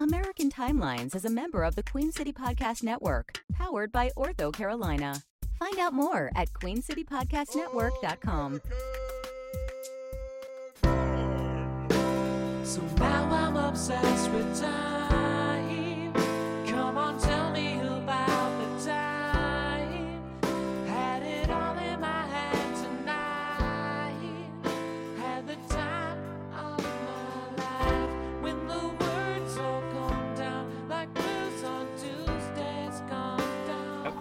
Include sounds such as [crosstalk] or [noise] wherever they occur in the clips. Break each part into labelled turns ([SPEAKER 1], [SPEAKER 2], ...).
[SPEAKER 1] American Timelines is a member of the Queen City Podcast Network, powered by Ortho Carolina. Find out more at queencitypodcastnetwork.com.
[SPEAKER 2] So now I'm obsessed with time. Come on, tell me about the time. Had it all in my head tonight. Had the time of my life. When the words all come down, like blues on Tuesdays come down.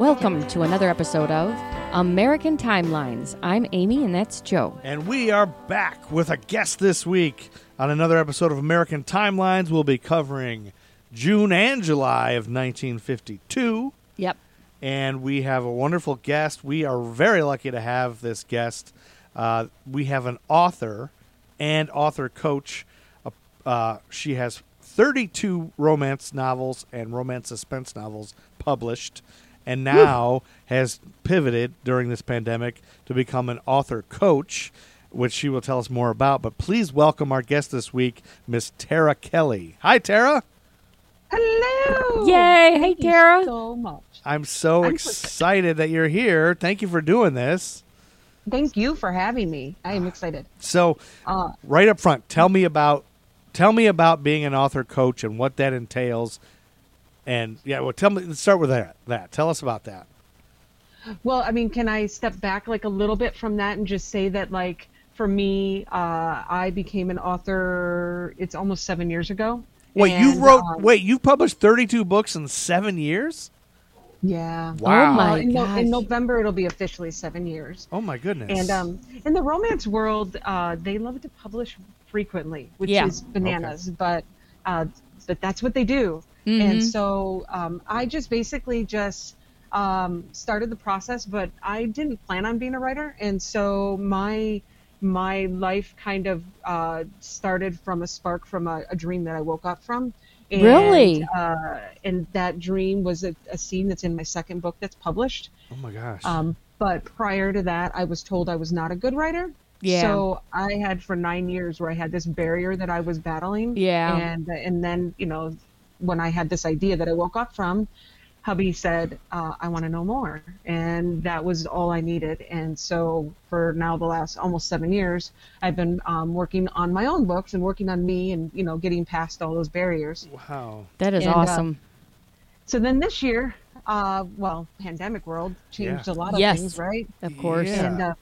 [SPEAKER 3] Welcome to another episode of American Timelines. I'm Amy and that's Joe.
[SPEAKER 4] And we are back with a guest this week on another episode of American Timelines. We'll be covering June and July of 1952.
[SPEAKER 3] Yep.
[SPEAKER 4] And we have a wonderful guest. We are very lucky to have this guest. Uh, we have an author and author coach. Uh, uh, she has 32 romance novels and romance suspense novels published, and now has pivoted during this pandemic to become an author coach, which she will tell us more about. But please welcome our guest this week, Miss Tara Kelly. Hi, Tara.
[SPEAKER 5] Hello!
[SPEAKER 3] Yay! Hey,
[SPEAKER 5] Thank you
[SPEAKER 3] Tara.
[SPEAKER 5] so much.
[SPEAKER 4] I'm so
[SPEAKER 5] I'm so
[SPEAKER 4] excited that you're here. Thank you for doing this.
[SPEAKER 5] Thank you for having me. I am excited.
[SPEAKER 4] So,
[SPEAKER 5] Uh,
[SPEAKER 4] right up front, tell me about tell me about being an author coach and what that entails. And yeah, well, tell me. Let's start with that. That tell us about that.
[SPEAKER 5] well, I mean, can I step back like a little bit from that and just say that, like, for me, uh, I became an author. It's almost seven years ago.
[SPEAKER 4] Wait,
[SPEAKER 5] And,
[SPEAKER 4] you wrote.
[SPEAKER 5] um,
[SPEAKER 4] wait, you published thirty-two books in seven years.
[SPEAKER 5] yeah.
[SPEAKER 3] Wow.
[SPEAKER 5] Uh,
[SPEAKER 3] Oh my
[SPEAKER 5] in, No-
[SPEAKER 3] gosh.
[SPEAKER 5] in November, it'll be officially seven years.
[SPEAKER 4] Oh my goodness.
[SPEAKER 5] And um, in the romance world, uh, they love to publish frequently, which
[SPEAKER 3] Yeah.
[SPEAKER 5] is bananas. But uh, but that's what they do.
[SPEAKER 3] Mm-hmm.
[SPEAKER 5] And so um, I just basically just um, started the process, but I didn't plan on being a writer, and so my my life kind of uh, started from a spark from a, a dream that I woke up from. And,
[SPEAKER 3] Really?
[SPEAKER 5] Uh, and that dream was a, a scene that's in my second book that's published.
[SPEAKER 4] oh my gosh.
[SPEAKER 5] Um, but prior to that, I was told I was not a good writer.
[SPEAKER 3] Yeah.
[SPEAKER 5] So I had for nine years where I had this barrier that I was battling.
[SPEAKER 3] Yeah.
[SPEAKER 5] And and then you know, when I had this idea that I woke up from, hubby said, uh, "I want to know more," and that was all I needed. And so for now the last almost seven years, I've been um, working on my own books and working on me and you know getting past all those barriers
[SPEAKER 4] wow.
[SPEAKER 3] That is
[SPEAKER 5] And, uh,
[SPEAKER 3] awesome.
[SPEAKER 5] so then this year, uh, well, pandemic world changed
[SPEAKER 4] Yeah.
[SPEAKER 5] a lot of
[SPEAKER 3] Yes.
[SPEAKER 5] things, right?
[SPEAKER 3] of course.
[SPEAKER 4] Yeah.
[SPEAKER 5] And uh,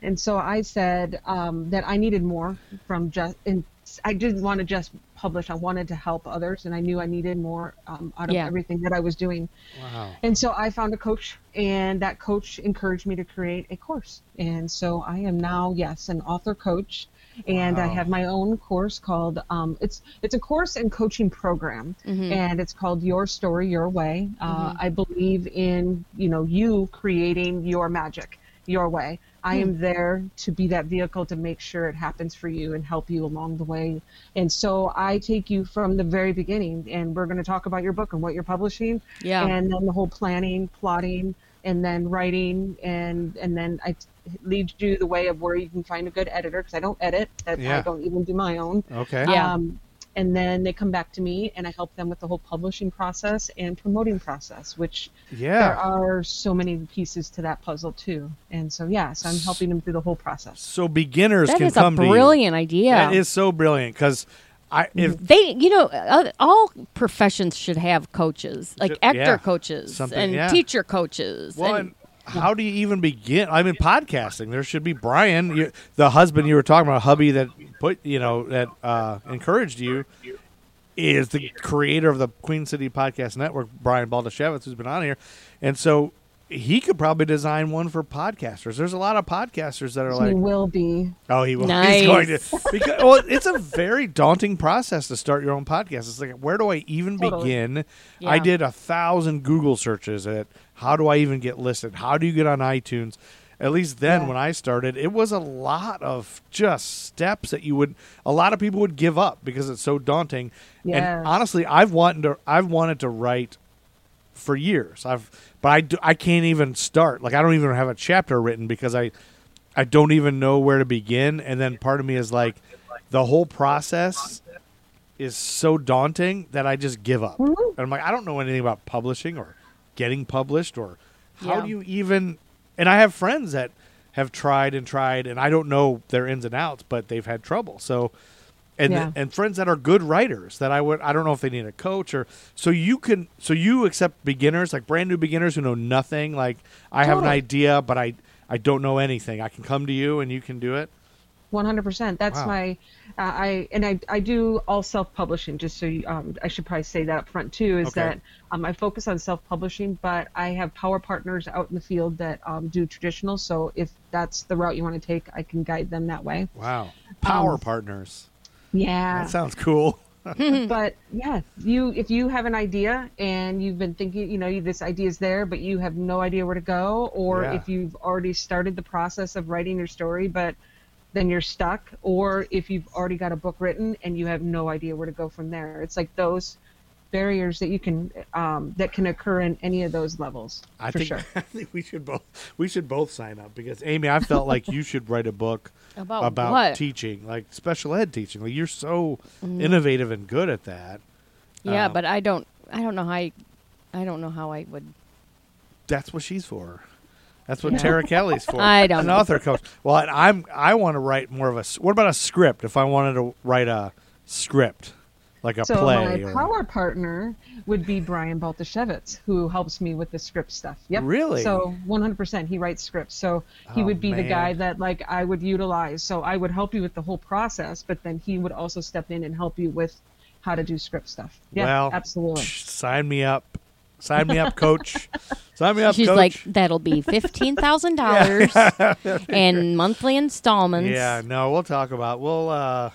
[SPEAKER 5] and so I said um, that I needed more from just, and I didn't want to just publish. I wanted to help others, and I knew I needed more um, out of
[SPEAKER 3] Yeah.
[SPEAKER 5] everything that I was doing.
[SPEAKER 4] Wow.
[SPEAKER 5] And so I found a coach, and that coach encouraged me to create a course. And so I am now, yes, an author coach, and I
[SPEAKER 4] Wow.
[SPEAKER 5] have my own course called um, it's it's a course and coaching program,
[SPEAKER 2] Mm-hmm.
[SPEAKER 5] and it's called Your Story Your Way. Uh, I believe in you know you creating your magic your way. I am there to be that vehicle to make sure it happens for you and help you along the way. And so I take you from the very beginning, and we're going to talk about your book and what you're publishing
[SPEAKER 3] Yeah.
[SPEAKER 5] and then the whole planning, plotting, and then writing, and and then I t- lead you the way of where you can find a good editor because I don't edit. That I
[SPEAKER 4] Yeah.
[SPEAKER 5] don't even do my own.
[SPEAKER 4] Okay.
[SPEAKER 3] Yeah.
[SPEAKER 5] Um, and then they come back to me, and I help them with the whole publishing process and promoting process, which there
[SPEAKER 4] yeah.
[SPEAKER 5] are so many pieces to that puzzle too. And so yeah, so I'm helping them through the whole process.
[SPEAKER 4] So beginners
[SPEAKER 3] That
[SPEAKER 4] can
[SPEAKER 3] is a
[SPEAKER 4] come to you.
[SPEAKER 3] brilliant Mm-hmm. idea.
[SPEAKER 4] That is so brilliant because I if
[SPEAKER 3] they, you know, uh, all professions should have coaches, like
[SPEAKER 4] Ju-
[SPEAKER 3] actor
[SPEAKER 4] yeah.
[SPEAKER 3] coaches
[SPEAKER 4] Something-
[SPEAKER 3] and
[SPEAKER 4] yeah.
[SPEAKER 3] teacher coaches.
[SPEAKER 4] Well,
[SPEAKER 3] and-
[SPEAKER 4] and how do you even begin? I mean, podcasting. There should be Brian, you, the husband you were talking about, hubby that put you know that uh, encouraged you, is the creator of the Queen City Podcast Network, Brian Baldashevitz, who's been on here, and so he could probably design one for podcasters. There's a lot of podcasters that are
[SPEAKER 5] we
[SPEAKER 4] like,
[SPEAKER 5] will be
[SPEAKER 4] oh, he will,
[SPEAKER 3] Nice.
[SPEAKER 4] he's going to. Because, well, it's a very daunting process to start your own podcast. It's like, where do I even
[SPEAKER 5] Totally.
[SPEAKER 4] begin?
[SPEAKER 3] Yeah.
[SPEAKER 4] I did a thousand Google searches at how do I even get listed? How do you get on iTunes? At least then,
[SPEAKER 5] Yeah.
[SPEAKER 4] when I started, it was a lot of just steps that you would. A lot of people would give up because it's so daunting.
[SPEAKER 5] Yeah.
[SPEAKER 4] And honestly, I've wanted to. I've wanted to write for years. I've, but I, do, I can't even start. Like I don't even have a chapter written because I, I don't even know where to begin. And then part of me is like, the whole process is so daunting that I just give up.
[SPEAKER 5] Mhm.
[SPEAKER 4] And I'm like, I don't know anything about publishing or getting published or how
[SPEAKER 3] Yeah.
[SPEAKER 4] do you even. And I have friends that have tried and tried, and I don't know their ins and outs, but they've had trouble. So, and
[SPEAKER 5] Yeah.
[SPEAKER 4] and friends that are good writers that I would I don't know if they need a coach or so you can so you accept beginners like brand new beginners who know nothing like I have an
[SPEAKER 5] Totally.
[SPEAKER 4] idea but I I don't know anything I can come to you and you can do it
[SPEAKER 5] 100% that's
[SPEAKER 4] Wow.
[SPEAKER 5] my uh, i and i i do all self-publishing just so you, um, i should probably say that up front too is
[SPEAKER 4] Okay.
[SPEAKER 5] that um, i focus on self-publishing but i have power partners out in the field that um, do traditional so if that's the route you want to take i can guide them that way
[SPEAKER 4] wow power
[SPEAKER 5] Um, uh,
[SPEAKER 4] partners
[SPEAKER 5] yeah
[SPEAKER 4] that sounds cool Mm-hmm.
[SPEAKER 5] but yeah you if you have an idea and you've been thinking you know you, this idea is there but you have no idea where to go or
[SPEAKER 4] Yeah.
[SPEAKER 5] if you've already started the process of writing your story but then you're stuck or if you've already got a book written and you have no idea where to go from there it's like those barriers that you can um, that can occur in any of those levels
[SPEAKER 4] I
[SPEAKER 5] for
[SPEAKER 4] think,
[SPEAKER 5] sure
[SPEAKER 4] [laughs] I think we should both we should both sign up because Amy, I felt like you should write a book
[SPEAKER 3] [laughs] About what? Mm.
[SPEAKER 4] teaching, like special ed teaching. Like you're so innovative and good at that.
[SPEAKER 3] Yeah,
[SPEAKER 4] Um,
[SPEAKER 3] but I don't. I don't know how. I, I don't know how I would.
[SPEAKER 4] That's what she's for. That's what
[SPEAKER 3] Yeah.
[SPEAKER 4] Tara Kelly's for.
[SPEAKER 3] [laughs] I don't
[SPEAKER 4] an
[SPEAKER 3] know.
[SPEAKER 4] author coach. Well, and I'm I want to write more of a. s- What about a script? If I wanted to write a script, like a
[SPEAKER 5] so
[SPEAKER 4] play.
[SPEAKER 5] my
[SPEAKER 4] or-
[SPEAKER 5] power partner would be Brian Baltashevitz, who helps me with the script stuff. Yep.
[SPEAKER 4] Really?
[SPEAKER 5] So 100%, he writes scripts. So he
[SPEAKER 4] Oh,
[SPEAKER 5] would be
[SPEAKER 4] man.
[SPEAKER 5] the guy that like I would utilize. So I would help you with the whole process, but then he would also step in and help you with how to do script stuff. Yeah,
[SPEAKER 4] well,
[SPEAKER 5] absolutely.
[SPEAKER 4] Sign me up. Sign me up,
[SPEAKER 3] [laughs]
[SPEAKER 4] coach. Sign me up,
[SPEAKER 3] She's
[SPEAKER 4] coach.
[SPEAKER 3] like, that'll be fifteen
[SPEAKER 4] [laughs]
[SPEAKER 3] thousand dollars and monthly installments.
[SPEAKER 4] Yeah, no, we'll talk about we'll uh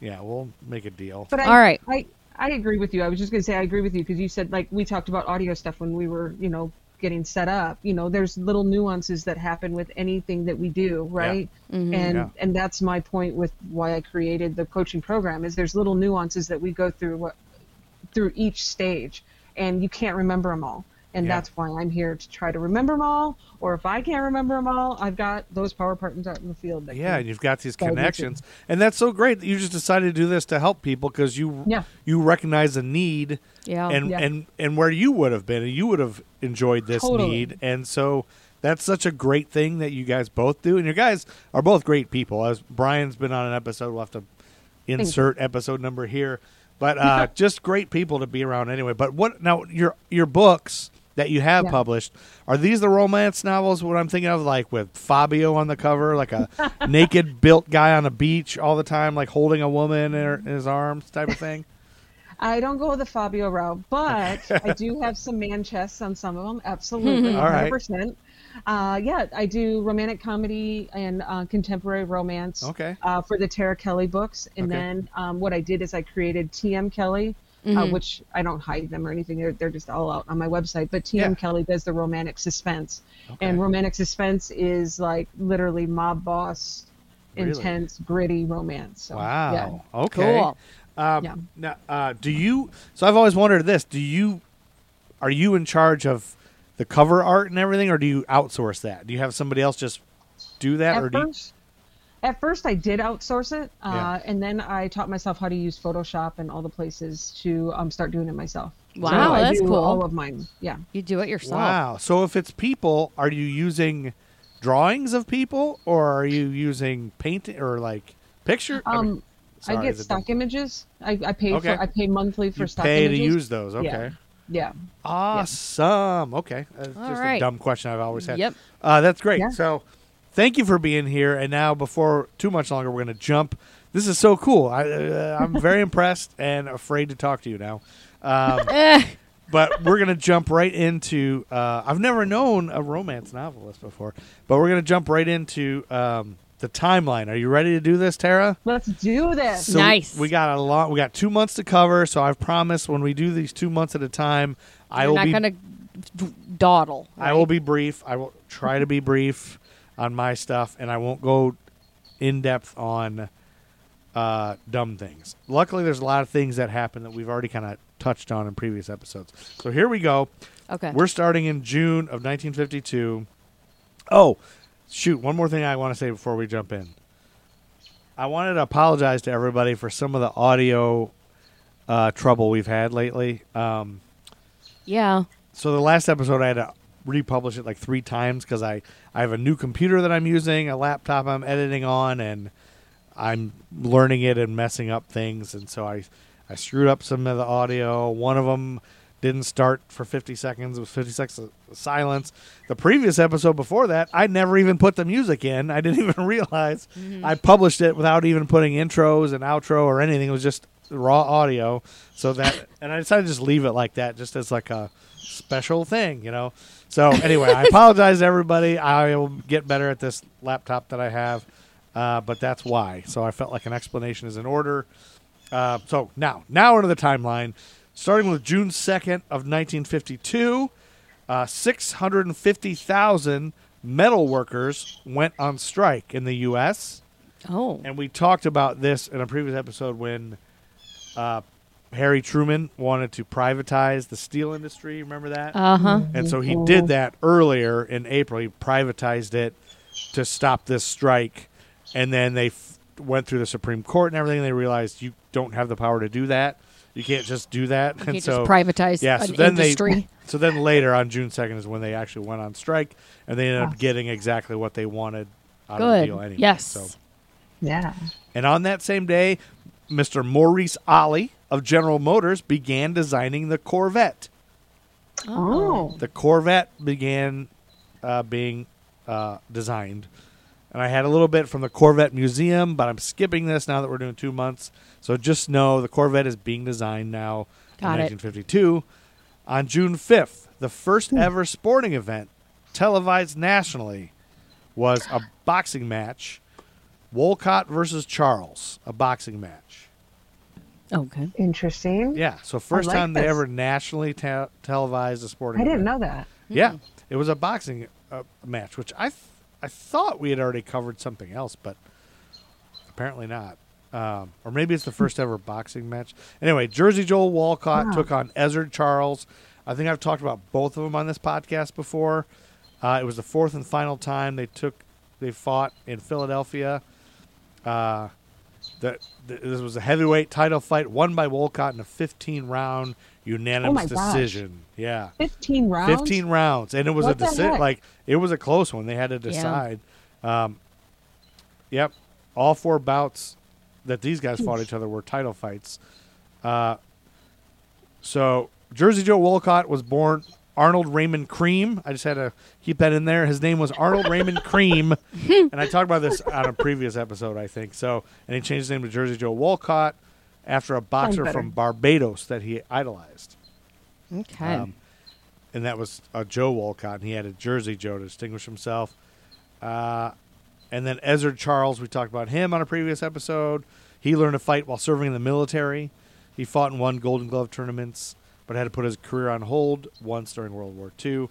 [SPEAKER 4] yeah, we'll make a deal.
[SPEAKER 5] But I,
[SPEAKER 3] All right.
[SPEAKER 5] I, I agree with you. I was just going to say I agree with you because you said like we talked about audio stuff when we were, you know, getting set up. You know, there's little nuances that happen with anything that we do, right?
[SPEAKER 3] Mm-hmm.
[SPEAKER 5] And
[SPEAKER 4] Yeah.
[SPEAKER 5] and that's my point with why I created the coaching program is there's little nuances that we go through what through each stage and you can't remember them all. And
[SPEAKER 4] Yeah.
[SPEAKER 5] that's why I'm here to try to remember them all. Or if I can't remember them all, I've got those power partners out in the field. That
[SPEAKER 4] yeah,
[SPEAKER 5] can-
[SPEAKER 4] and you've got these
[SPEAKER 5] Yeah, we do.
[SPEAKER 4] connections. And that's so great that you just decided to do this to help people because you
[SPEAKER 5] Yeah.
[SPEAKER 4] you recognize a need
[SPEAKER 3] Yeah.
[SPEAKER 4] and
[SPEAKER 5] Yeah.
[SPEAKER 4] and and where you would have been and you would have enjoyed this
[SPEAKER 5] Totally.
[SPEAKER 4] need. And so that's such a great thing that you guys both do. And your guys are both great people. As Brian's been on an episode, we'll have to insert episode number here. But
[SPEAKER 5] [laughs]
[SPEAKER 4] uh, just great people to be around anyway. But what now your your books that you have
[SPEAKER 5] Yeah.
[SPEAKER 4] published are these the romance novels? What I'm thinking of, like with Fabio on the cover, like
[SPEAKER 5] [laughs]
[SPEAKER 4] a naked built guy on a beach all the time, like holding a woman in, her, in his arms, type of thing.
[SPEAKER 5] I don't go the Fabio route, but
[SPEAKER 4] [laughs]
[SPEAKER 5] I do have some man chests on some of them. Absolutely,
[SPEAKER 4] All right.
[SPEAKER 5] 100%. Uh, yeah, I do romantic comedy and uh, contemporary romance.
[SPEAKER 4] Okay.
[SPEAKER 5] Uh, for the Tara Kelly books, and
[SPEAKER 4] Okay.
[SPEAKER 5] then um, what I did is I created TM Kelly, uh, which I don't hide them or anything. They're they're just all out on my website. But TM
[SPEAKER 4] Yeah.
[SPEAKER 5] Kelly does the romantic suspense,
[SPEAKER 4] Okay.
[SPEAKER 5] and romantic suspense is like literally mob boss,
[SPEAKER 4] Really?
[SPEAKER 5] intense, gritty romance. So, yeah.
[SPEAKER 4] Wow. Okay.
[SPEAKER 3] Cool.
[SPEAKER 4] Um,
[SPEAKER 5] Yeah.
[SPEAKER 4] now, uh, do you? So I've always wondered this. Do you? Are you in charge of the cover art and everything, or do you outsource that? Do you have somebody else just do that, or
[SPEAKER 5] at
[SPEAKER 4] do you,
[SPEAKER 5] first, at first I did outsource it, uh,
[SPEAKER 4] Yeah.
[SPEAKER 5] and then I taught myself how to use Photoshop and all the places to um, start doing it myself.
[SPEAKER 3] Wow,
[SPEAKER 5] So I
[SPEAKER 3] that's
[SPEAKER 5] do
[SPEAKER 3] cool.
[SPEAKER 5] All of mine, yeah.
[SPEAKER 3] You do it yourself.
[SPEAKER 4] wow? So if it's people, are you using drawings of people, or are you using paint or like picture? I mean,
[SPEAKER 5] Um, I,
[SPEAKER 4] sorry,
[SPEAKER 5] get
[SPEAKER 4] the-
[SPEAKER 5] stock images. I, I pay
[SPEAKER 4] Okay.
[SPEAKER 5] for I pay monthly for
[SPEAKER 4] You
[SPEAKER 5] stock
[SPEAKER 4] pay
[SPEAKER 5] images.
[SPEAKER 4] to use those. Okay.
[SPEAKER 5] Yeah. Yeah,
[SPEAKER 4] Awesome. Okay. That's
[SPEAKER 3] All
[SPEAKER 4] just a
[SPEAKER 3] right.
[SPEAKER 4] dumb question I've always had.
[SPEAKER 3] Yep.
[SPEAKER 4] Uh, that's great.
[SPEAKER 5] Yeah.
[SPEAKER 4] So thank you for being here. And now, before too much longer, we're going to jump. This is so cool. I, uh, I'm
[SPEAKER 3] [laughs]
[SPEAKER 4] very impressed and afraid to talk to you now. Um,
[SPEAKER 3] Eh,
[SPEAKER 4] but we're going to jump right into. Uh, I've never known a romance novelist before, but we're going to jump right into um, the timeline. Are you ready to do this, Tara?
[SPEAKER 5] let's do this.
[SPEAKER 4] So
[SPEAKER 3] Nice.
[SPEAKER 4] We got a lot. We got two months to cover. So I've promised when we do these two months at a time, I
[SPEAKER 3] you're
[SPEAKER 4] will
[SPEAKER 3] not
[SPEAKER 4] be
[SPEAKER 3] gonna d- dawdle.
[SPEAKER 4] I will be brief. I will try to be brief on my stuff, and I won't go in depth on uh, dumb things. Luckily, there's a lot of things that happen that we've already kind of touched on in previous episodes. So here we go.
[SPEAKER 3] Okay.
[SPEAKER 4] We're starting in June of 1952. Oh, shoot. One more thing I want to say before we jump in. I wanted to apologize to everybody for some of the audio uh, trouble we've had lately. Um,
[SPEAKER 3] Yeah.
[SPEAKER 4] so the last episode I had to republish it like three times because I I have a new computer that I'm using, a laptop I'm editing on, and I'm learning it and messing up things, and so I I screwed up some of the audio. One of them didn't start for 50 seconds. It was 50 seconds of silence. The previous episode before that, I never even put the music in. I didn't [laughs] even realize I published it without even putting intros and outro or anything. It was just raw audio. So that, and I decided to just leave it like that, just as like a special thing, you know. So anyway, I apologize to everybody. I will get better at this laptop that I have, uh, but that's why. So I felt like an explanation is in order. Uh, so now, now into the timeline, starting with June second of nineteen fifty-two. Uh, 650,000 metal workers went on strike in the U.S.
[SPEAKER 3] Oh.
[SPEAKER 4] And we talked about this in a previous episode when uh, Harry Truman wanted to privatize the steel industry. Remember that?
[SPEAKER 3] Uh huh.
[SPEAKER 4] and so he did that earlier in April. He privatized it to stop this strike, and then they f- went through the Supreme Court and everything. And they realized you don't have the power to do that. You can't just do that. and
[SPEAKER 3] can't just
[SPEAKER 4] so
[SPEAKER 3] privatize
[SPEAKER 4] yeah,
[SPEAKER 3] an
[SPEAKER 4] so then They,
[SPEAKER 3] industry.
[SPEAKER 4] [laughs] so then later on June second is when they actually went on strike, and they ended up getting exactly what they wanted out of the
[SPEAKER 3] Ah. Good.
[SPEAKER 4] deal anyway.
[SPEAKER 3] yes.
[SPEAKER 4] So
[SPEAKER 5] Yeah.
[SPEAKER 4] and on that same day, Mr. Maurice Ollie of General Motors began designing the Corvette.
[SPEAKER 5] Oh.
[SPEAKER 4] The Corvette began uh, being uh, designed. And I had a little bit from the Corvette Museum, but I'm skipping this now that we're doing two months. So just know the Corvette is being designed now
[SPEAKER 3] Got
[SPEAKER 4] in
[SPEAKER 3] it.
[SPEAKER 4] 1952. On June 5th, the first ever sporting event televised nationally was a boxing match Wolcott versus Charles, a boxing match.
[SPEAKER 3] Okay.
[SPEAKER 5] Interesting.
[SPEAKER 4] Yeah, so first
[SPEAKER 5] like
[SPEAKER 4] time they
[SPEAKER 5] this.
[SPEAKER 4] ever nationally te- televised a sporting
[SPEAKER 5] I didn't
[SPEAKER 4] event.
[SPEAKER 5] know that.
[SPEAKER 4] Yeah, it was a boxing uh, match, which I th- I thought we had already covered something else, but apparently not. Um, or maybe it's the first ever boxing match. Anyway, Jersey Joel Walcott took on Ezard Charles. I think I've talked about both of them on this podcast before. Uh, it was the fourth and final time they took they fought in Philadelphia. Uh, the, the, this was a heavyweight title fight won by Wolcott in a 15 round
[SPEAKER 5] Oh my
[SPEAKER 4] unanimous
[SPEAKER 5] gosh.
[SPEAKER 4] decision. Yeah.
[SPEAKER 5] 15 rounds.
[SPEAKER 4] 15 rounds and it was
[SPEAKER 5] What
[SPEAKER 4] a
[SPEAKER 5] the
[SPEAKER 4] decision
[SPEAKER 5] heck?
[SPEAKER 4] like it was a close one they had to decide um, yep all four bouts that these guys fought each other were title fights uh, so jersey joe wolcott was born arnold raymond cream i just had to keep that in there his name was arnold
[SPEAKER 5] [laughs]
[SPEAKER 4] raymond cream and i talked about this on a previous episode i think so and he changed his name to jersey joe wolcott after a boxer
[SPEAKER 5] better.
[SPEAKER 4] from barbados that he idolized
[SPEAKER 3] Okay.
[SPEAKER 4] Um, and that was uh, Joe Walcott, and he had a Jersey Joe to distinguish himself. Uh, and then Ezra Charles, we talked about him on a previous episode. He learned to fight while serving in the military. He fought in one Golden Glove tournaments, but had to put his career on hold once during World War II.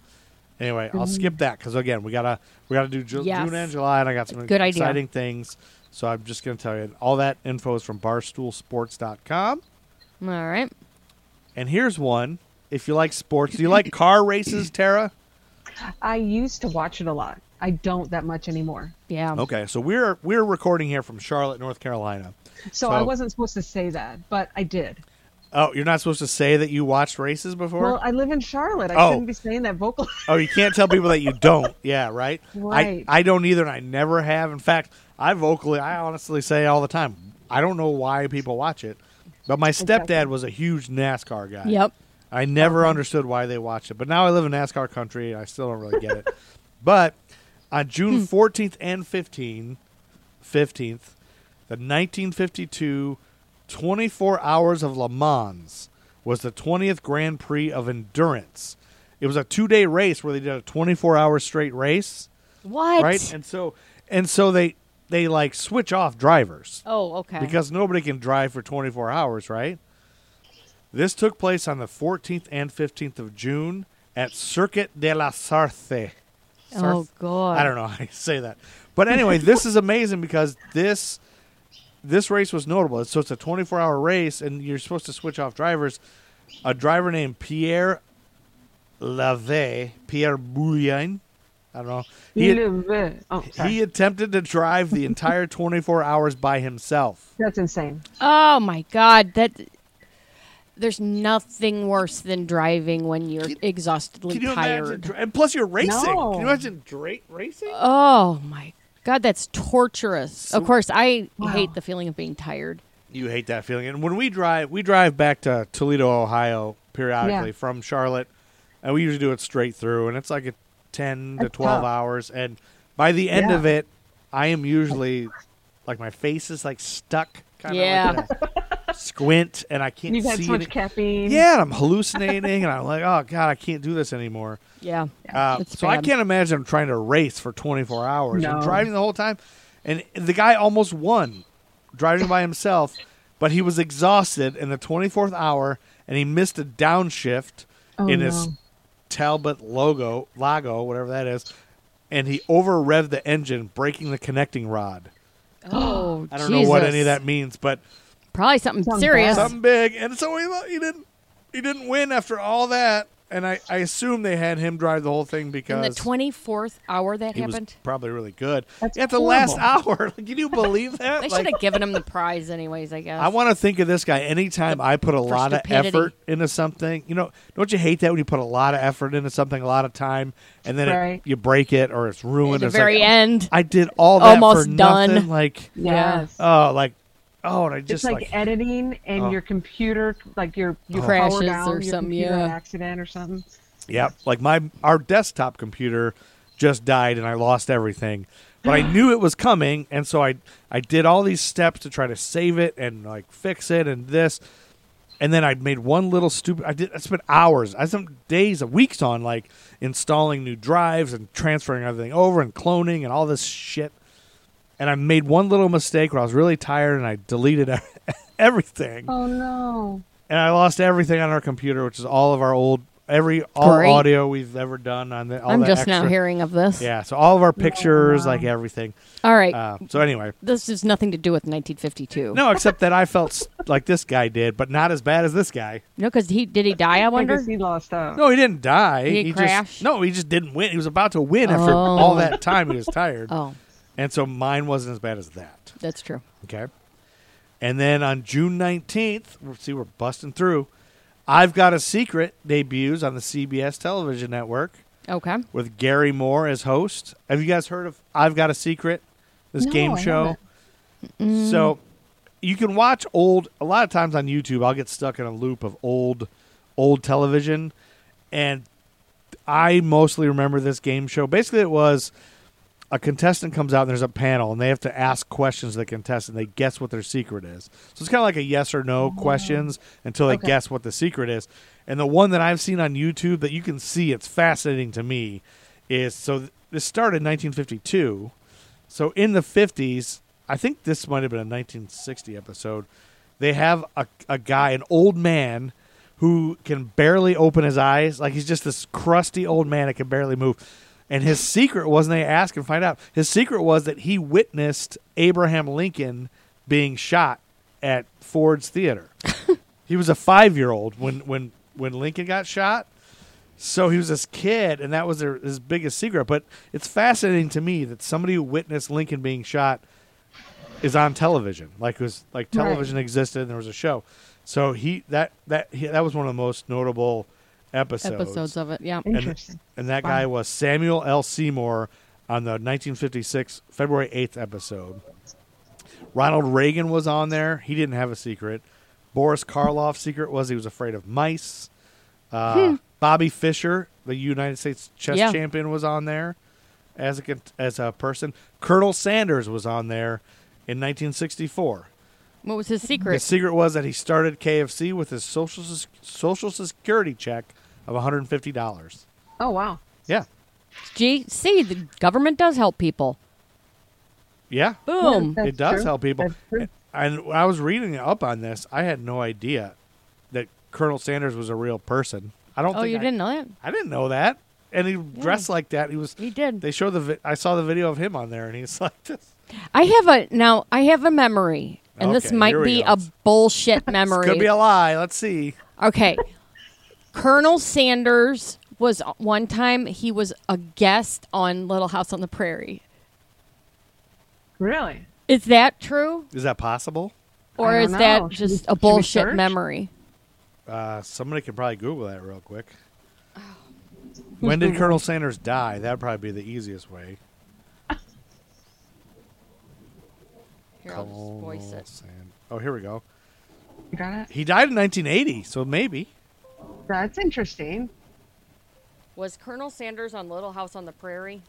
[SPEAKER 4] Anyway, I'll skip that because again, we gotta we gotta do Ju-
[SPEAKER 3] Mm-hmm. Yes.
[SPEAKER 4] June and July, and I got some
[SPEAKER 3] Good idea.
[SPEAKER 4] exciting things. So I'm just gonna tell you all that info is from BarstoolSports.com.
[SPEAKER 3] All right.
[SPEAKER 4] And here's one. If you like sports, do you like car races, Tara?
[SPEAKER 5] I used to watch it a lot. I don't that much anymore.
[SPEAKER 3] Yeah.
[SPEAKER 4] Okay, so we're we're recording here from Charlotte, North Carolina.
[SPEAKER 5] So, I
[SPEAKER 4] So-
[SPEAKER 5] wasn't supposed to say that, but I did.
[SPEAKER 4] Oh, you're not supposed to say that you watched races before?
[SPEAKER 5] Well, I live in Charlotte. I
[SPEAKER 4] Oh.
[SPEAKER 5] shouldn't be saying that vocal.
[SPEAKER 4] oh, you can't tell people that you don't. [laughs] Yeah, right?
[SPEAKER 5] Right.
[SPEAKER 4] I, I don't either and I never have. In fact, I vocally I honestly say all the time, I don't know why people watch it. But my stepdad
[SPEAKER 5] Exactly.
[SPEAKER 4] was a huge NASCAR guy.
[SPEAKER 3] Yep.
[SPEAKER 4] I never understood why they watched it, but now I live in NASCAR country and I still don't really get it. [laughs] but on June 14th and 15th, 15th, the 1952 24 Hours of Le Mans was the 20th Grand Prix of Endurance. It was a two day race where they did a 24 hour straight race,
[SPEAKER 3] What?
[SPEAKER 4] right? And so, and so they they like switch off drivers
[SPEAKER 3] oh, okay.
[SPEAKER 4] because nobody can drive for 24 hours, right? This took place on the 14th and 15th of June at Circuit de la Sarthe.
[SPEAKER 3] oh god.
[SPEAKER 4] I don't know how you say that. But anyway,
[SPEAKER 3] [laughs]
[SPEAKER 4] this is amazing because this this race was notable. So it's a 24-hour race and you're supposed to switch off drivers. A driver named Pierre Lave, Pierre Bouillon, I don't know. He,
[SPEAKER 5] oh, sorry.
[SPEAKER 4] he attempted to drive the entire 24 hours by himself.
[SPEAKER 5] That's insane.
[SPEAKER 3] Oh my god. That There's nothing worse than driving when you're exhaustedly
[SPEAKER 4] Can you imagine?
[SPEAKER 3] tired.
[SPEAKER 4] dra- And plus, you're racing.
[SPEAKER 5] No.
[SPEAKER 4] Can you imagine dra- racing?
[SPEAKER 3] oh my god, that's torturous. of course, I hate the feeling of being tired.
[SPEAKER 4] You hate that feeling. And when we drive, we drive back to Toledo, Ohio, periodically
[SPEAKER 5] Yeah.
[SPEAKER 4] from Charlotte, and we usually do it straight through, and it's like a ten to
[SPEAKER 5] That's
[SPEAKER 4] twelve
[SPEAKER 5] tough.
[SPEAKER 4] hours. And by the end
[SPEAKER 5] Yeah.
[SPEAKER 4] of it, I am usually like my face is like stuck, kind of
[SPEAKER 3] Yeah.
[SPEAKER 4] [laughs] squint, and I can't
[SPEAKER 5] You've had
[SPEAKER 4] see
[SPEAKER 5] so much
[SPEAKER 4] any-
[SPEAKER 5] caffeine.
[SPEAKER 4] Yeah, and I'm hallucinating, and I'm like, oh god, I can't do this anymore.
[SPEAKER 3] Yeah.
[SPEAKER 4] Uh,
[SPEAKER 3] it's
[SPEAKER 4] so I
[SPEAKER 3] bad.
[SPEAKER 4] can't imagine trying to race for 24 hours and
[SPEAKER 5] No.
[SPEAKER 4] driving the whole time. And the guy almost won driving by himself, but he was exhausted in the 24th hour and he missed a downshift
[SPEAKER 5] Oh,
[SPEAKER 4] in his
[SPEAKER 5] no.
[SPEAKER 4] Talbot logo, Lago, whatever that is. And he over revved the engine, breaking the connecting rod.
[SPEAKER 3] Oh,
[SPEAKER 4] I don't know what
[SPEAKER 3] Jesus.
[SPEAKER 4] any of that means, but
[SPEAKER 3] Probably something
[SPEAKER 5] Sounds
[SPEAKER 3] serious.
[SPEAKER 5] bad.
[SPEAKER 4] something big. And so he, lo- he didn't he didn't win after all that. And I, I assume they had him drive the whole thing
[SPEAKER 3] In
[SPEAKER 4] because
[SPEAKER 3] the 24th hour that
[SPEAKER 4] he [laughs]
[SPEAKER 3] happened.
[SPEAKER 4] was probably really good.
[SPEAKER 5] That's
[SPEAKER 4] At the last hour, [laughs] like, can you believe that?
[SPEAKER 3] They
[SPEAKER 4] Like,
[SPEAKER 3] should have given him the prize, anyways. I guess.
[SPEAKER 4] I want to think of this guy anytime I put a lot of
[SPEAKER 3] stupidity.
[SPEAKER 4] effort into something. You know, don't you hate that when you put a lot of effort into something, a lot of time, and then it-
[SPEAKER 5] Right.
[SPEAKER 4] you break it or it's ruined?
[SPEAKER 3] at the
[SPEAKER 4] It's like,
[SPEAKER 3] very end.
[SPEAKER 4] I did all that for
[SPEAKER 3] Almost done.
[SPEAKER 4] nothing. Like,
[SPEAKER 5] Yes.
[SPEAKER 4] oh, like, oh, and I
[SPEAKER 5] It's
[SPEAKER 4] just
[SPEAKER 5] like,
[SPEAKER 4] like,
[SPEAKER 5] editing and
[SPEAKER 4] Oh.
[SPEAKER 5] your computer, like your, your
[SPEAKER 3] Crashes
[SPEAKER 5] power down,
[SPEAKER 3] or
[SPEAKER 5] your
[SPEAKER 3] something,
[SPEAKER 5] computer
[SPEAKER 3] yeah.
[SPEAKER 5] accident or something.
[SPEAKER 4] Yep. Like my our desktop computer just died and I lost everything. But I knew it was coming and so I I did all these steps to try to save it and like fix it and this. And then I made one little stupid I did I spent hours, I spent days, weeks on like installing new drives and transferring everything over and cloning and all this shit. And I made one little mistake where I was really tired and I deleted [laughs] everything
[SPEAKER 5] Oh no.
[SPEAKER 4] and I lost everything on our computer, which is all of our old every all
[SPEAKER 3] Great.
[SPEAKER 4] audio we've ever done on the. All
[SPEAKER 3] I'm
[SPEAKER 4] that
[SPEAKER 3] just
[SPEAKER 4] extra,
[SPEAKER 3] now hearing of this.
[SPEAKER 4] Yeah, so all of our pictures, like everything.
[SPEAKER 3] All right.
[SPEAKER 4] Uh, so anyway,
[SPEAKER 3] this has nothing to do with 1952.
[SPEAKER 4] no, except that I felt s- like this guy did, but not as bad as this guy.
[SPEAKER 3] No, because he did he die? I wonder.
[SPEAKER 5] guess he lost out.
[SPEAKER 4] No, he didn't die.
[SPEAKER 3] He
[SPEAKER 4] just-
[SPEAKER 3] crashed?
[SPEAKER 4] no, he just didn't win. He was about to win after
[SPEAKER 3] Oh.
[SPEAKER 4] all that time. He was tired,
[SPEAKER 3] Oh,
[SPEAKER 4] and so mine wasn't as bad as that.
[SPEAKER 3] that's true.
[SPEAKER 4] Okay. And then on June 19th, we'll see, we're busting through. I've Got a Secret debuts on the CBS television network.
[SPEAKER 3] Okay.
[SPEAKER 4] with Gary Moore as host. Have you guys heard of I've Got a Secret? This
[SPEAKER 5] No,
[SPEAKER 4] game
[SPEAKER 5] I
[SPEAKER 4] show. So you can watch old a lot of times on YouTube I'll get stuck in a loop of old old television and I mostly remember this game show. Basically it was a contestant comes out and there's a panel and they have to ask questions to the contestant. They guess what their secret is. So it's kind of like a yes or no questions until they guess what the secret is. And the one that I've seen on YouTube that you can see, it's fascinating to me, is so th- this started in 1952. So in the 50s, I think this might have been a 1960 episode. They have a, a guy, an old man, who can barely open his eyes. Like he's just this crusty old man that can barely move. And his secret was, and they ask and find out, his secret was that he witnessed Abraham Lincoln being shot at Ford's Theater. he was a five year old when, when, when Lincoln got shot. So he was this kid, and that was their, his biggest secret. But it's fascinating to me that somebody who witnessed Lincoln being shot is on television. Like it was like television existed, and there was a show. So he that that he, that was one of the most notable episodes.
[SPEAKER 3] Episodes of it. Yeah.
[SPEAKER 5] Interesting.
[SPEAKER 4] And that guy was Samuel L. Seymour on the 1956 February 8th episode. Ronald Reagan was on there. He didn't have a secret. Boris Karloff's secret was he was afraid of mice. Uh, Bobby Fischer, the United States chess
[SPEAKER 3] Yeah.
[SPEAKER 4] champion, was on there as a con- as a person. Colonel Sanders was on there in 1964.
[SPEAKER 3] What was his
[SPEAKER 4] The
[SPEAKER 3] secret?
[SPEAKER 4] secret was that he started KFC with his social sec- social security check of 150 dollars.
[SPEAKER 5] Oh wow.
[SPEAKER 4] Yeah,
[SPEAKER 3] Gee, see, the government does help people.
[SPEAKER 4] yeah.
[SPEAKER 3] Boom.
[SPEAKER 5] Yeah,
[SPEAKER 4] it does
[SPEAKER 5] true.
[SPEAKER 4] help people.
[SPEAKER 5] That's true.
[SPEAKER 4] And when I was reading up on this, I had no idea that Colonel Sanders was a real person. I don't.
[SPEAKER 3] Oh,
[SPEAKER 4] think
[SPEAKER 3] you
[SPEAKER 4] I,
[SPEAKER 3] didn't know that?
[SPEAKER 4] I didn't know that. And he dressed like that. He was.
[SPEAKER 3] He did.
[SPEAKER 4] They showed the. Vi- I saw the video of him on there, and he's [laughs] like this.
[SPEAKER 3] I have a now. I have a memory, and this
[SPEAKER 4] Okay,
[SPEAKER 3] might
[SPEAKER 4] here we
[SPEAKER 3] be
[SPEAKER 4] go.
[SPEAKER 3] a bullshit memory.
[SPEAKER 4] Could be a lie. Let's see.
[SPEAKER 3] Okay. Colonel Sanders was uh, one time he was a guest on Little House on the Prairie.
[SPEAKER 5] Really?
[SPEAKER 3] Is that true?
[SPEAKER 4] Is that possible?
[SPEAKER 3] Or
[SPEAKER 5] I
[SPEAKER 3] is
[SPEAKER 5] don't know.
[SPEAKER 3] that
[SPEAKER 5] Should we-
[SPEAKER 3] just
[SPEAKER 5] should
[SPEAKER 3] a
[SPEAKER 5] we
[SPEAKER 3] bullshit
[SPEAKER 5] search?
[SPEAKER 3] memory?
[SPEAKER 4] Uh, somebody could probably Google that real quick.
[SPEAKER 3] Oh.
[SPEAKER 4] When
[SPEAKER 3] [laughs]
[SPEAKER 4] did Colonel Sanders die? That'd probably be the easiest way.
[SPEAKER 3] Here, I'll just voice
[SPEAKER 4] Colonel
[SPEAKER 3] it.
[SPEAKER 4] San- oh, here we go.
[SPEAKER 5] You got it?
[SPEAKER 4] He died in 1980, so maybe.
[SPEAKER 5] That's interesting.
[SPEAKER 3] Was Colonel Sanders on Little House on the Prairie?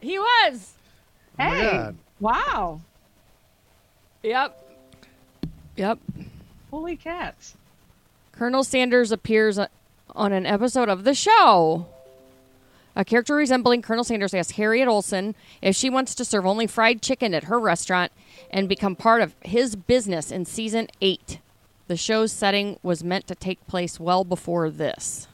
[SPEAKER 3] He was.
[SPEAKER 4] Oh my
[SPEAKER 5] Hey.
[SPEAKER 4] God.
[SPEAKER 5] Wow.
[SPEAKER 3] Yep. Yep.
[SPEAKER 5] Holy cats.
[SPEAKER 3] Colonel Sanders appears o- on an episode of the show. A character resembling Colonel Sanders asks Harriet Olson if she wants to serve only fried chicken at her restaurant and become part of his business in season eight. The show's setting was meant to take place well before this.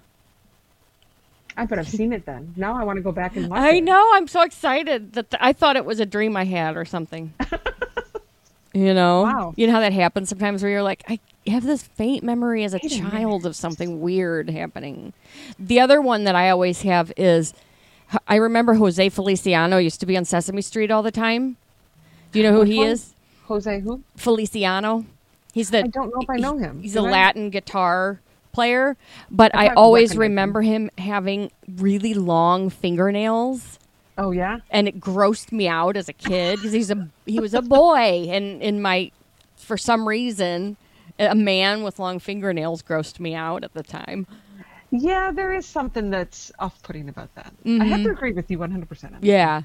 [SPEAKER 5] I bet I've seen it then. Now I want to go back and watch
[SPEAKER 3] I
[SPEAKER 5] it.
[SPEAKER 3] know. I'm so excited that th- I thought it was a dream I had
[SPEAKER 5] [laughs]
[SPEAKER 3] or something. you know,
[SPEAKER 5] Wow.
[SPEAKER 3] you know how that happens sometimes where you're like, I have this faint memory as a
[SPEAKER 5] Wait a minute.
[SPEAKER 3] child of something weird happening. The other one that I always have is h- I remember Jose Feliciano used to be on Sesame Street all the time. Do you know who
[SPEAKER 5] Which
[SPEAKER 3] he
[SPEAKER 5] one?
[SPEAKER 3] is?
[SPEAKER 5] Jose who?
[SPEAKER 3] Feliciano. He's the
[SPEAKER 5] I don't know if I know him.
[SPEAKER 3] He's
[SPEAKER 5] Do
[SPEAKER 3] a
[SPEAKER 5] I?
[SPEAKER 3] Latin guitar player, but
[SPEAKER 5] probably
[SPEAKER 3] I
[SPEAKER 5] recognize
[SPEAKER 3] always
[SPEAKER 5] him.
[SPEAKER 3] remember him having really long fingernails
[SPEAKER 5] Oh yeah.
[SPEAKER 3] and it grossed me out as a kid because he's a he was a boy and in my for some reason a man with long fingernails grossed me out at the time
[SPEAKER 5] Yeah, there is something that's off-putting about that. I have to agree with you 100%. on that.
[SPEAKER 3] Mm-hmm. yeah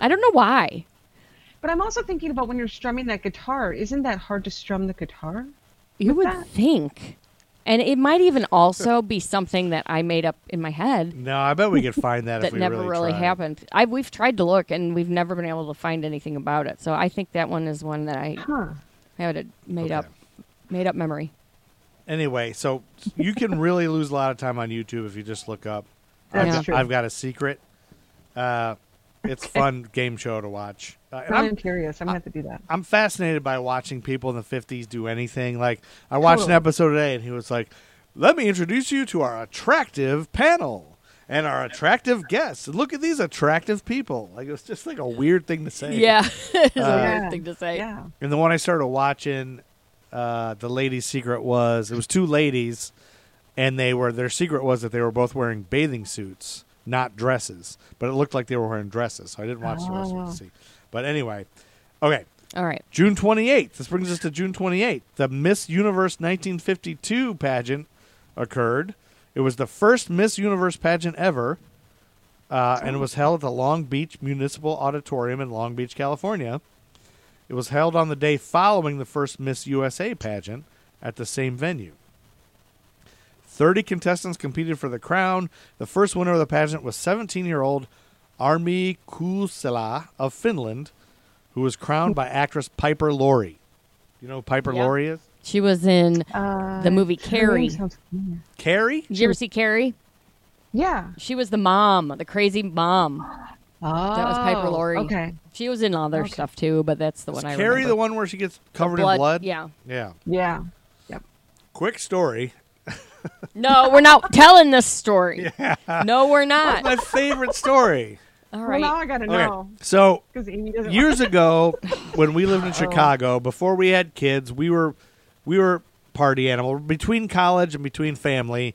[SPEAKER 3] i don't know why
[SPEAKER 5] But I'm also thinking about when you're strumming that guitar, isn't that hard to strum the guitar?
[SPEAKER 3] you would
[SPEAKER 5] that-
[SPEAKER 3] think and it might even also be something that i made up in my head
[SPEAKER 4] No, I bet we could find
[SPEAKER 3] [laughs]
[SPEAKER 4] that, if
[SPEAKER 3] that
[SPEAKER 4] we
[SPEAKER 3] never really,
[SPEAKER 4] tried.
[SPEAKER 3] happened i we've tried to look and we've never been able to find anything about it so i think that one is one that i
[SPEAKER 5] Huh.
[SPEAKER 3] had a made
[SPEAKER 4] Okay.
[SPEAKER 3] up made up memory
[SPEAKER 4] Anyway, so you can really lose a lot of time on YouTube if you just look up.
[SPEAKER 5] That's
[SPEAKER 3] Yeah.
[SPEAKER 5] true.
[SPEAKER 4] I've got a secret. Uh, it's fun game show to watch. Uh, and
[SPEAKER 5] Now I'm,
[SPEAKER 4] I'm
[SPEAKER 5] curious. I'm going to have to do that.
[SPEAKER 4] I'm fascinated by watching people in the 50s do anything. Like I watched
[SPEAKER 5] Totally.
[SPEAKER 4] an episode today and he was like, "Let me introduce you to our attractive panel." And our attractive guests. Look at these attractive people. Like it was just like a weird thing to say.
[SPEAKER 3] [laughs] yeah it's a
[SPEAKER 5] Yeah.
[SPEAKER 3] weird thing to say
[SPEAKER 5] Yeah.
[SPEAKER 4] And the one I started watching, uh, the lady's secret was it was two ladies, and they were their secret was that they were both wearing bathing suits, not dresses. But it looked like they were wearing dresses, so I didn't watch the rest of it
[SPEAKER 5] Oh.
[SPEAKER 4] to see. But anyway, okay,
[SPEAKER 3] all right
[SPEAKER 4] June twenty eighth. This brings us to June twenty eighth. The Miss Universe nineteen fifty two pageant occurred. It was the first Miss Universe pageant ever. Uh, and it was held at the Long Beach Municipal Auditorium in Long Beach, California. It was held on the day following the first Miss USA pageant at the same venue. 30 contestants competed for the crown. The first winner of the pageant was 17 year old Armi Kuusela of Finland, who was crowned by actress Piper Laurie. You know who Piper
[SPEAKER 3] Yeah.
[SPEAKER 4] Laurie is?
[SPEAKER 3] she was in
[SPEAKER 5] Uh,
[SPEAKER 3] the movie
[SPEAKER 5] her name
[SPEAKER 3] Carrie.
[SPEAKER 5] sounds familiar.
[SPEAKER 4] Carrie?
[SPEAKER 3] Did you ever see Carrie?
[SPEAKER 5] Yeah.
[SPEAKER 3] She was the mom, the crazy mom.
[SPEAKER 5] Oh.
[SPEAKER 3] That was Piper Laurie.
[SPEAKER 5] Okay.
[SPEAKER 3] She was in other stuff too, but that's the
[SPEAKER 4] Is
[SPEAKER 3] one I
[SPEAKER 4] Carrie
[SPEAKER 3] remember.
[SPEAKER 4] the one where she gets covered in
[SPEAKER 3] blood-
[SPEAKER 4] blood?
[SPEAKER 3] yeah.
[SPEAKER 4] Yeah.
[SPEAKER 5] Yeah. Yep.
[SPEAKER 4] Quick story.
[SPEAKER 3] No, we're not telling this story.
[SPEAKER 4] [laughs]
[SPEAKER 3] No, we're not.
[SPEAKER 4] My
[SPEAKER 3] [laughs]
[SPEAKER 4] favorite story.
[SPEAKER 3] All
[SPEAKER 5] Well, now
[SPEAKER 3] right.
[SPEAKER 5] I got to
[SPEAKER 4] Okay.
[SPEAKER 5] know
[SPEAKER 4] So
[SPEAKER 5] because Amy doesn't. want-
[SPEAKER 4] years ago when we
[SPEAKER 3] [laughs] Oh.
[SPEAKER 4] lived in chicago before we had kids we were we were party animal between college and between family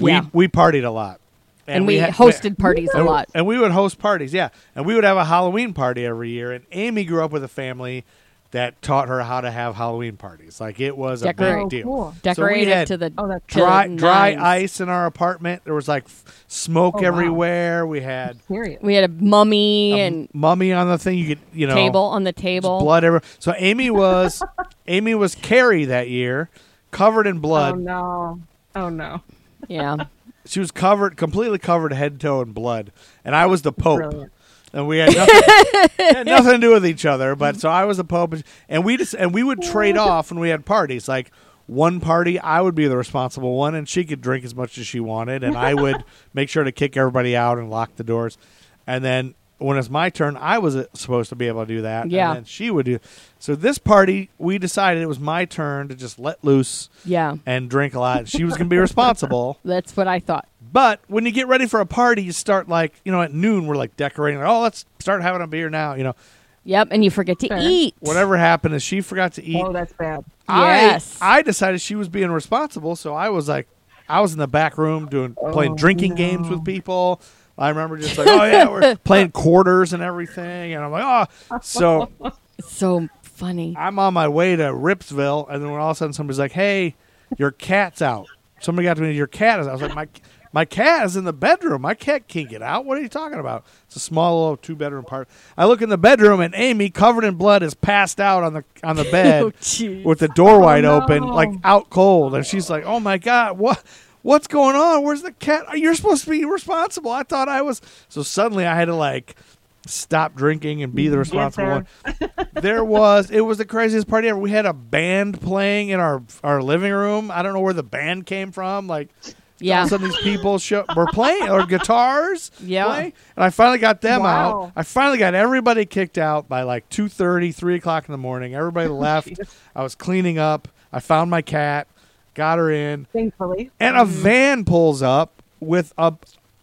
[SPEAKER 4] we
[SPEAKER 3] Yeah.
[SPEAKER 4] we partied a lot
[SPEAKER 3] And, we,
[SPEAKER 4] had- Oh,
[SPEAKER 3] hosted parties a
[SPEAKER 4] and,
[SPEAKER 3] lot.
[SPEAKER 4] and we would host parties yeah and we would have a halloween party every year and amy grew up with a family that taught her how to have halloween parties like it was a
[SPEAKER 3] Decorate.
[SPEAKER 4] big
[SPEAKER 5] Oh,
[SPEAKER 4] deal
[SPEAKER 5] cool.
[SPEAKER 4] So we
[SPEAKER 3] Decorated
[SPEAKER 4] had
[SPEAKER 3] to the
[SPEAKER 5] Oh, that's
[SPEAKER 3] to
[SPEAKER 4] dry
[SPEAKER 3] the
[SPEAKER 4] dry
[SPEAKER 3] nines.
[SPEAKER 4] ice in our apartment there was like f- smoke
[SPEAKER 5] Oh, wow.
[SPEAKER 4] everywhere we had
[SPEAKER 5] Period.
[SPEAKER 3] We had a mummy
[SPEAKER 4] a
[SPEAKER 3] and
[SPEAKER 4] mummy on the thing you could you know
[SPEAKER 3] table on the
[SPEAKER 4] Just
[SPEAKER 3] table.
[SPEAKER 4] blood everywhere. So Amy was [laughs] Amy was Carrie that year, covered in blood.
[SPEAKER 5] Oh no. Oh no.
[SPEAKER 3] Yeah.
[SPEAKER 4] She was covered completely covered head to toe in blood, and I was the Pope.
[SPEAKER 5] Brilliant.
[SPEAKER 4] And we had nothing, [laughs] had nothing to do with each other, but so I was the Pope, and we just and we would trade off when we had parties. Like one party, I would be the responsible one, and she could drink as much as she wanted, and I would make sure to kick everybody out and lock the doors. And then when it's my turn, I was uh, supposed to be able to do that.
[SPEAKER 3] Yeah.
[SPEAKER 4] and then she would do. So this party, we decided it was my turn to just let loose
[SPEAKER 3] Yeah.
[SPEAKER 4] and drink a lot. and She was going to be responsible.
[SPEAKER 3] That's what I thought.
[SPEAKER 4] But when you get ready for a party, you start like you know at noon we're like decorating. Like, oh, let's start having a beer now. You know,
[SPEAKER 3] Yep, and you forget to
[SPEAKER 5] Fair.
[SPEAKER 3] eat.
[SPEAKER 4] Whatever happened is she forgot to eat.
[SPEAKER 5] Oh, that's bad.
[SPEAKER 3] Yes.
[SPEAKER 4] I, I decided she was being responsible, so I was like, I was in the back room doing playing drinking games with people. I remember just like, oh yeah, we're playing quarters and everything, and I'm like, oh. So
[SPEAKER 3] It's so funny.
[SPEAKER 4] I'm on my way to Ripsville, and then when all of a sudden somebody's like, "Hey, your cat's out." Somebody got to me. Your cat is. Out. I was like, "My my cat is in the bedroom. My cat can't get out. What are you talking about?" It's a small little two bedroom part. I look in the bedroom, and Amy, covered in blood, is passed out on the on
[SPEAKER 3] [laughs]
[SPEAKER 4] the bed
[SPEAKER 3] Oh, jeez. Oh,
[SPEAKER 4] with the door wide open,
[SPEAKER 5] no.
[SPEAKER 4] like out cold. And she's like, "Oh my god, what?" What's going on? Where's the cat? You're supposed to be responsible. I thought I was. So suddenly I had to like stop drinking and be the responsible
[SPEAKER 5] there.
[SPEAKER 4] one there was it was the craziest party ever. We had a band playing in our our living room. I don't know where the band came from. Like all
[SPEAKER 3] Yeah.
[SPEAKER 4] of a sudden these people show, were playing or guitars.
[SPEAKER 3] [laughs] Yeah.
[SPEAKER 4] playing. and I finally got them
[SPEAKER 5] Wow.
[SPEAKER 4] out. I finally got everybody kicked out by like 2.30, 3 o'clock in the morning. Everybody left. I was cleaning up. I found my cat, got her in,
[SPEAKER 5] Thankfully,
[SPEAKER 4] and a van pulls up with a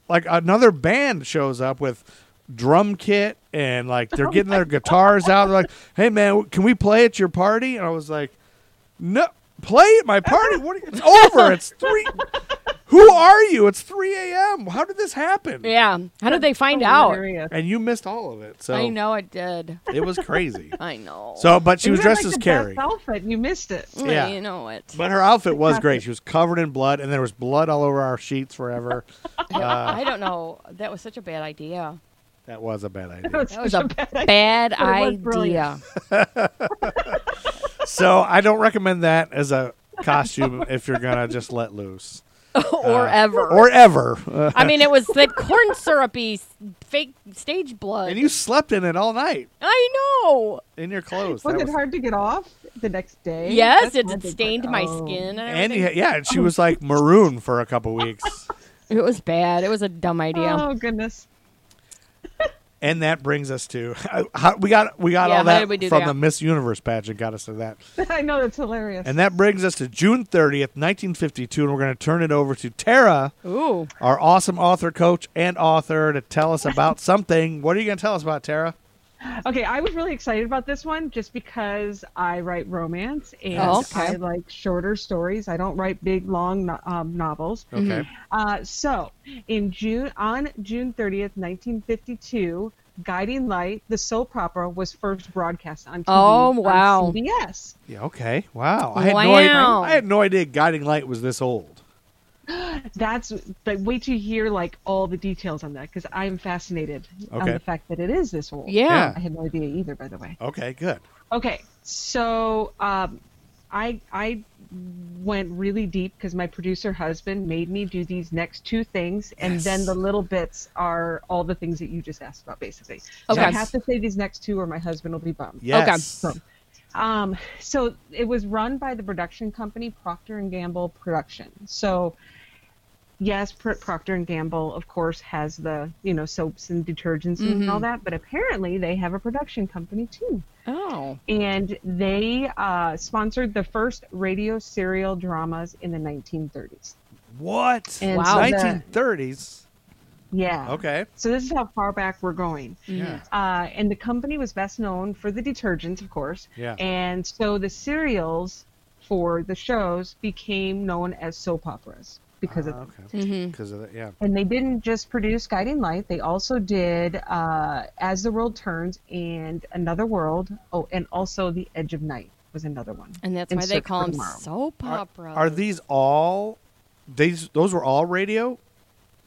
[SPEAKER 4] like another band shows up with drum kit and like they're getting their guitars out they're like hey man can we play at your party and i was like no play at my party what are you, it's over it's three who are you it's 3 a.m how did this happen
[SPEAKER 3] Yeah. How did they find out?
[SPEAKER 5] Hilarious.
[SPEAKER 4] and you missed all of it so
[SPEAKER 3] Oh, I know it did.
[SPEAKER 4] it was crazy
[SPEAKER 3] I know.
[SPEAKER 4] so but she
[SPEAKER 5] You
[SPEAKER 4] was
[SPEAKER 5] had,
[SPEAKER 4] dressed as
[SPEAKER 5] like, the best
[SPEAKER 4] carrie
[SPEAKER 5] Outfit. and You missed it.
[SPEAKER 3] Mm,
[SPEAKER 4] yeah.
[SPEAKER 3] You know it.
[SPEAKER 4] but her outfit was great she was covered in blood and there was blood all over our sheets forever Uh,
[SPEAKER 3] I don't know. That was such a bad idea.
[SPEAKER 4] that was a bad idea
[SPEAKER 3] That was a bad
[SPEAKER 5] was
[SPEAKER 3] idea. [laughs]
[SPEAKER 5] brilliant.
[SPEAKER 4] So I don't recommend that as a
[SPEAKER 3] [laughs]
[SPEAKER 4] costume if you're gonna just let loose
[SPEAKER 3] or ever.
[SPEAKER 4] or ever. Uh,
[SPEAKER 3] I mean, it was the
[SPEAKER 5] [laughs]
[SPEAKER 3] corn syrupy s- fake stage blood.
[SPEAKER 4] and you slept in it all night
[SPEAKER 3] I know.
[SPEAKER 4] in your clothes.
[SPEAKER 5] Was
[SPEAKER 4] That
[SPEAKER 5] it
[SPEAKER 4] was-
[SPEAKER 5] hard to get off the next day?
[SPEAKER 3] Yes,
[SPEAKER 5] That's
[SPEAKER 3] it
[SPEAKER 5] my big
[SPEAKER 3] stained
[SPEAKER 5] part.
[SPEAKER 3] my
[SPEAKER 5] Oh.
[SPEAKER 4] And
[SPEAKER 3] skin. And,
[SPEAKER 4] you,
[SPEAKER 3] everything.
[SPEAKER 4] had- yeah, and she was like maroon for a couple weeks.
[SPEAKER 3] it was bad. It was a dumb idea.
[SPEAKER 5] Oh goodness. [laughs]
[SPEAKER 4] And that brings us to [laughs] uh, how, we got we got
[SPEAKER 3] Yeah,
[SPEAKER 4] all
[SPEAKER 3] how
[SPEAKER 4] that
[SPEAKER 3] did we do
[SPEAKER 4] from
[SPEAKER 3] that?
[SPEAKER 4] the Miss Universe pageant. Got us to that,
[SPEAKER 5] I know that's hilarious.
[SPEAKER 4] and that brings us to June 30th, 1952, and we're gonna turn it over to Tara,
[SPEAKER 5] Oh.
[SPEAKER 3] Ooh.
[SPEAKER 4] our awesome author coach and author, to tell us about
[SPEAKER 3] [laughs]
[SPEAKER 4] something. What are you gonna tell us about, Tara?
[SPEAKER 5] Okay, I was really excited about this one just because I write romance and
[SPEAKER 3] Oh,
[SPEAKER 5] I
[SPEAKER 3] okay.
[SPEAKER 5] like shorter stories. I don't write big, long no- um, novels.
[SPEAKER 4] Okay.
[SPEAKER 5] Uh, so, in June, on June 30th, 1952, Guiding Light, the soap opera, was first broadcast on TV.
[SPEAKER 3] Oh,
[SPEAKER 5] on
[SPEAKER 3] wow.
[SPEAKER 5] CBS.
[SPEAKER 4] Yeah, okay. Wow. I had no idea,
[SPEAKER 3] Wow.
[SPEAKER 4] I had no idea Guiding Light was this old.
[SPEAKER 5] That's like wait to hear like all the details on that because I'm fascinated on
[SPEAKER 4] Okay.
[SPEAKER 5] the fact that it is this old.
[SPEAKER 3] Yeah.
[SPEAKER 5] I had no idea either, by the way.
[SPEAKER 4] Okay, good.
[SPEAKER 3] Oh,
[SPEAKER 5] Okay, so um, I I went really deep because my producer husband made me do these next two things, and then the little bits are all the things that you just asked about, basically. So I
[SPEAKER 3] Okay.
[SPEAKER 5] have to say these next two, or my husband will be bummed.
[SPEAKER 4] Yes.
[SPEAKER 5] So, um, so it was run by the production company Procter and Gamble Production. So, yes, Pro- Procter and Gamble, of course, has the you know soaps and detergents and all that, but apparently they have a production company too
[SPEAKER 3] Oh.
[SPEAKER 5] and they uh, sponsored the first radio serial dramas in the 1930s.
[SPEAKER 4] What?
[SPEAKER 5] And
[SPEAKER 3] Wow.
[SPEAKER 5] so the-
[SPEAKER 4] 1930s.
[SPEAKER 5] yeah.
[SPEAKER 4] Okay.
[SPEAKER 5] So this is how far back we're going.
[SPEAKER 3] Mm-hmm.
[SPEAKER 4] Yeah.
[SPEAKER 5] Uh, and the company was best known for the detergents, of course.
[SPEAKER 4] Yeah.
[SPEAKER 5] And so the serials for the shows became known as soap operas because of
[SPEAKER 4] Ah,
[SPEAKER 5] them.
[SPEAKER 3] Mm-hmm.
[SPEAKER 4] okay. Because of that, yeah.
[SPEAKER 5] And they didn't just produce Guiding Light; they also did uh, As the World Turns and Another World. Oh, and also The Edge of Night was another one.
[SPEAKER 3] And that's
[SPEAKER 5] In
[SPEAKER 3] why they
[SPEAKER 5] Search for
[SPEAKER 3] call them
[SPEAKER 5] Tomorrow.
[SPEAKER 3] soap opera.
[SPEAKER 4] Are these all these those were all radio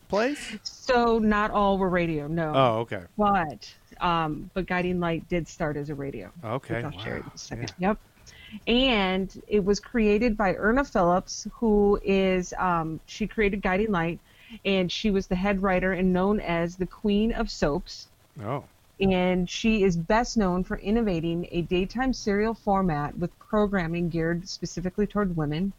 [SPEAKER 4] plays?
[SPEAKER 5] So not all were radio, no.
[SPEAKER 3] Uh-huh.
[SPEAKER 4] Oh, okay.
[SPEAKER 5] But um, but Guiding Light did start as a radio.
[SPEAKER 4] Okay.
[SPEAKER 5] which I'll share
[SPEAKER 4] Wow.
[SPEAKER 5] in a second. Yep. And it was created by Erna Phillips, who is um, she created Guiding Light, and she was the head writer and known as the Queen of Soaps.
[SPEAKER 4] Oh.
[SPEAKER 5] And she is best known for innovating a daytime serial format with programming geared specifically toward women.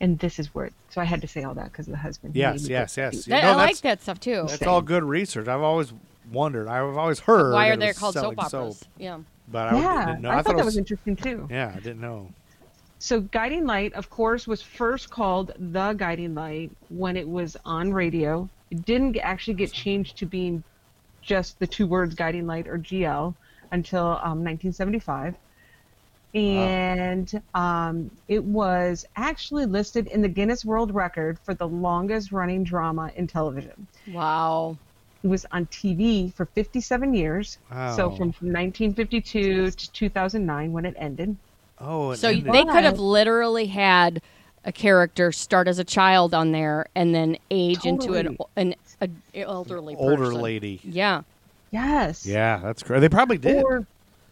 [SPEAKER 5] And this is where, so I had to say all that because of the husband. He made
[SPEAKER 4] Yes,
[SPEAKER 5] me
[SPEAKER 4] yes,
[SPEAKER 5] go
[SPEAKER 4] yes.
[SPEAKER 5] deep.
[SPEAKER 4] You
[SPEAKER 3] That-
[SPEAKER 4] know,
[SPEAKER 3] I like
[SPEAKER 4] that's-
[SPEAKER 3] that stuff too.
[SPEAKER 4] That's all good research. I've always wondered. I've always heard.
[SPEAKER 3] Why
[SPEAKER 4] that
[SPEAKER 3] are
[SPEAKER 4] it
[SPEAKER 3] they
[SPEAKER 4] was
[SPEAKER 3] called soap
[SPEAKER 4] selling
[SPEAKER 3] operas?
[SPEAKER 4] soap,
[SPEAKER 3] Yeah.
[SPEAKER 4] but I
[SPEAKER 5] Yeah,
[SPEAKER 4] didn't know.
[SPEAKER 5] I, thought
[SPEAKER 4] it
[SPEAKER 5] that was interesting too.
[SPEAKER 4] Yeah, I didn't know.
[SPEAKER 5] So, Guiding Light, of course, was first called The Guiding Light when it was on radio. It didn't g- actually get changed to being just the two words Guiding Light or GL until um, 1975. And um, it was actually listed in the Guinness World Record for the longest running drama in television.
[SPEAKER 3] Wow.
[SPEAKER 5] It was on TV for 57 years. So
[SPEAKER 4] Wow.
[SPEAKER 5] from 1952 to 2009 when it ended.
[SPEAKER 4] Oh, it
[SPEAKER 3] So
[SPEAKER 4] ended-
[SPEAKER 3] they could have
[SPEAKER 5] But-
[SPEAKER 3] literally had a character start as a child on there and then age into an an a, elderly
[SPEAKER 4] older
[SPEAKER 3] person.
[SPEAKER 4] lady.
[SPEAKER 3] Yeah.
[SPEAKER 5] Yes.
[SPEAKER 4] Yeah, that's great. They probably did.
[SPEAKER 5] Or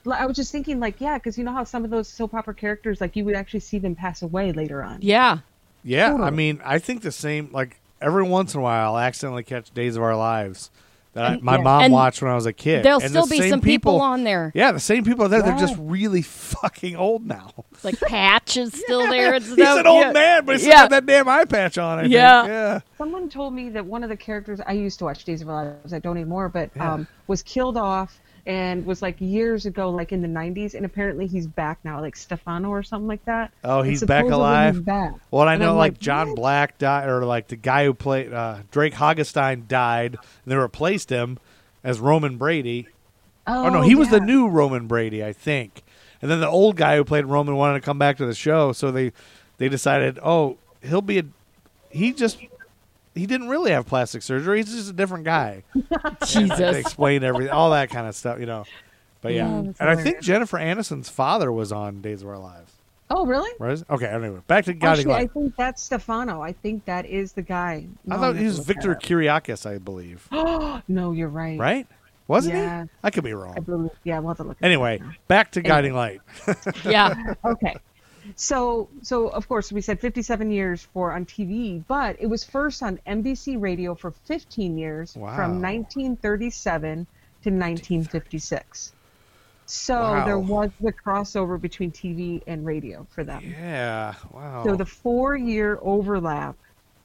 [SPEAKER 5] like, I was just thinking, like, yeah, because you know how some of those soap opera characters, like, you would actually see them pass away later on.
[SPEAKER 3] Yeah.
[SPEAKER 4] yeah, I mean, I think the same. Like every once in a while, I accidentally catch Days of Our Lives that I, my
[SPEAKER 5] yeah.
[SPEAKER 4] mom
[SPEAKER 3] And
[SPEAKER 4] watched when I was a kid.
[SPEAKER 3] There'll
[SPEAKER 4] And the
[SPEAKER 3] still be
[SPEAKER 4] same
[SPEAKER 3] some people, on there.
[SPEAKER 4] Yeah, the same people are there. They're just
[SPEAKER 5] Yeah.
[SPEAKER 4] really fucking old now.
[SPEAKER 3] Like Patch
[SPEAKER 4] [laughs]
[SPEAKER 3] is still there. It's
[SPEAKER 4] He's an old
[SPEAKER 3] yeah.
[SPEAKER 4] man, but he's
[SPEAKER 3] Yeah.
[SPEAKER 4] got that damn eye patch on. I think.
[SPEAKER 3] Yeah.
[SPEAKER 4] yeah.
[SPEAKER 5] Someone told me that one of the characters I used to watch Days of Our Lives, I don't anymore, but um, was killed off and was like years ago, like in the 90s, and apparently he's back now, like Stefano or something like that.
[SPEAKER 4] Oh,
[SPEAKER 5] And
[SPEAKER 4] he's back
[SPEAKER 5] supposedly
[SPEAKER 4] alive?
[SPEAKER 5] He's back.
[SPEAKER 4] Well, I
[SPEAKER 5] And
[SPEAKER 4] know
[SPEAKER 5] I'm
[SPEAKER 4] like,
[SPEAKER 5] like,
[SPEAKER 4] John
[SPEAKER 5] what?
[SPEAKER 4] Black died, or like the guy who played uh, Drake Hogestein died, and they replaced him as Roman Brady.
[SPEAKER 5] Oh,
[SPEAKER 4] Oh, no, he was the
[SPEAKER 5] yeah.
[SPEAKER 4] new Roman Brady, I think. And then the old guy who played Roman wanted to come back to the show, so they they decided, oh, he'll be a he just he didn't really have plastic surgery. He's just a different
[SPEAKER 5] [laughs]
[SPEAKER 4] guy. They
[SPEAKER 3] Jesus.
[SPEAKER 4] explain everything, all that kind of stuff, you know. But yeah, and
[SPEAKER 5] that's
[SPEAKER 4] I think Jennifer Aniston's father was on Days of Our Lives.
[SPEAKER 5] Oh, really?
[SPEAKER 4] Right? Is- Okay, anyway, back to Gaudy
[SPEAKER 5] Actually,
[SPEAKER 4] Glock.
[SPEAKER 5] I think that's Stefano. I think that is the guy.
[SPEAKER 4] I
[SPEAKER 5] No,
[SPEAKER 4] thought
[SPEAKER 5] I'm
[SPEAKER 4] he was
[SPEAKER 5] gonna look
[SPEAKER 4] Victor Kiriakis, I believe.
[SPEAKER 5] that up. [gasps] no, you're right.
[SPEAKER 4] Right? Wasn't
[SPEAKER 5] Mm. Yeah.
[SPEAKER 4] he? I could be
[SPEAKER 5] I
[SPEAKER 4] wrong.
[SPEAKER 5] believe. Yeah, we'll have to look. it up.
[SPEAKER 4] Anyway, back to Guiding Light.
[SPEAKER 3] yeah.
[SPEAKER 5] okay. So, so of course, we said 57 years for on TV, but it was first on NBC Radio for 15 years,
[SPEAKER 4] Wow.
[SPEAKER 5] from 1937 to 1956. So
[SPEAKER 4] Wow.
[SPEAKER 5] there was the crossover between TV and radio for them.
[SPEAKER 4] Yeah. Wow.
[SPEAKER 5] So the four-year overlap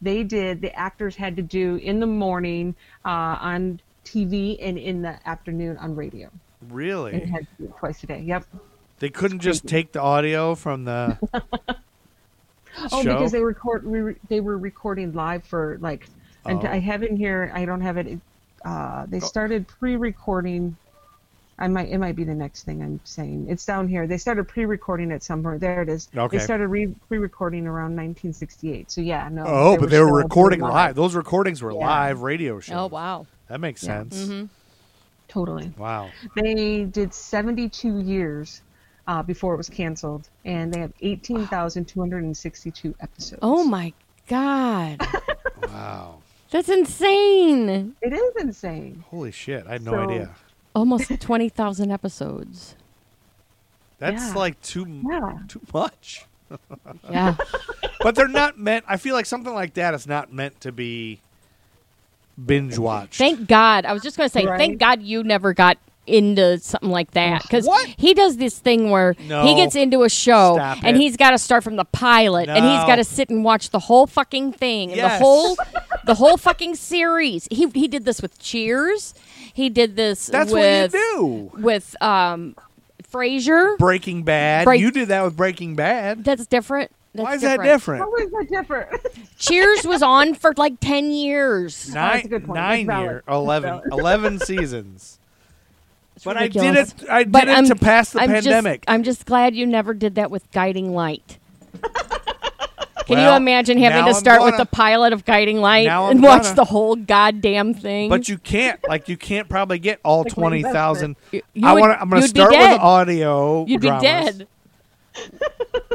[SPEAKER 5] they did, the actors had to do in the morning uh, on TV and in the afternoon on radio.
[SPEAKER 4] really?
[SPEAKER 5] It had to do it twice a day. Yep.
[SPEAKER 4] They couldn't just take the audio from the
[SPEAKER 5] [laughs]
[SPEAKER 4] show.
[SPEAKER 5] Oh, because they record re, they were recording live for like, and
[SPEAKER 4] Oh.
[SPEAKER 5] I have in here. I don't have it. Uh, they started pre-recording. I might it might be the next thing I'm saying. It's down here. They started pre-recording it somewhere. There it is.
[SPEAKER 4] Okay.
[SPEAKER 5] They started re- pre-recording around 1968. So yeah, no.
[SPEAKER 4] oh, but they were
[SPEAKER 5] still
[SPEAKER 4] recording
[SPEAKER 5] doing
[SPEAKER 4] live. Those recordings were live radio shows.
[SPEAKER 3] Oh wow. Mm-hmm.
[SPEAKER 4] That makes
[SPEAKER 5] Yeah.
[SPEAKER 4] sense.
[SPEAKER 5] Totally.
[SPEAKER 4] Wow.
[SPEAKER 5] They did 72 years uh, before it was canceled, and they have 18,262 episodes.
[SPEAKER 3] Oh my god.
[SPEAKER 4] Wow.
[SPEAKER 3] That's insane.
[SPEAKER 5] It is insane.
[SPEAKER 4] Holy shit. I had no
[SPEAKER 5] So-
[SPEAKER 4] idea.
[SPEAKER 3] Almost 20,000 episodes.
[SPEAKER 4] That's
[SPEAKER 5] Yeah.
[SPEAKER 4] like too m-
[SPEAKER 5] Yeah.
[SPEAKER 4] too much.
[SPEAKER 3] Yeah.
[SPEAKER 4] But they're not meant I feel like something like that is not meant to be binge watched.
[SPEAKER 3] Thank God. I was just going to say, thank
[SPEAKER 5] Right.
[SPEAKER 3] God you never got into something like that because
[SPEAKER 4] What?
[SPEAKER 3] he does this thing where
[SPEAKER 4] No.
[SPEAKER 3] he gets into a show
[SPEAKER 4] Stop
[SPEAKER 3] and
[SPEAKER 4] it.
[SPEAKER 3] he's got to start from the pilot and he's
[SPEAKER 4] No.
[SPEAKER 3] got to sit and watch the whole fucking thing and
[SPEAKER 4] Yes.
[SPEAKER 3] the whole the whole fucking series. He he did this with Cheers. He did this
[SPEAKER 4] That's
[SPEAKER 3] with
[SPEAKER 4] what you do.
[SPEAKER 3] with um Frasier.
[SPEAKER 4] Breaking Bad.
[SPEAKER 3] Break-
[SPEAKER 4] you did that with Breaking Bad.
[SPEAKER 3] That's different. That's
[SPEAKER 4] Why is that different?
[SPEAKER 5] How is that different? [laughs]
[SPEAKER 3] Cheers was on for like 10 years.
[SPEAKER 5] that's a
[SPEAKER 4] Nine,
[SPEAKER 5] good point.
[SPEAKER 4] nine
[SPEAKER 5] That's
[SPEAKER 4] year,
[SPEAKER 5] valid.
[SPEAKER 4] 11, 11 seasons. but I
[SPEAKER 3] ridiculous.
[SPEAKER 4] did it. I did
[SPEAKER 3] But
[SPEAKER 4] it
[SPEAKER 3] I'm-
[SPEAKER 4] to pass the
[SPEAKER 3] I'm just-
[SPEAKER 4] pandemic.
[SPEAKER 3] I'm just glad you never did that with Guiding Light. Can
[SPEAKER 4] Well,
[SPEAKER 3] you imagine having
[SPEAKER 4] now
[SPEAKER 3] to
[SPEAKER 4] I'm
[SPEAKER 3] start with
[SPEAKER 4] gonna.
[SPEAKER 3] the pilot of Guiding Light
[SPEAKER 4] Now I'm
[SPEAKER 3] and watch
[SPEAKER 4] gonna.
[SPEAKER 3] the whole goddamn thing?
[SPEAKER 4] But you can't, like, you can't probably get all
[SPEAKER 5] what
[SPEAKER 4] twenty
[SPEAKER 5] is that?
[SPEAKER 4] thousand.
[SPEAKER 3] You- you
[SPEAKER 4] I
[SPEAKER 3] would-
[SPEAKER 4] want. I'm going to
[SPEAKER 3] you'd be
[SPEAKER 4] start with
[SPEAKER 3] dead.
[SPEAKER 4] audio.
[SPEAKER 3] would be
[SPEAKER 4] dramas.
[SPEAKER 3] dead.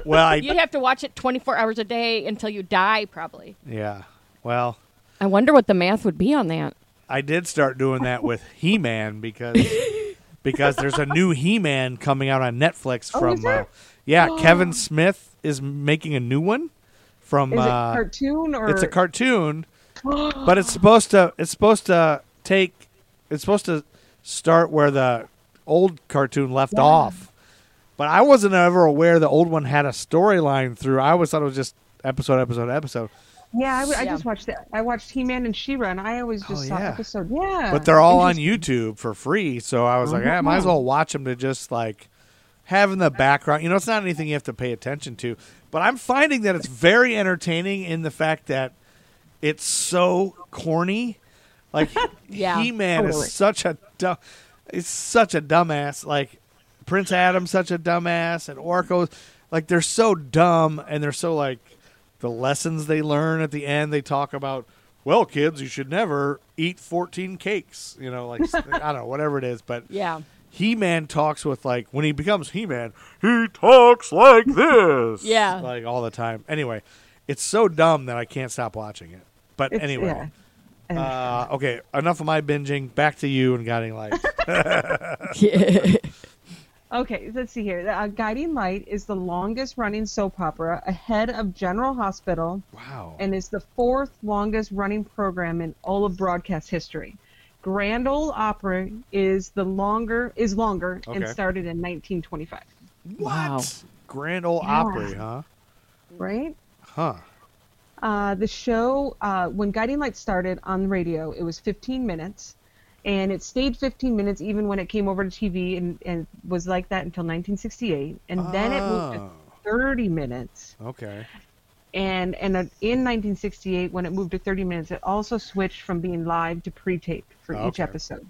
[SPEAKER 4] Well,
[SPEAKER 3] [laughs]
[SPEAKER 4] I
[SPEAKER 3] You'd have to watch it 24 hours a day until you die, probably.
[SPEAKER 4] yeah. Well,
[SPEAKER 3] I wonder what the math would be on that.
[SPEAKER 4] I did start doing that
[SPEAKER 5] [laughs]
[SPEAKER 4] with He-Man because because there's a new He-Man coming out on Netflix
[SPEAKER 5] Oh,
[SPEAKER 4] from
[SPEAKER 5] is there?
[SPEAKER 4] uh, yeah Kevin Smith is making a new one from
[SPEAKER 5] Is it
[SPEAKER 4] uh,
[SPEAKER 5] cartoon or
[SPEAKER 4] it's a
[SPEAKER 5] [gasps]
[SPEAKER 4] cartoon but it's supposed to it's supposed to take it's supposed to start where the old cartoon left off but i wasn't ever aware the old one had a storyline through i always thought it was just episode episode episode
[SPEAKER 5] Yeah, I, I
[SPEAKER 3] Yeah.
[SPEAKER 5] just watched that. I watched He Man and She Ra, and I always just
[SPEAKER 4] Oh,
[SPEAKER 5] saw
[SPEAKER 4] yeah.
[SPEAKER 5] episode. Yeah,
[SPEAKER 4] but they're all on youtube for free so i was like
[SPEAKER 5] Oh.
[SPEAKER 4] i might as well watch them to just like have in the background you know it's not anything you have to pay attention to but i'm finding that it's very entertaining in the fact that it's so corny like
[SPEAKER 3] Yeah.
[SPEAKER 4] he-man
[SPEAKER 5] Totally.
[SPEAKER 4] is such a dumb is such a dumbass. Like Prince Adam's such a dumbass, and Orko, like they're so dumb, and they're so like the lessons they learn at the end. They talk about, well, kids, you should never eat fourteen cakes. You know, like I don't know, whatever it is, but
[SPEAKER 3] Yeah.
[SPEAKER 4] He Man talks with like when he becomes He Man, he talks
[SPEAKER 5] [laughs]
[SPEAKER 4] like this.
[SPEAKER 3] Yeah.
[SPEAKER 4] Like all the time. Anyway, it's so dumb that I can't stop watching it. But
[SPEAKER 5] It's-
[SPEAKER 4] anyway.
[SPEAKER 5] yeah. I
[SPEAKER 4] Uh, okay, enough of my binging. Back to you and guiding
[SPEAKER 5] [laughs]
[SPEAKER 4] light.
[SPEAKER 5] Okay, let's see here. Uh, Guiding Light is the longest running soap opera ahead of General Hospital
[SPEAKER 4] wow.
[SPEAKER 5] and is the fourth longest running program in all of broadcast history. Grand Ole Opry is the longer is longer and
[SPEAKER 4] Okay.
[SPEAKER 5] started in 1925.
[SPEAKER 4] what?
[SPEAKER 3] Wow.
[SPEAKER 4] Grand Ole
[SPEAKER 5] Yeah.
[SPEAKER 4] Opry, huh?
[SPEAKER 5] Right?
[SPEAKER 4] Huh.
[SPEAKER 5] Uh, the show, uh, when Guiding Light started on the radio, it was 15 minutes, and it stayed 15 minutes even when it came over to TV and, and was like that until 1968. And then it moved to
[SPEAKER 4] Oh.
[SPEAKER 5] 30 minutes.
[SPEAKER 4] Okay.
[SPEAKER 5] And, and uh, in 1968, when it moved to 30 minutes, it also switched from being live to pre tape for each
[SPEAKER 4] Oh, Okay.
[SPEAKER 5] episode.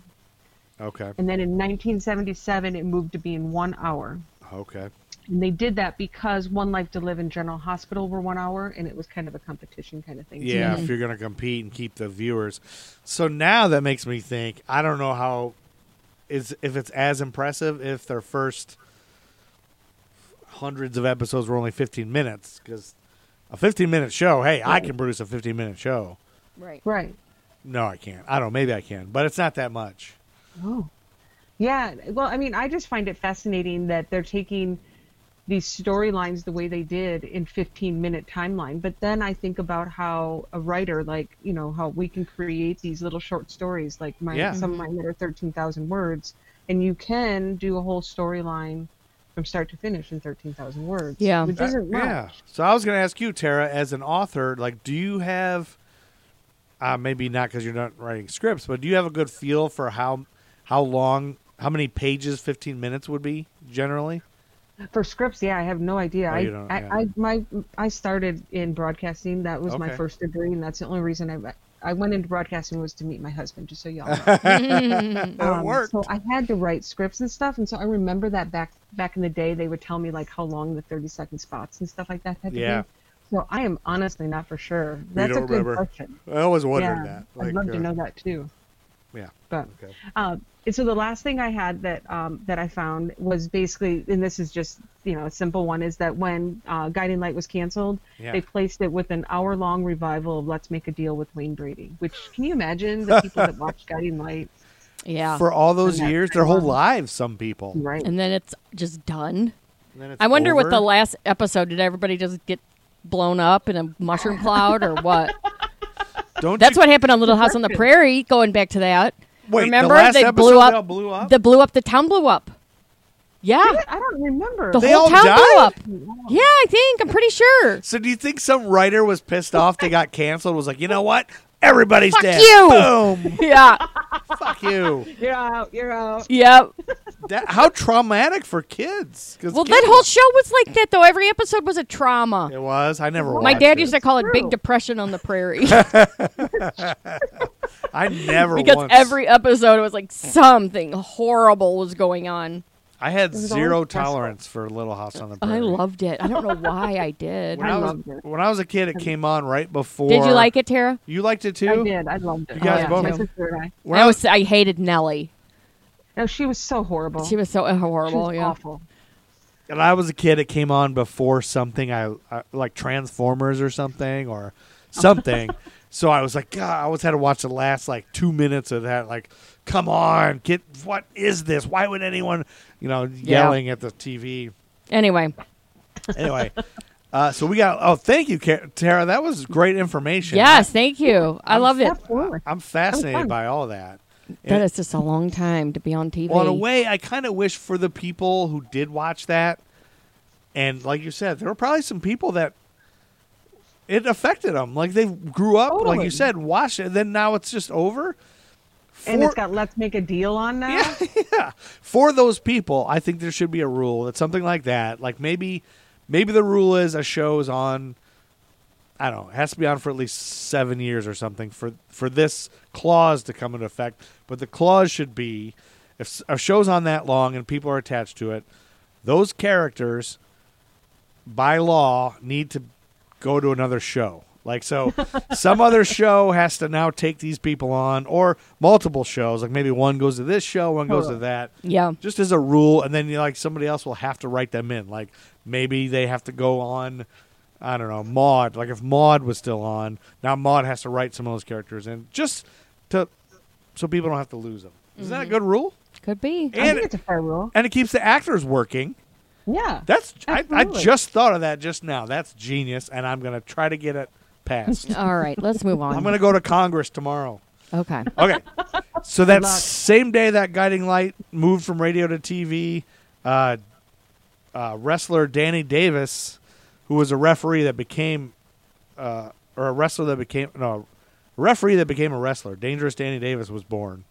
[SPEAKER 4] Okay.
[SPEAKER 5] And then in 1977, it moved to being one hour.
[SPEAKER 4] Okay.
[SPEAKER 5] And they did that because One Life to Live and General Hospital were one hour, and it was kind of a competition kind of thing.
[SPEAKER 4] Yeah, if you're going to compete and keep the viewers. So now that makes me think. I don't know how is if it's as impressive if their first hundreds of episodes were only 15 minutes cuz a 15 minute show, hey, I can produce a 15 minute show.
[SPEAKER 3] Right.
[SPEAKER 5] Right.
[SPEAKER 4] No, I can't. I don't. Maybe I can, but it's not that much.
[SPEAKER 5] Oh. Yeah. Well, I mean, I just find it fascinating that they're taking these storylines the way they did in 15 minute timeline. But then I think about how a writer, like, you know, how we can create these little short stories, like mine,
[SPEAKER 4] Yeah.
[SPEAKER 5] some of mine that are 13,000 words, and you can do a whole storyline from start to finish in 13,000 words.
[SPEAKER 3] Yeah.
[SPEAKER 5] Which isn't much.
[SPEAKER 4] Yeah. So I was going to ask you, Tara, as an author, like, do you have, uh, maybe not because you're not writing scripts, but do you have a good feel for how how long, how many pages, fifteen minutes would be generally?
[SPEAKER 5] For scripts, yeah, I have no idea.
[SPEAKER 4] Oh,
[SPEAKER 5] I,
[SPEAKER 4] you don't-
[SPEAKER 5] I,
[SPEAKER 4] yeah.
[SPEAKER 5] I, my, I started in broadcasting. That was my
[SPEAKER 4] Okay.
[SPEAKER 5] first degree, and that's the only reason I, I went into broadcasting was to meet my husband. Just
[SPEAKER 4] [laughs]
[SPEAKER 5] so y'all. Know.
[SPEAKER 4] It worked.
[SPEAKER 5] Um, So I had to write scripts and stuff, and so I remember that back back in the day, they would tell me like how long the thirty second spots and stuff like that. Had to
[SPEAKER 4] Yeah.
[SPEAKER 5] Be. So I am honestly not for sure. That's
[SPEAKER 4] don't
[SPEAKER 5] a good
[SPEAKER 4] remember.
[SPEAKER 5] question.
[SPEAKER 4] I always wondered
[SPEAKER 5] Yeah,
[SPEAKER 4] that. Like,
[SPEAKER 5] I'd love
[SPEAKER 4] uh,
[SPEAKER 5] to know that too.
[SPEAKER 4] Yeah.
[SPEAKER 5] But
[SPEAKER 4] Okay.
[SPEAKER 5] um, and so the last thing I had that um, that I found was basically, and this is just you know a simple one, is that when uh, Guiding Light was canceled,
[SPEAKER 4] Yeah.
[SPEAKER 5] they placed it with an hour-long revival of Let's Make a Deal with Wayne Brady. Which can you imagine the people that
[SPEAKER 4] [laughs]
[SPEAKER 5] watched Guiding Light,
[SPEAKER 3] Yeah.
[SPEAKER 4] For all those
[SPEAKER 5] And that
[SPEAKER 4] years, their whole lives, some people.
[SPEAKER 5] right?
[SPEAKER 3] and then it's just done.
[SPEAKER 4] And then it's
[SPEAKER 3] I wonder what the
[SPEAKER 4] over.
[SPEAKER 3] last episode did everybody just get blown up in a mushroom cloud or what?
[SPEAKER 4] Don't
[SPEAKER 3] That's
[SPEAKER 4] you-
[SPEAKER 3] what happened on Little House on the Prairie. Going back to that,
[SPEAKER 4] Wait, the
[SPEAKER 3] remember
[SPEAKER 4] last
[SPEAKER 3] they
[SPEAKER 4] episode
[SPEAKER 3] blew
[SPEAKER 4] they
[SPEAKER 3] up,
[SPEAKER 4] all blew up?
[SPEAKER 3] They blew up. The town blew up. Yeah,
[SPEAKER 5] I don't remember.
[SPEAKER 3] the
[SPEAKER 4] They
[SPEAKER 3] whole
[SPEAKER 4] all
[SPEAKER 3] town blew
[SPEAKER 4] died?
[SPEAKER 3] up. Yeah, I think I'm
[SPEAKER 4] [laughs]
[SPEAKER 3] pretty sure.
[SPEAKER 4] So do you think some writer was pissed off they got canceled? Was like, you know what? Everybody's
[SPEAKER 3] Fuck
[SPEAKER 4] dead.
[SPEAKER 3] you.
[SPEAKER 4] Boom.
[SPEAKER 3] Yeah,
[SPEAKER 4] Fuck you.
[SPEAKER 5] You're out. You're
[SPEAKER 4] [laughs]
[SPEAKER 5] out.
[SPEAKER 3] yep.
[SPEAKER 4] That, how traumatic for kids? 'Cause
[SPEAKER 3] Well,
[SPEAKER 4] kids-
[SPEAKER 3] that whole show was like that though. Every episode was a trauma.
[SPEAKER 4] [laughs] It was. I never.
[SPEAKER 3] My
[SPEAKER 4] watched
[SPEAKER 3] dad
[SPEAKER 4] it.
[SPEAKER 3] used to call it Big
[SPEAKER 5] True.
[SPEAKER 3] Depression on
[SPEAKER 4] [laughs]
[SPEAKER 3] the Prairie
[SPEAKER 4] I never
[SPEAKER 3] [laughs] because
[SPEAKER 4] once-
[SPEAKER 3] every episode was like something horrible was going on.
[SPEAKER 4] I had
[SPEAKER 5] was
[SPEAKER 4] zero
[SPEAKER 5] always stressful.
[SPEAKER 4] tolerance for Little House on the Prairie.
[SPEAKER 3] I loved it. I don't know why I did.
[SPEAKER 4] When I,
[SPEAKER 5] I
[SPEAKER 4] was,
[SPEAKER 5] loved it.
[SPEAKER 4] When I was a kid, it came on right before.
[SPEAKER 3] Did you like it, Tara?
[SPEAKER 4] You liked it too.
[SPEAKER 5] I did. I loved it.
[SPEAKER 4] You guys
[SPEAKER 5] yeah,
[SPEAKER 4] both-
[SPEAKER 5] My sister and I.
[SPEAKER 4] When
[SPEAKER 3] I
[SPEAKER 4] I
[SPEAKER 3] was I hated Nellie.
[SPEAKER 5] No, she was so horrible.
[SPEAKER 3] She was so
[SPEAKER 5] She
[SPEAKER 3] horrible.
[SPEAKER 5] was
[SPEAKER 3] yeah.
[SPEAKER 5] awful.
[SPEAKER 4] When I was a kid, it came on before something I, I like Transformers or something
[SPEAKER 3] [laughs]
[SPEAKER 4] or something. so I was like, God, I always had to watch the last like two minutes of that. Like, come on, get what is this? Why would anyone, you know, yelling at the TV?
[SPEAKER 3] Anyway,
[SPEAKER 4] anyway, uh, so we got. Oh, thank you, Ca- Tara. That was great information.
[SPEAKER 3] yes, thank you. I love it.
[SPEAKER 5] Absolutely.
[SPEAKER 4] I, am fascinated
[SPEAKER 5] fun.
[SPEAKER 4] by all that.
[SPEAKER 3] That
[SPEAKER 4] And-
[SPEAKER 3] is just a long time to be on TV.
[SPEAKER 4] well, in a way, I kind of wish for the people who did watch that, and like you said, there were probably some people that it affected them. Like they grew up, like
[SPEAKER 5] Totally.
[SPEAKER 4] you said, watched it, and then now it's just over.
[SPEAKER 5] And
[SPEAKER 4] For-
[SPEAKER 5] it's got Let's Make a Deal on now.
[SPEAKER 4] yeah, yeah. For those people, I think there should be a rule that something like that. Like maybe, maybe the rule is a show is on. I don't know. It has to be on for at least seven years or something for for this clause to come into effect. But the clause should be If s- a show's on that long and people are attached to it, those characters by law need to go to another show. Like so [laughs] some other show has to now take these people on or multiple shows. Like maybe one goes to this show, one goes to that.
[SPEAKER 3] Yeah.
[SPEAKER 4] Just as a rule and then you know, like somebody else will have to write them in. Like maybe they have to go on I don't know, Maud. Like if Maud was still on, now Maud has to write some of those characters in just to so people don't have to lose them. Is that a good rule? [laughs]
[SPEAKER 3] Could be.
[SPEAKER 5] I
[SPEAKER 4] And-
[SPEAKER 5] think it's a fair rule.
[SPEAKER 4] And it keeps the actors working.
[SPEAKER 5] Yeah.
[SPEAKER 4] That's I, I
[SPEAKER 5] Absolutely.
[SPEAKER 4] just thought of that just now. That's genius, and I'm gonna try to get it passed.
[SPEAKER 3] All right, let's move on.
[SPEAKER 4] I'm gonna go to Congress tomorrow.
[SPEAKER 3] okay.
[SPEAKER 5] [laughs]
[SPEAKER 4] Okay, so that
[SPEAKER 5] luck.
[SPEAKER 4] same day that guiding light moved from radio to TV, uh, uh, wrestler Danny Davis, who was a referee that became, uh, or a wrestler that became no, a referee that became a wrestler. Dangerous Danny Davis was born.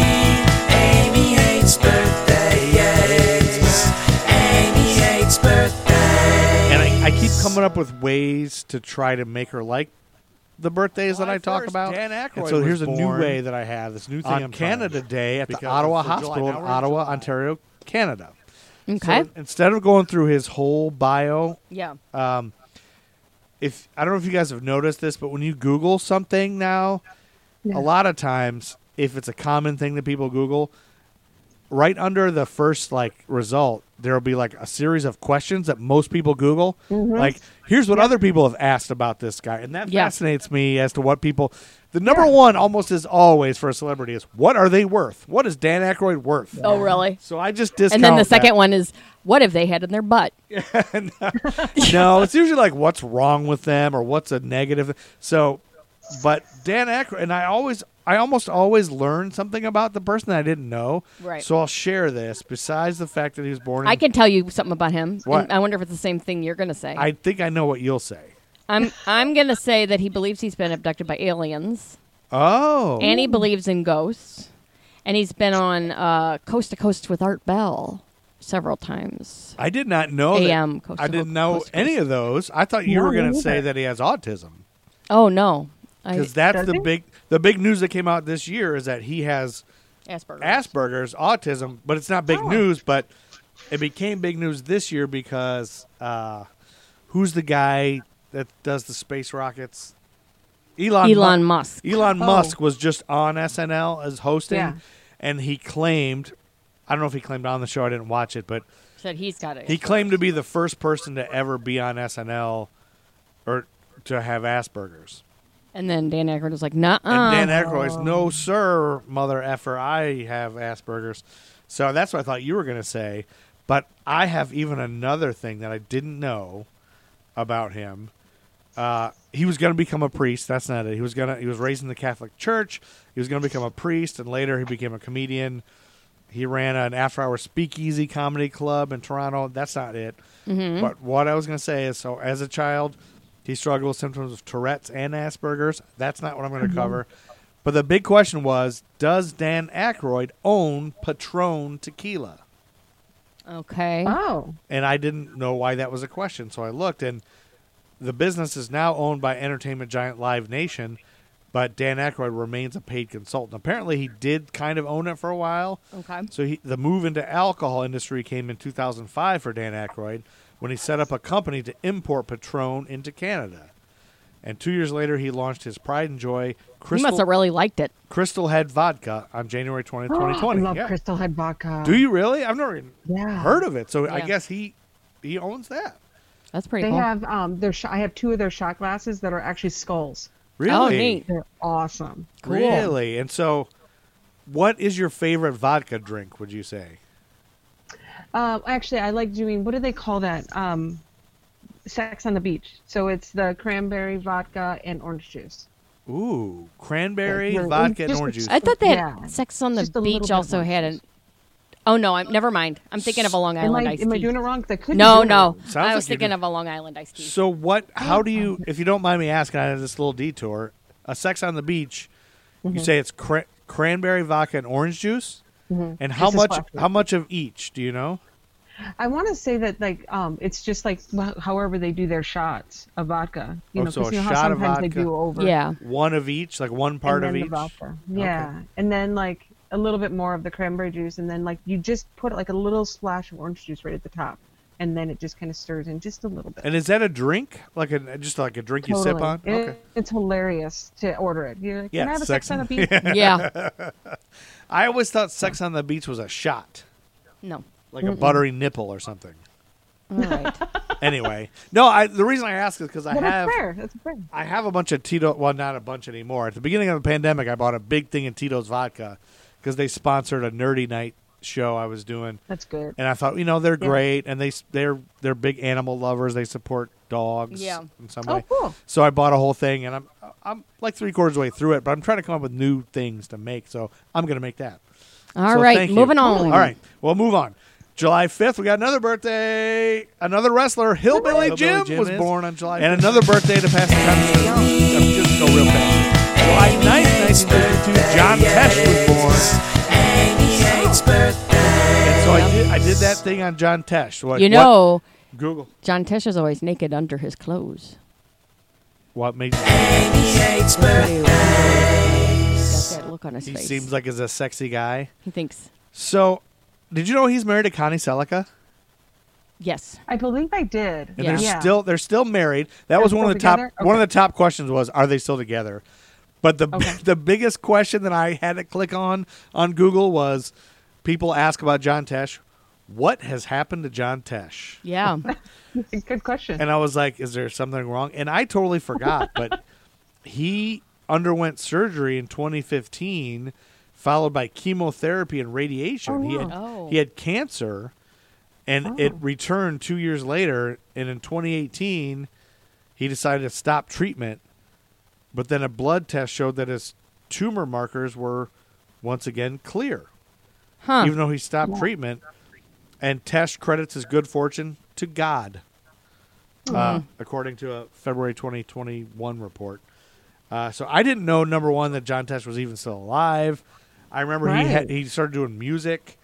[SPEAKER 2] Amy hates birthdays. Amy hates birthdays.
[SPEAKER 4] And I, I keep coming up with ways to try to make her like the birthdays that I talk about. and so here's a new way that I have this new
[SPEAKER 6] thing
[SPEAKER 4] on
[SPEAKER 6] I'm trying to
[SPEAKER 4] Canada
[SPEAKER 6] do.
[SPEAKER 4] Day at the
[SPEAKER 6] Because
[SPEAKER 4] Ottawa
[SPEAKER 6] it's the July-
[SPEAKER 4] Hospital in
[SPEAKER 6] now we're in
[SPEAKER 4] Ottawa,
[SPEAKER 6] July.
[SPEAKER 4] Ontario, Canada.
[SPEAKER 3] Okay.
[SPEAKER 4] So uh, instead of going through his whole bio,
[SPEAKER 3] yeah.
[SPEAKER 4] uh, if I don't know if you guys have noticed this, but when you Google something now,
[SPEAKER 5] Yeah.
[SPEAKER 4] a lot of times if it's a common thing that people Google, right under the first like result, there'll be like a series of questions that most people Google. Like, here's what other people have asked about this guy, and that
[SPEAKER 3] Mm-hmm. Yeah.
[SPEAKER 4] fascinates me as to what people. The number one almost is always for a celebrity is what are they worth? What is Dan Aykroyd worth?
[SPEAKER 3] oh, really?
[SPEAKER 4] So I just discount.
[SPEAKER 3] And then the
[SPEAKER 4] that.
[SPEAKER 3] second one is what have they had in their butt?
[SPEAKER 4] no, it's usually like what's wrong with them or what's a negative. So, but Dan Aykroyd and I always, I almost always learn something about the person that I didn't know.
[SPEAKER 3] Right.
[SPEAKER 4] So I'll share this. Besides the fact that he was born, in,
[SPEAKER 3] I can tell you something about him. and
[SPEAKER 4] What?
[SPEAKER 3] I wonder if it's the same thing you're going to say.
[SPEAKER 4] I think I know what you'll say.
[SPEAKER 3] I'm I'm going to say that he believes he's been abducted by aliens,
[SPEAKER 4] Oh,
[SPEAKER 3] and he believes in ghosts, and he's been on uh, Coast to Coast with Art Bell several times.
[SPEAKER 4] I did not know. that-
[SPEAKER 3] AM coast
[SPEAKER 4] I
[SPEAKER 3] to
[SPEAKER 4] didn't
[SPEAKER 3] coast-
[SPEAKER 4] know
[SPEAKER 3] coast to
[SPEAKER 4] any of those. I thought you
[SPEAKER 5] No,
[SPEAKER 4] were
[SPEAKER 5] me
[SPEAKER 4] going to
[SPEAKER 5] neither.
[SPEAKER 4] say that he has autism
[SPEAKER 3] Oh no, I,
[SPEAKER 4] because that's
[SPEAKER 5] Does
[SPEAKER 4] the
[SPEAKER 5] he?
[SPEAKER 4] big, the big news that came out this year is that he has.
[SPEAKER 3] Asperger's.
[SPEAKER 4] Asperger's autism, but it's not big news. But it became big news this year because uh, who's the guy that does the space rockets? Elon. Mu-
[SPEAKER 3] Elon Musk.
[SPEAKER 4] Elon
[SPEAKER 5] Oh.
[SPEAKER 4] Musk was just on SNL as hosting,
[SPEAKER 5] Yeah.
[SPEAKER 4] and he claimed. I don't know if he claimed on the show. I didn't watch it, but
[SPEAKER 3] Said he's got it.
[SPEAKER 4] he claimed to be the first person to ever be on SNL or to have Asperger's.
[SPEAKER 3] and then Dan Aykroyd was like, "Nah."
[SPEAKER 4] And Dan Aykroyd's, no sir, mother effer, I have Asperger's. So that's what I thought you were going to say. But I have even another thing that I didn't know about him. Uh, he was going to become a priest. That's not it. He was gonna. He was raised in the Catholic Church. He was going to become a priest, and later he became a comedian. He ran an after-hour speakeasy comedy club in Toronto. That's not it. But what I was going to say is, so as a child, he struggled with symptoms of Tourette's and Asperger's. That's not what I'm going to cover. But the big question was, does Dan Aykroyd own Patron Tequila?
[SPEAKER 3] Okay.
[SPEAKER 5] Oh.
[SPEAKER 4] and I didn't know why that was a question. So I looked, and the business is now owned by entertainment giant Live Nation, but Dan Aykroyd remains a paid consultant. Apparently, he did kind of own it for a while.
[SPEAKER 3] Okay.
[SPEAKER 4] So he, the move into alcohol industry came in 2005 for Dan Aykroyd when he set up a company to import Patron into Canada. And two years later, he launched his Pride and Joy
[SPEAKER 3] He must have
[SPEAKER 4] Crystal,
[SPEAKER 3] really liked it.
[SPEAKER 4] Crystal Head Vodka on January
[SPEAKER 3] [gasps]
[SPEAKER 4] 20th,
[SPEAKER 5] Oh, I
[SPEAKER 4] 2020.
[SPEAKER 5] love
[SPEAKER 4] Yeah.
[SPEAKER 5] Crystal Head Vodka.
[SPEAKER 4] Do you really? I've never even
[SPEAKER 5] Yeah.
[SPEAKER 4] heard of it. So I
[SPEAKER 3] Yeah. Oh,
[SPEAKER 4] guess he he owns that.
[SPEAKER 3] That's pretty
[SPEAKER 5] They
[SPEAKER 3] cool.
[SPEAKER 5] have um their sh- I have two of their shot glasses that are actually skulls.
[SPEAKER 4] Really?
[SPEAKER 3] Oh, neat.
[SPEAKER 5] They're awesome.
[SPEAKER 3] Cool.
[SPEAKER 4] Really? And so, what is your favorite vodka drink, would you say?
[SPEAKER 5] Um, actually, I like doing what do they call that? Um, sex on the beach. So it's the cranberry vodka and orange juice.
[SPEAKER 4] Ooh, cranberry,
[SPEAKER 5] Yeah,
[SPEAKER 4] vodka, and
[SPEAKER 5] just-
[SPEAKER 4] orange juice.
[SPEAKER 3] I thought that
[SPEAKER 5] Yeah.
[SPEAKER 3] Sex on the
[SPEAKER 5] Just a little
[SPEAKER 3] Beach
[SPEAKER 5] bit of
[SPEAKER 3] also had an.
[SPEAKER 5] orange
[SPEAKER 3] Oh no! I'm never mind. I'm thinking of a Long
[SPEAKER 5] Am
[SPEAKER 3] Island
[SPEAKER 5] I,
[SPEAKER 3] iced
[SPEAKER 5] am I
[SPEAKER 3] tea.
[SPEAKER 5] doing it wrong? 'Cause I could
[SPEAKER 3] no, no.
[SPEAKER 4] Sounds
[SPEAKER 3] I
[SPEAKER 4] like
[SPEAKER 3] was
[SPEAKER 4] you
[SPEAKER 3] thinking
[SPEAKER 4] did.
[SPEAKER 3] of a Long Island iced tea.
[SPEAKER 4] So, what, how do you, if you don't mind me asking, I had this little detour, a sex on the beach,
[SPEAKER 5] Mm-hmm.
[SPEAKER 4] you say it's cra- cranberry vodka and orange juice? And how
[SPEAKER 5] Mm-hmm. This is
[SPEAKER 4] much
[SPEAKER 5] classic.
[SPEAKER 4] how much of each do you know?
[SPEAKER 5] I want to say that like um, it's just like wh- however they do their shots of vodka. You
[SPEAKER 4] Oh,
[SPEAKER 5] know,
[SPEAKER 4] so
[SPEAKER 5] 'cause
[SPEAKER 4] a
[SPEAKER 5] you know how
[SPEAKER 4] shot of
[SPEAKER 5] sometimes they
[SPEAKER 4] vodka,
[SPEAKER 5] do over.
[SPEAKER 3] Yeah.
[SPEAKER 4] One of each, like one part
[SPEAKER 5] and
[SPEAKER 4] of
[SPEAKER 5] then the
[SPEAKER 4] each.
[SPEAKER 5] vodka. Yeah, and then like a little bit more of the cranberry juice, and then like you just put like a little splash of orange juice right at the top, and then it just kind of stirs in just a little bit.
[SPEAKER 4] And is that a drink? Like a just like a drink you sip
[SPEAKER 5] Totally.
[SPEAKER 4] on?
[SPEAKER 5] It- It's hilarious to order it. You're like,
[SPEAKER 4] [laughs] Yeah,
[SPEAKER 5] can I have a
[SPEAKER 4] sex
[SPEAKER 5] sex, on
[SPEAKER 4] and-
[SPEAKER 5] the beach?
[SPEAKER 3] Yeah.
[SPEAKER 4] I always thought sex on the beach was a shot,
[SPEAKER 3] No.
[SPEAKER 4] like a buttery nipple or something.
[SPEAKER 3] All right.
[SPEAKER 4] Anyway, no, I the reason I ask is because I
[SPEAKER 5] But
[SPEAKER 4] have
[SPEAKER 5] it's fair. It's fair.
[SPEAKER 4] I have a bunch of Tito. Well, not a bunch anymore. At the beginning of the pandemic, I bought a big thing in Tito's vodka because they sponsored a nerdy night show I was doing,
[SPEAKER 5] That's good.
[SPEAKER 4] and I thought you know they're
[SPEAKER 5] Yeah.
[SPEAKER 4] great and they s- they're they're big animal lovers. They support dogs,
[SPEAKER 3] Yeah.
[SPEAKER 4] in some
[SPEAKER 5] Oh,
[SPEAKER 4] way.
[SPEAKER 5] cool.
[SPEAKER 4] So I bought a whole thing, and I'm I'm like three quarters way through it, but I'm trying to come up with new things to make. So I'm gonna make that.
[SPEAKER 3] All
[SPEAKER 4] So
[SPEAKER 3] right,
[SPEAKER 4] thank you.
[SPEAKER 3] Moving on.
[SPEAKER 4] All right, we'll move on. July 5th, we got another birthday. Another wrestler, Hillbilly,
[SPEAKER 6] Hillbilly
[SPEAKER 4] Jim,
[SPEAKER 6] Jim
[SPEAKER 4] was
[SPEAKER 6] is.
[SPEAKER 4] born on July 5th. And another birthday to pass the time. I'm just go real fast. July 9th, 1932, John Tesh was born. And so I did, I did that thing on John Tesh. What,
[SPEAKER 3] You
[SPEAKER 4] what-
[SPEAKER 3] know,
[SPEAKER 4] Google.
[SPEAKER 3] John Tesh is always naked under his clothes.
[SPEAKER 4] What made
[SPEAKER 3] Got that look on his
[SPEAKER 4] he
[SPEAKER 3] face.
[SPEAKER 4] seems like is a sexy guy.
[SPEAKER 3] he thinks,
[SPEAKER 4] So, did you know he's married to Connie Selica?
[SPEAKER 3] yes.
[SPEAKER 5] I believe I did.
[SPEAKER 4] and
[SPEAKER 3] Yeah.
[SPEAKER 4] they're still they're still married. That was one of the
[SPEAKER 5] still
[SPEAKER 4] top
[SPEAKER 5] together?
[SPEAKER 4] one of
[SPEAKER 5] Okay.
[SPEAKER 4] the top questions was are they still together? But the
[SPEAKER 5] Okay.
[SPEAKER 4] [laughs] the biggest question that I had to click on on Google was people ask about John Tesh, what has happened to John Tesh?
[SPEAKER 5] [laughs]
[SPEAKER 3] Yeah.
[SPEAKER 5] Good question.
[SPEAKER 4] And I was like, is there something wrong? And I totally
[SPEAKER 5] [laughs]
[SPEAKER 4] forgot, but he underwent surgery in 2015 followed by chemotherapy and radiation.
[SPEAKER 5] Oh,
[SPEAKER 4] he had
[SPEAKER 3] wow.
[SPEAKER 4] he had cancer and it returned 2 years later and in 2018 he decided to stop treatment. But then a blood test showed that his tumor markers were once again clear.
[SPEAKER 3] Huh.
[SPEAKER 4] Even though he stopped treatment and Tesh credits his good fortune to God uh, according to a February 2021 report. Uh, so I didn't know number one that John Tesh was even still alive. I remember
[SPEAKER 5] Right.
[SPEAKER 4] he had, he started doing music,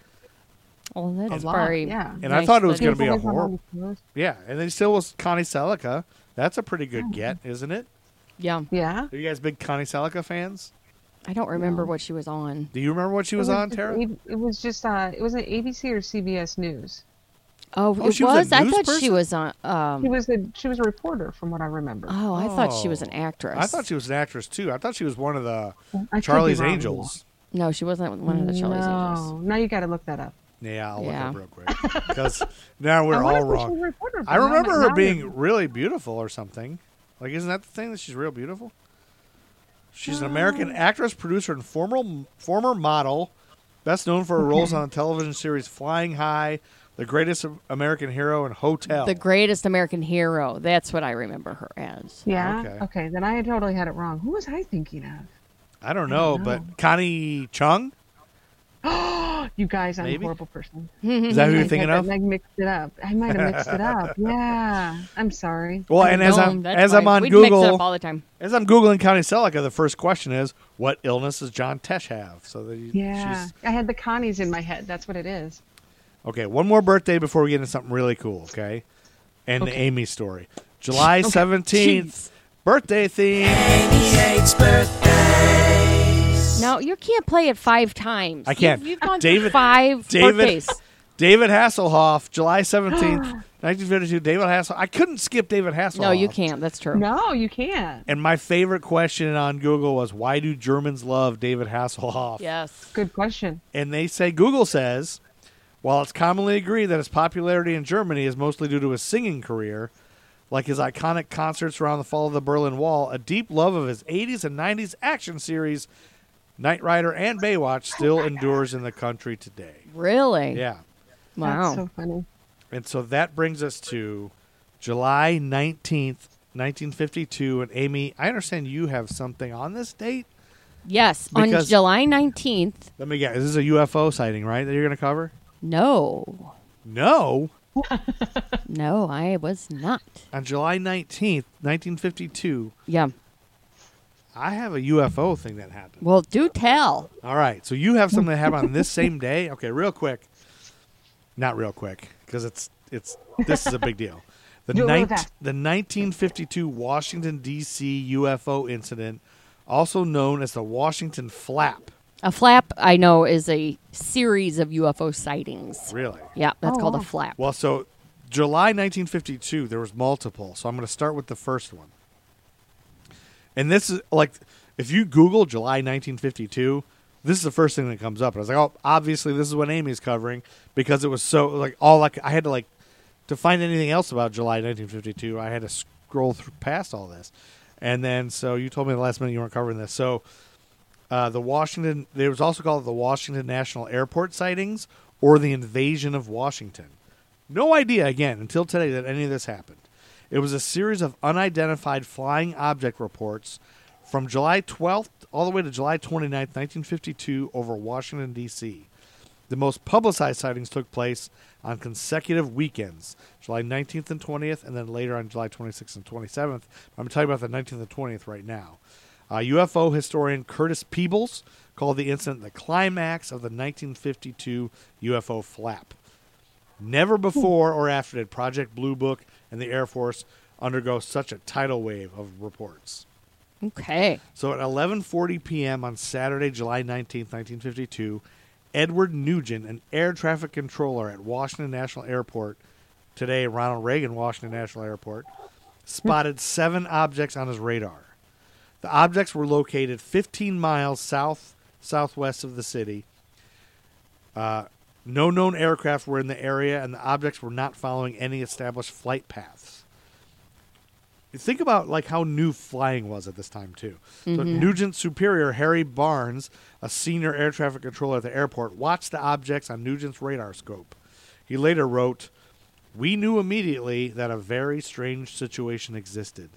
[SPEAKER 3] well, that's
[SPEAKER 5] lot,
[SPEAKER 3] very.
[SPEAKER 5] yeah.
[SPEAKER 4] and I thought it was
[SPEAKER 3] but-
[SPEAKER 4] going to be a
[SPEAKER 5] Always on all
[SPEAKER 4] horror.
[SPEAKER 5] these tours.
[SPEAKER 4] Yeah, and then still was Connie Selica. That's a pretty good get, isn't it?
[SPEAKER 3] Yeah.
[SPEAKER 5] Yeah.
[SPEAKER 4] Are you guys big Connie Selica fans?
[SPEAKER 3] I don't remember what she was on.
[SPEAKER 4] Do you remember what she was
[SPEAKER 5] It
[SPEAKER 4] on,
[SPEAKER 5] just
[SPEAKER 4] Tara?
[SPEAKER 5] A- It was just uh, it was an ABC or CBS News.
[SPEAKER 3] Oh,
[SPEAKER 4] Oh,
[SPEAKER 3] it
[SPEAKER 4] she was a
[SPEAKER 3] was? I
[SPEAKER 4] news
[SPEAKER 3] thought she
[SPEAKER 4] person?
[SPEAKER 3] was on. Um,
[SPEAKER 5] She was a she was a reporter from what I remember.
[SPEAKER 3] oh, I thought she was an
[SPEAKER 4] Oh.
[SPEAKER 3] actress.
[SPEAKER 4] I thought she was an actress too. I thought she was one of the
[SPEAKER 5] I could be
[SPEAKER 4] Charlie's
[SPEAKER 5] wrong.
[SPEAKER 4] Angels.
[SPEAKER 3] No, she wasn't one of the Charlie's Angels.
[SPEAKER 5] No, now you got to look that up.
[SPEAKER 4] Yeah, I'll
[SPEAKER 3] Yeah.
[SPEAKER 4] look up real quick because now
[SPEAKER 3] [laughs]
[SPEAKER 4] we're
[SPEAKER 5] I
[SPEAKER 4] all
[SPEAKER 5] wonder if she was a
[SPEAKER 4] wrong.
[SPEAKER 5] reporter
[SPEAKER 4] I
[SPEAKER 5] from-
[SPEAKER 4] remember
[SPEAKER 5] now-
[SPEAKER 4] her
[SPEAKER 5] now
[SPEAKER 4] being
[SPEAKER 5] you're-
[SPEAKER 4] really beautiful or something. Like, isn't that the thing that she's real beautiful? She's an American
[SPEAKER 3] Oh.
[SPEAKER 4] actress, producer, and former former model, best known for her roles on the television series Flying High, The Greatest American Hero, and Hotel.
[SPEAKER 3] The greatest American hero. That's what I remember her as.
[SPEAKER 5] Yeah.
[SPEAKER 4] Okay.
[SPEAKER 5] Okay. Then I totally had it wrong. Who was I thinking of?
[SPEAKER 4] I don't know, but Connie Chung
[SPEAKER 5] You guys, I'm
[SPEAKER 4] Maybe.
[SPEAKER 5] a horrible person.
[SPEAKER 3] Mm-hmm,
[SPEAKER 4] is that who you're thinking
[SPEAKER 5] I,
[SPEAKER 4] of?
[SPEAKER 5] I mixed it up. I might have mixed it up.
[SPEAKER 4] [laughs]
[SPEAKER 5] Yeah. I'm sorry.
[SPEAKER 4] Well, and as
[SPEAKER 3] No,
[SPEAKER 4] I'm
[SPEAKER 3] that's
[SPEAKER 4] as I'm
[SPEAKER 3] fine.
[SPEAKER 4] on
[SPEAKER 3] We'd mix it up
[SPEAKER 4] Google,
[SPEAKER 3] all the time.
[SPEAKER 4] as I'm googling Connie Selica, the first question is, "What illness does John Tesh have?" So that you-
[SPEAKER 5] Yeah.
[SPEAKER 4] she's
[SPEAKER 5] I had the Connies in my head. That's what it is.
[SPEAKER 4] Okay, one more birthday before we get into something really cool, okay? And the Amy story.
[SPEAKER 3] [laughs]
[SPEAKER 4] July 17th,
[SPEAKER 3] Jeez.
[SPEAKER 4] birthday theme.
[SPEAKER 3] No, you can't play it five times.
[SPEAKER 4] I can't.
[SPEAKER 3] You've, you've gone
[SPEAKER 4] David-
[SPEAKER 3] through five
[SPEAKER 4] David-
[SPEAKER 3] birthdays.
[SPEAKER 4] David Hasselhoff, July
[SPEAKER 3] [gasps]
[SPEAKER 4] 17th, 1952. David Hasselhoff. I couldn't skip David Hasselhoff.
[SPEAKER 3] No, you can't. That's true.
[SPEAKER 5] No, you can't.
[SPEAKER 4] And my favorite question on Google was why do Germans love David Hasselhoff?
[SPEAKER 3] Yes.
[SPEAKER 5] Good question.
[SPEAKER 4] And they say Google says, while it's commonly agreed that his popularity in Germany is mostly due to his singing career, like his iconic concerts around the fall of the Berlin Wall, a deep love of his 80s and 90s action series, Knight Rider and Baywatch, still endures in the country today.
[SPEAKER 3] Really?
[SPEAKER 4] Yeah.
[SPEAKER 3] Wow.
[SPEAKER 5] That's so funny.
[SPEAKER 4] And so that brings us to July 19th, 1952. And Amy, I understand you have something on this date.
[SPEAKER 3] yes. on
[SPEAKER 4] Because-
[SPEAKER 3] July 19th.
[SPEAKER 4] Let me guess. This is a UFO sighting, right? That you're going to cover?
[SPEAKER 3] No.
[SPEAKER 4] No.
[SPEAKER 3] No, I was not.
[SPEAKER 4] on July 19th, 1952,
[SPEAKER 3] Yeah.
[SPEAKER 4] I have a UFO thing that happened.
[SPEAKER 3] Well, do tell.
[SPEAKER 4] All right. So you have something that happened on this same day? Okay, real quick. Not real quick because it's it's this is a big deal. The,
[SPEAKER 5] Do it really
[SPEAKER 4] nine-
[SPEAKER 5] fast.
[SPEAKER 4] the 1952 Washington D.C. UFO incident, also known as the Washington Flap.
[SPEAKER 3] A flap, I know, is a series of UFO sightings.
[SPEAKER 4] Really?
[SPEAKER 3] Yeah, that's
[SPEAKER 5] Oh,
[SPEAKER 3] called a
[SPEAKER 5] wow.
[SPEAKER 3] flap.
[SPEAKER 4] Well, so July 1952, there was multiple. So I'm going to start with the first one. And this is like, if you Google July 1952, this is the first thing that comes up. And I was like, oh, obviously this is what Amy's covering because it was so like all like I had to like to find anything else about July 1952. I had to scroll through past all this, and then so you told me the last minute you weren't covering this. So uh, the Washington. There was also called the Washington National Airport sightings or the invasion of Washington. No idea again until today that any of this happened. It was a series of unidentified flying object reports from July 12th all the way to July 29th, 1952, over Washington, D.C. The most publicized sightings took place on consecutive weekends, July 19th and 20th, and then later on July 26th and 27th. I'm talking about the 19th and 20th right now. Uh, UFO historian Curtis Peebles called the incident the climax of the 1952 UFO flap. Never before or after did Project Blue Book and the Air Force undergo such a tidal wave of reports.
[SPEAKER 3] Okay.
[SPEAKER 4] So at 11:40 p.m. on Saturday, July 19th, 1952, Edward Nugent, an air traffic controller at Washington National Airport, today Ronald Reagan Washington National Airport, spotted seven objects on his radar. The objects were located 15 miles south southwest of the city. Uh, no known aircraft were in the area, and the objects were not following any established flight paths think about like how new flying was at this time too. So
[SPEAKER 3] Mm-hmm.
[SPEAKER 4] Nugent's superior Harry Barnes, a senior air traffic controller at the airport, watched the objects on Nugent's radar scope. He later wrote, "We knew immediately that a very strange situation existed.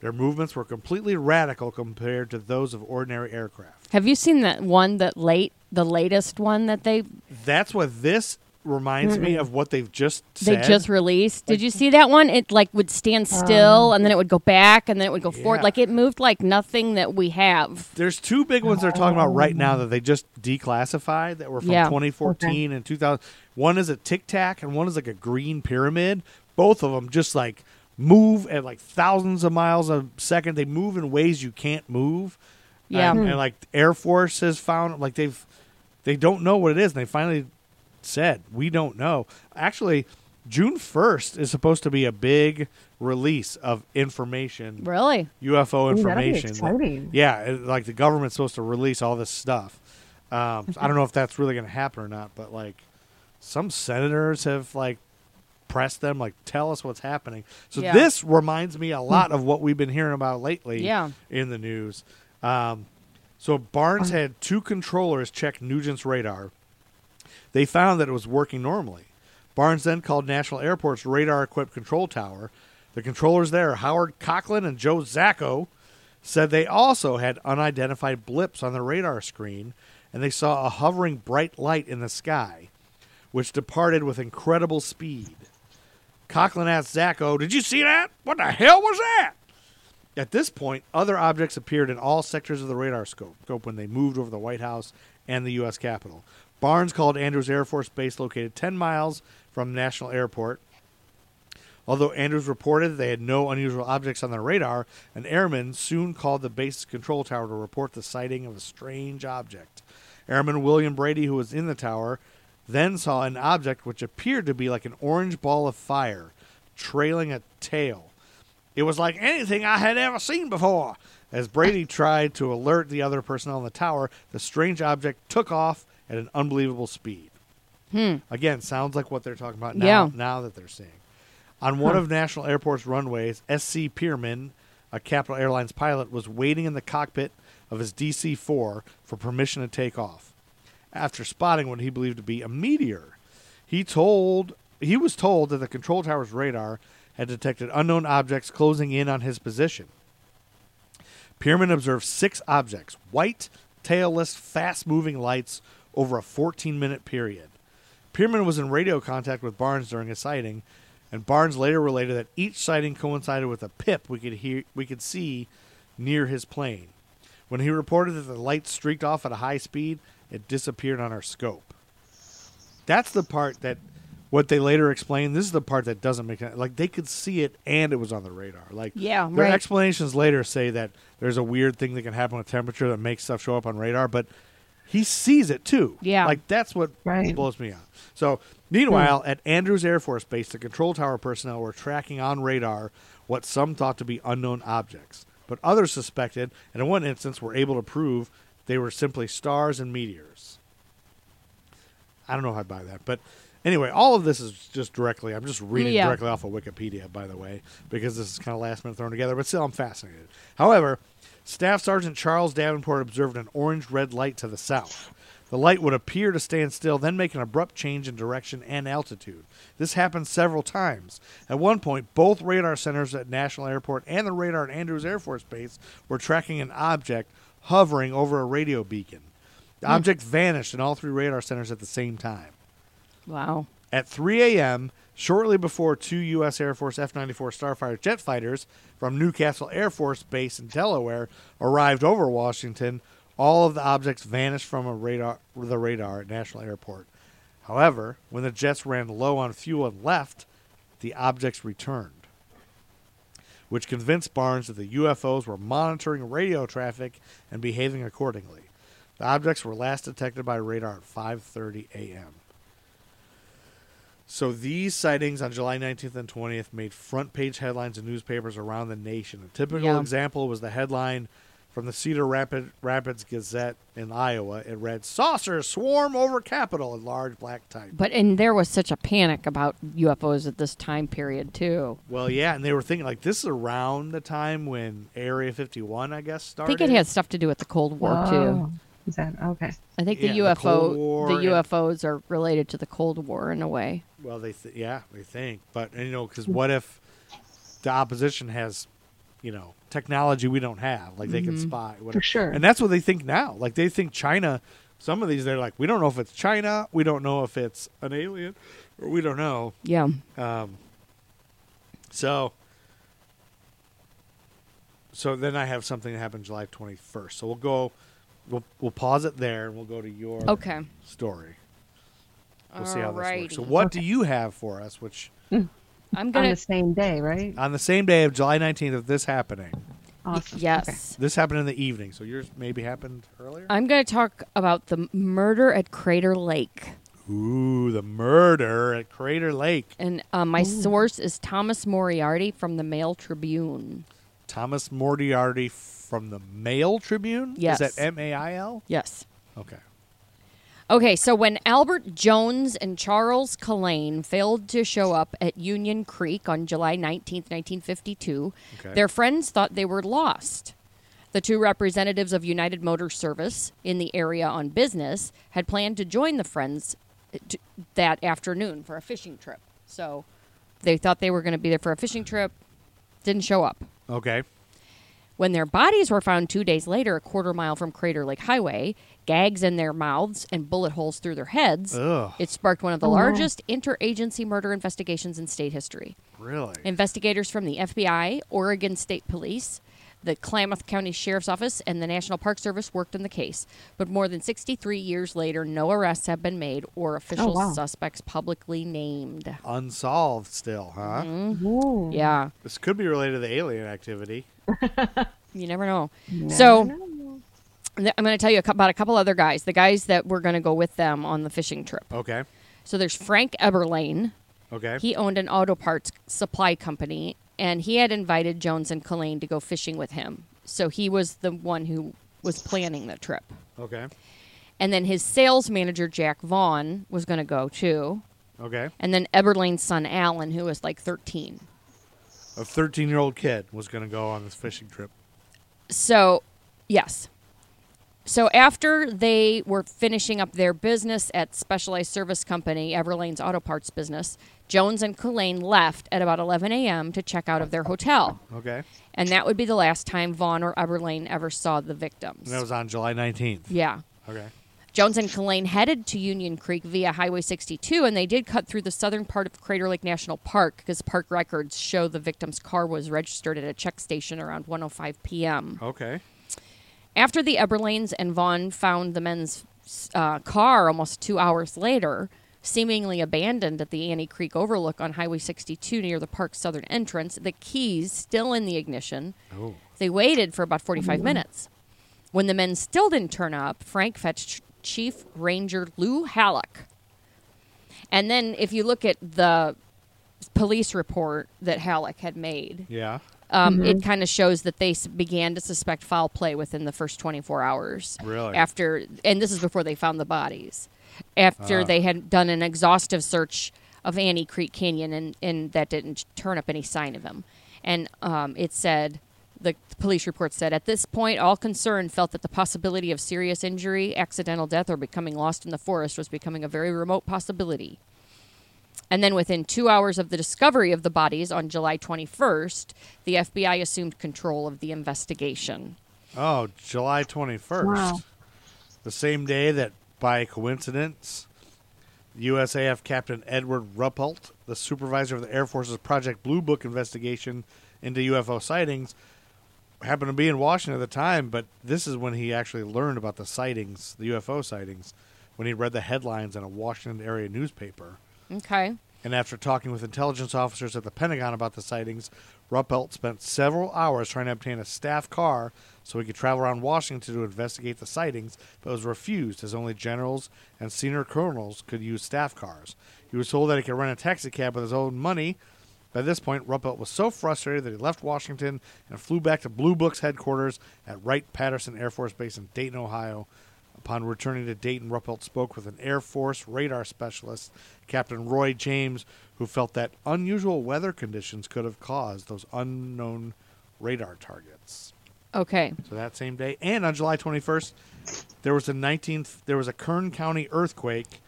[SPEAKER 4] Their movements were completely radical compared to those of ordinary aircraft."
[SPEAKER 3] Have you seen that one that late, the latest one that they
[SPEAKER 4] That's what this reminds me of what they've just
[SPEAKER 3] they
[SPEAKER 4] said.
[SPEAKER 3] just released? Did you see that one? It like would
[SPEAKER 5] Um,
[SPEAKER 3] stand still and then it would go back and then it would go
[SPEAKER 4] Yeah.
[SPEAKER 3] forward. Like it moved like nothing that we have.
[SPEAKER 4] There's two big ones they're talking about right now that they just declassified that were from
[SPEAKER 3] Yeah.
[SPEAKER 4] 2014 and 2000. One is a tic tac and one is like a green pyramid. Both of them just like move at like thousands of miles a second. They move in ways you can't move.
[SPEAKER 3] Yeah.
[SPEAKER 5] Hmm.
[SPEAKER 4] And, and, like Air Force has found like they've they don't know what it is and they finally said we don't know. Actually, June 1st is supposed to be a big release of information
[SPEAKER 3] Really?
[SPEAKER 4] UFO
[SPEAKER 5] Ooh, that'd be
[SPEAKER 4] information.
[SPEAKER 5] exciting.
[SPEAKER 4] Yeah, it- like the government's supposed to release all this stuff. Um,
[SPEAKER 5] Mm-hmm.
[SPEAKER 4] so I don't know if that's really going to happen or not, but like some senators have like pressed them, like tell us what's happening. So
[SPEAKER 3] Yeah.
[SPEAKER 4] this reminds me a
[SPEAKER 5] Hmm.
[SPEAKER 4] lot of what we've been hearing about lately
[SPEAKER 3] Yeah.
[SPEAKER 4] in the news. Um, so Barnes had two controllers check Nugent's radar. They found that it was working normally. Barnes then called National Airport's radar equipped control tower. The controllers there, Howard Cochlin and Joe Zacco, said they also had unidentified blips on the radar screen and they saw a hovering bright light in the sky, which departed with incredible speed. Cochlin asked Zacco, Did you see that? What the hell was that? At this point, other objects appeared in all sectors of the radar scope scope when they moved over the White House and the U.S. Capitol. Barnes called Andrews Air Force Base, located 10 miles from National Airport. Although Andrews reported they had no unusual objects on their radar, an airman soon called the base's control tower to report the sighting of a strange object. Airman William Brady, who was in the tower, then saw an object which appeared to be like an orange ball of fire trailing a tail. It was like anything I had ever seen before. As Brady tried to alert the other personnel in the tower, the strange object took off at an unbelievable speed. Again, sounds like what they're talking about now,
[SPEAKER 3] Yeah.
[SPEAKER 4] now that they're seeing. On one of National Airport's runways, SC Pierman, a Capital Airlines pilot, was waiting in the cockpit of his DC 4 for permission to take off. After spotting what he believed to be a meteor, he told he was told that the control tower's radar had detected unknown objects closing in on his position. Pierman observed six objects white, tailless, fast moving lights over a 14 minute period. Pierman was in radio contact with Barnes during his sighting, and Barnes later related that each sighting coincided with a pip we could hear we could see near his plane. When he reported that the light streaked off at a high speed, it disappeared on our scope. That's the part that What they later explained, this is the part that doesn't make sense. Like they could see it and it was on the radar. Like
[SPEAKER 3] Yeah,
[SPEAKER 4] their
[SPEAKER 3] right.
[SPEAKER 4] explanations later say that there's a weird thing that can happen with temperature that makes stuff show up on radar, but he sees it too.
[SPEAKER 3] Yeah.
[SPEAKER 4] Like that's what
[SPEAKER 5] Right.
[SPEAKER 4] blows me out. So meanwhile, at Andrews Air Force Base, the control tower personnel were tracking on radar what some thought to be unknown objects, but others suspected, and in one instance were able to prove they were simply stars and meteors. I don't know if I buy that, but anyway, all of this is just directly. I'm just reading
[SPEAKER 3] Yeah.
[SPEAKER 4] directly off of Wikipedia, by the way, because this is kind of last minute thrown together. But still, I'm fascinated. However, Staff Sergeant Charles Davenport observed an orange red light to the south. The light would appear to stand still, then make an abrupt change in direction and altitude. This happened several times. At one point, both radar centers at National Airport and the radar at Andrews Air Force Base were tracking an object hovering over a radio beacon. The object vanished in all three radar centers at the same time.
[SPEAKER 3] Wow.
[SPEAKER 4] At 3 a.m., shortly before two U.S. Air Force F 94 Starfighter jet fighters from Newcastle Air Force Base in Delaware arrived over Washington, all of the objects vanished from a radar, the radar at National Airport. However, when the jets ran low on fuel and left, the objects returned, which convinced Barnes that the UFOs were monitoring radio traffic and behaving accordingly. The objects were last detected by radar at 5:30 a.m. So these sightings on July 19th and 20th made front page headlines in newspapers around the nation. A typical
[SPEAKER 3] Yeah.
[SPEAKER 4] example was the headline from the Cedar Rapid, Rapids Gazette in Iowa. It read, "Saucers swarm over Capitol" in large black type.
[SPEAKER 3] But and there was such a panic about UFOs at this time period too.
[SPEAKER 4] Well, yeah, and they were thinking like this is around the time when Area 51, I guess,
[SPEAKER 3] I
[SPEAKER 4] started.
[SPEAKER 3] think it had stuff to do with the Cold War too.
[SPEAKER 5] Oh, Is that okay?
[SPEAKER 3] I think
[SPEAKER 4] Yeah,
[SPEAKER 3] the
[SPEAKER 4] the
[SPEAKER 3] UFO,
[SPEAKER 4] Cold War
[SPEAKER 3] the
[SPEAKER 4] and-
[SPEAKER 3] UFOs are related to the Cold War in a way.
[SPEAKER 4] Well, they th- yeah, they think, but you know, because what if the opposition has, you know, technology we don't have, like they can spy whatever.
[SPEAKER 5] sure.
[SPEAKER 4] And that's what they think now. Like they think China. Some of these, they're like, we don't know if it's China, we don't know if it's an alien, or we don't know.
[SPEAKER 3] Yeah.
[SPEAKER 4] So, so then I have something that happened July 21st. So we'll go, we'll we'll pause it there, and we'll go to your
[SPEAKER 3] Okay.
[SPEAKER 4] story. We'll see how this works. So,
[SPEAKER 3] Alrighty.
[SPEAKER 4] what do you have for us? Which
[SPEAKER 3] I'm
[SPEAKER 5] On
[SPEAKER 3] gonna.
[SPEAKER 5] the same day, right?
[SPEAKER 4] on the same day of July 19th of this happening,
[SPEAKER 5] Awesome. Okay.
[SPEAKER 3] Yes.
[SPEAKER 4] this happened in the evening. So yours maybe happened earlier.
[SPEAKER 3] I'm going to talk about the murder at Crater Lake.
[SPEAKER 4] Ooh, the murder at Crater Lake.
[SPEAKER 3] And uh, my source is Thomas Moriarty from the Mail Tribune.
[SPEAKER 4] Thomas Moriarty from the Mail Tribune.
[SPEAKER 3] Yes.
[SPEAKER 4] is that M A I L?
[SPEAKER 3] Yes.
[SPEAKER 4] Okay.
[SPEAKER 3] Okay, so when Albert Jones and Charles Cullen failed to show up at Union Creek on July 19th, 1952,
[SPEAKER 4] Okay.
[SPEAKER 3] their friends thought they were lost. The two representatives of United Motor Service in the area on business had planned to join the friends uh, t- that afternoon for a fishing trip. So they thought they were going to be there for a fishing trip, didn't show up.
[SPEAKER 4] Okay.
[SPEAKER 3] When their bodies were found two days later, a quarter mile from Crater Lake Highway, gags in their mouths and bullet holes through their heads,
[SPEAKER 4] Ugh.
[SPEAKER 3] it sparked one of the largest interagency murder investigations in state history.
[SPEAKER 4] Really?
[SPEAKER 3] Investigators from the FBI, Oregon State Police, the Klamath County Sheriff's Office, and the National Park Service worked on the case. But more than 63 years later, no arrests have been made or official
[SPEAKER 5] wow.
[SPEAKER 3] suspects publicly
[SPEAKER 4] Oh,
[SPEAKER 3] named.
[SPEAKER 4] Unsolved still, huh?
[SPEAKER 3] Mm-hmm.
[SPEAKER 5] Ooh.
[SPEAKER 3] Yeah.
[SPEAKER 4] This could be related to the alien activity.
[SPEAKER 3] You never know. so th- I'm going to tell you a cou- about a couple other guys, the guys that were going to go with them on the fishing trip.
[SPEAKER 4] Okay.
[SPEAKER 3] So there's Frank Eberlane.
[SPEAKER 4] Oh. Okay.
[SPEAKER 3] He owned an auto parts supply company, and he had invited Jones and Colleen to go fishing with him. So he was the one who was planning the trip.
[SPEAKER 4] okay.
[SPEAKER 3] And then his sales manager, Jack Vaughn, was going to go too.
[SPEAKER 4] Okay.
[SPEAKER 3] And then Eberlane's son, Alan, who was like 13.
[SPEAKER 4] A 13 year old kid was going to go on this fishing trip.
[SPEAKER 3] So, yes. So after they were finishing up their business at Specialized Service Company, Everlane's auto parts business, Jones and Cullen left at about 11 a.m. to check out of their hotel.
[SPEAKER 4] Okay.
[SPEAKER 3] And that would be the last time Vaughn or Everlane ever saw the victims.
[SPEAKER 4] And that was on July 19th.
[SPEAKER 3] yeah.
[SPEAKER 4] Okay.
[SPEAKER 3] Jones and Cullen headed to Union Creek via Highway 62, and they did cut through the southern part of Crater Lake National Park because park records show the victim's car was registered at a check station around 1:05 p.m.
[SPEAKER 4] Okay.
[SPEAKER 3] After the Eberlanes and Vaughn found the men's uh, car almost two hours later, seemingly abandoned at the Annie Creek Overlook on Highway 62 near the park's southern entrance, the keys still in the ignition. They waited for about 45 minutes. When the men still didn't turn up, Frank fetched Chief Ranger Lou Halleck. And then if you look at the police report that Halleck had made,
[SPEAKER 4] Yeah.
[SPEAKER 3] um, it kind of shows that they s- began to suspect foul play within the first 24 hours.
[SPEAKER 4] Really?
[SPEAKER 3] After, and this is before they found the bodies. After they had done an exhaustive search of Annie Creek Canyon, and, and that didn't turn up any sign of him. And um, it said, the police report said, at this point, all concerned felt that the possibility of serious injury, accidental death, or becoming lost in the forest was becoming a very remote possibility. And then within two hours of the discovery of the bodies on July 21st, the FBI assumed control of the investigation.
[SPEAKER 4] Oh, July 21st.
[SPEAKER 5] Wow.
[SPEAKER 4] The same day that, by coincidence, USAF Captain Edward Ruppelt, the supervisor of the Air Force's Project Blue Book investigation into UFO sightings, happened to be in Washington at the time, but this is when he actually learned about the sightings, the UFO sightings, when he read the headlines in a Washington area newspaper.
[SPEAKER 3] Okay.
[SPEAKER 4] And after talking with intelligence officers at the Pentagon about the sightings, Ruppelt spent several hours trying to obtain a staff car so he could travel around Washington to investigate the sightings, but was refused as only generals and senior colonels could use staff cars. He was told that he could rent a taxi cab with his own money. By this point, Ruppelt was so frustrated that he left Washington and flew back to Blue Book's headquarters at Wright Patterson Air Force Base in Dayton, Ohio, Upon returning to Dayton, Ruppelt spoke with an Air Force radar specialist, Captain Roy James, who felt that unusual weather conditions could have caused those unknown radar targets.
[SPEAKER 3] Okay.
[SPEAKER 4] So that same day, and on July 21st, there was a 19th, there was a Kern County earthquake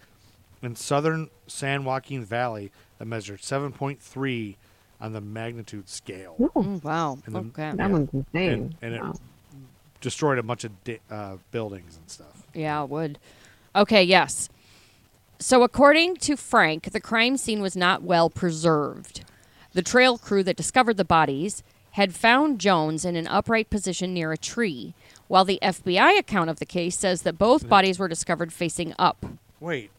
[SPEAKER 4] in southern San Joaquin Valley that measured 7.3 on the magnitude scale.
[SPEAKER 3] Mm, wow.
[SPEAKER 4] And then-
[SPEAKER 3] Okay.
[SPEAKER 5] That one's insane.
[SPEAKER 4] And, and it
[SPEAKER 5] Wow.
[SPEAKER 4] destroyed a bunch of da- uh, buildings and stuff.
[SPEAKER 3] Yeah, I would. Okay, yes. So, according to Frank, the crime scene was not well preserved. The trail crew that discovered the bodies had found Jones in an upright position near a tree, while the FBI account of the case says that both bodies were discovered facing up.
[SPEAKER 4] Wait.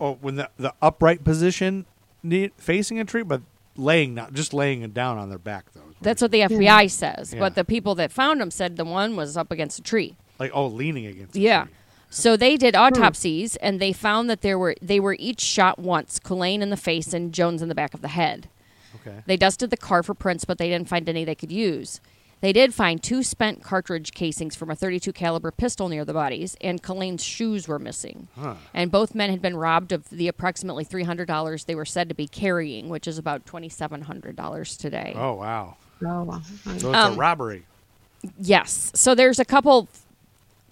[SPEAKER 4] Oh, when the the upright position ne- facing a tree, but laying not just laying it down on their back though. is what
[SPEAKER 3] That's
[SPEAKER 4] it-
[SPEAKER 3] what the FBI says,
[SPEAKER 4] Yeah.
[SPEAKER 3] but the people that found him said the one was up against a tree.
[SPEAKER 4] like oh leaning against. a
[SPEAKER 3] Yeah.
[SPEAKER 4] tree.
[SPEAKER 3] So they did autopsies and they found that there were they were each shot once, Culane in the face and Jones in the back of the head.
[SPEAKER 4] Okay.
[SPEAKER 3] They dusted the car for prints, but they didn't find any they could use. They did find two spent cartridge casings from a 32 caliber pistol near the bodies, and Collane's shoes were missing. And both men had been robbed of the approximately $300 they were said to be carrying, which is about $2,700 today.
[SPEAKER 4] oh wow.
[SPEAKER 5] Oh, wow.
[SPEAKER 4] So it's
[SPEAKER 3] Um,
[SPEAKER 4] a robbery.
[SPEAKER 3] Yes. So there's a couple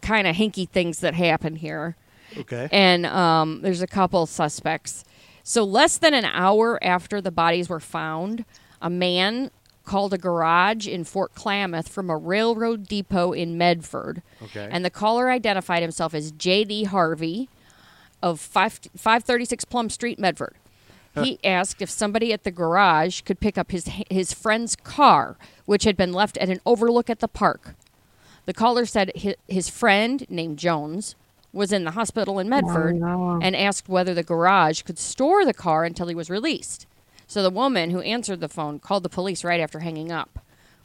[SPEAKER 3] kind of hinky things that happen here.
[SPEAKER 4] Okay.
[SPEAKER 3] and um, there's a couple suspects. So less than an hour after the bodies were found, a man called a garage in Fort Klamath from a railroad depot in Medford.
[SPEAKER 4] Okay.
[SPEAKER 3] And the caller identified himself as J.D. Harvey of 5, 536 Plum Street, Medford. He asked if somebody at the garage could pick up his his friend's car, which had been left at an overlook at the park. The caller said hi- his friend, named Jones, was in the hospital in Medford
[SPEAKER 5] Wow.
[SPEAKER 3] and asked whether the garage could store the car until he was released. So the woman who answered the phone called the police right after hanging up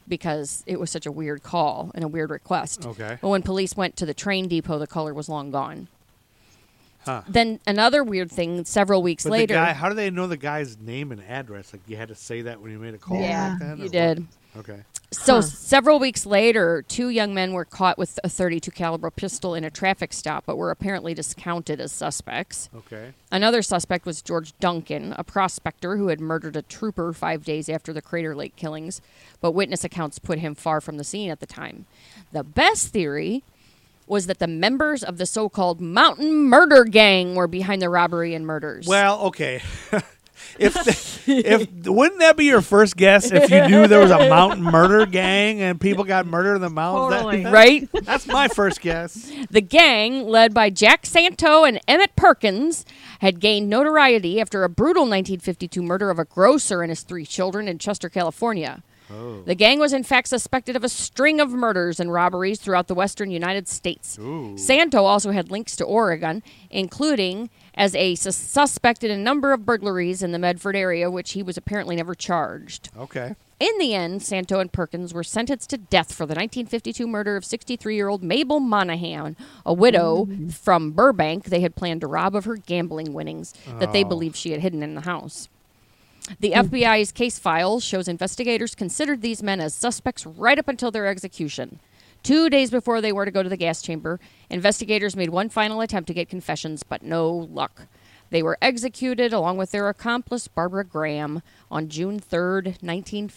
[SPEAKER 3] because it was such a weird call and a weird request.
[SPEAKER 4] Okay.
[SPEAKER 3] But when police went to the train depot, the caller was long gone.
[SPEAKER 4] Huh.
[SPEAKER 3] Then another weird thing several weeks
[SPEAKER 4] but
[SPEAKER 3] later.
[SPEAKER 4] the guy, how do they know the guy's name and address? Like you had to say that when you made a call.
[SPEAKER 5] Yeah,
[SPEAKER 4] back then, or
[SPEAKER 3] you
[SPEAKER 4] what?
[SPEAKER 3] did.
[SPEAKER 4] Okay.
[SPEAKER 3] So several weeks later, two young men were caught with a 32 caliber pistol in a traffic stop, but were apparently discounted as suspects.
[SPEAKER 4] Okay.
[SPEAKER 3] Another suspect was George Duncan, a prospector who had murdered a trooper five days after the Crater Lake killings, but witness accounts put him far from the scene at the time. The best theory was that the members of the so called Mountain Murder Gang were behind the robbery and murders.
[SPEAKER 4] Well, okay. [laughs] if
[SPEAKER 3] [laughs]
[SPEAKER 4] if wouldn't that be your first guess if you knew there was a mountain murder gang and people got murdered in the mountains? That-
[SPEAKER 5] Totally.
[SPEAKER 3] right?
[SPEAKER 4] That's my first guess.
[SPEAKER 3] The gang, led by Jack Santo and Emmett Perkins, had gained notoriety after a brutal 1952 murder of a grocer and his three children in Chester, California. The gang was in fact suspected of a string of murders and robberies throughout the western United States. Santo also had links to Oregon, including as a sus- suspect in a number of burglaries in the Medford area, which he was apparently never charged.
[SPEAKER 4] Okay.
[SPEAKER 3] In the end, Santo and Perkins were sentenced to death for the 1952 murder of 63 year old Mabel Monahan, a widow from Burbank they had planned to rob of her gambling winnings that they believed she had hidden in the house. The
[SPEAKER 5] Hmm.
[SPEAKER 3] FBI's case file shows investigators considered these men as suspects right up until their execution. Two days before they were to go to the gas chamber, investigators made one final attempt to get confessions, but no luck. They were executed along with their accomplice, Barbara Graham, on June 3rd,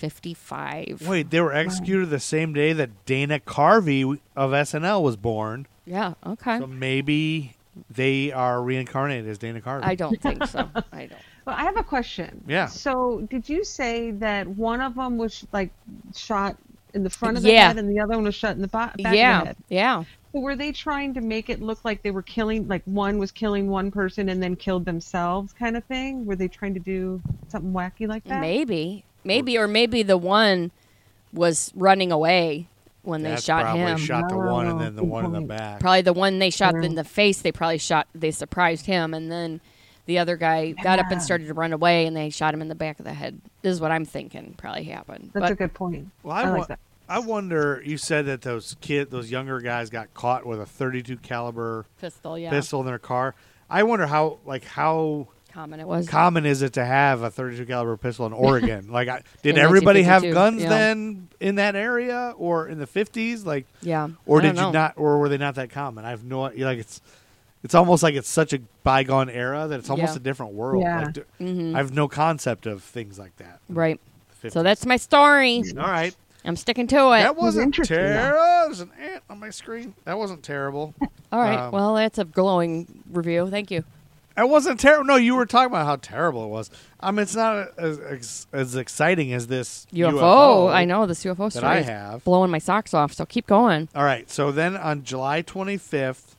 [SPEAKER 3] 1955.
[SPEAKER 4] Wait, they were executed the same day that Dana Carvey of SNL was born.
[SPEAKER 3] Yeah, okay.
[SPEAKER 4] So maybe they are reincarnated as Dana Carvey.
[SPEAKER 3] I don't
[SPEAKER 4] [laughs]
[SPEAKER 3] think so. I don't.
[SPEAKER 5] Well, I have a question.
[SPEAKER 4] Yeah.
[SPEAKER 5] So, did you say that one of them was like shot in the front of the
[SPEAKER 3] Yeah.
[SPEAKER 5] head, and the other one was shot in the bo- back of the
[SPEAKER 3] Yeah,
[SPEAKER 5] head?
[SPEAKER 3] yeah.
[SPEAKER 5] So were they trying to make it look like they were killing, like one was killing one person and then killed themselves, kind of thing? Were they trying to do something wacky like that?
[SPEAKER 3] Maybe, maybe, or maybe the one was running away when they
[SPEAKER 4] That's
[SPEAKER 3] shot
[SPEAKER 4] probably
[SPEAKER 3] him.
[SPEAKER 4] shot the one and then the
[SPEAKER 5] Oh,
[SPEAKER 4] one in the
[SPEAKER 5] good
[SPEAKER 4] back.
[SPEAKER 3] Probably the one they shot in the face. They probably shot. They surprised him, and then the other guy got up and started to run away, and they shot him in the back of the head. This is what I'm thinking probably happened.
[SPEAKER 5] That's
[SPEAKER 3] but
[SPEAKER 5] a good point.
[SPEAKER 4] Well,
[SPEAKER 5] I,
[SPEAKER 4] I,
[SPEAKER 5] like
[SPEAKER 4] wo-
[SPEAKER 5] that.
[SPEAKER 4] I wonder. You said that those kid, those younger guys, got caught with a 32 caliber
[SPEAKER 3] pistol, yeah,
[SPEAKER 4] pistol in their car. I wonder how, like, how
[SPEAKER 3] common it was.
[SPEAKER 4] common is it to have a 32 caliber pistol
[SPEAKER 3] [laughs]
[SPEAKER 4] in Oregon? like, I, did
[SPEAKER 3] In
[SPEAKER 4] everybody have
[SPEAKER 3] 1952,
[SPEAKER 4] guns
[SPEAKER 3] yeah.
[SPEAKER 4] then in that area or in the 50s? Like,
[SPEAKER 3] yeah,
[SPEAKER 4] or
[SPEAKER 3] I don't
[SPEAKER 4] did you
[SPEAKER 3] know.
[SPEAKER 4] not? Or were they not that common? I have no. idea. Like, it's it's almost like it's such a bygone era that it's almost
[SPEAKER 3] Yeah.
[SPEAKER 4] a different world.
[SPEAKER 5] Yeah.
[SPEAKER 4] Like, d- I have no concept of things like that.
[SPEAKER 3] Right.
[SPEAKER 4] The
[SPEAKER 3] So
[SPEAKER 4] 50s.
[SPEAKER 3] that's my story.
[SPEAKER 4] all right.
[SPEAKER 3] I'm sticking to it.
[SPEAKER 4] That wasn't
[SPEAKER 5] interesting, though.
[SPEAKER 4] terrible. There's an ant on my screen. That wasn't
[SPEAKER 5] [laughs]
[SPEAKER 4] terrible.
[SPEAKER 3] All right.
[SPEAKER 4] um,
[SPEAKER 3] well, that's a glowing review. Thank you.
[SPEAKER 4] It wasn't terrible. No, you were talking about how terrible it was. I mean, it's not as as, as exciting as this
[SPEAKER 3] UFO.
[SPEAKER 4] UFO.
[SPEAKER 3] I know this UFO story.
[SPEAKER 4] I
[SPEAKER 3] is
[SPEAKER 4] have.
[SPEAKER 3] blowing my socks off. So keep going.
[SPEAKER 4] All right. So then on July 25th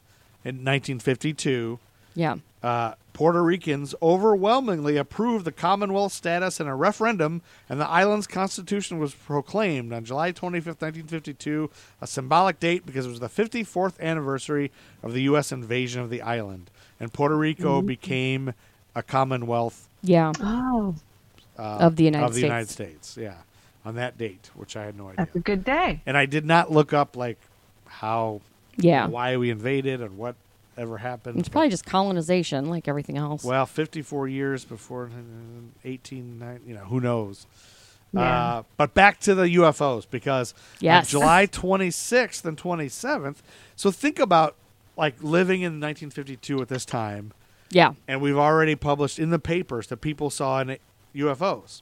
[SPEAKER 4] in 1952,
[SPEAKER 3] Yeah.
[SPEAKER 4] uh, Puerto Ricans overwhelmingly approved the Commonwealth status in a referendum, and the island's constitution was proclaimed on July 25th, 1952, a symbolic date because it was the 54th anniversary of the U.S. invasion of the island. And Puerto Rico
[SPEAKER 3] Mm-hmm.
[SPEAKER 4] became a Commonwealth
[SPEAKER 3] Yeah.
[SPEAKER 5] Oh,
[SPEAKER 3] of the United
[SPEAKER 4] Uh, of the
[SPEAKER 3] States.
[SPEAKER 4] United States. Yeah, on that date, which I had no idea.
[SPEAKER 5] that's a good day.
[SPEAKER 4] And I did not look up, like, how,
[SPEAKER 3] Yeah.
[SPEAKER 4] why we invaded and what ever happened.
[SPEAKER 3] It's
[SPEAKER 4] but-
[SPEAKER 3] probably just colonization, like everything else.
[SPEAKER 4] Well, 54 years before 1890, you know, who knows. Uh, but back to the UFOs because
[SPEAKER 3] Yes.
[SPEAKER 4] on July 26th and 27th. So think about like living in 1952 at this time,
[SPEAKER 3] yeah.
[SPEAKER 4] and we've already published in the papers that people saw in UFOs.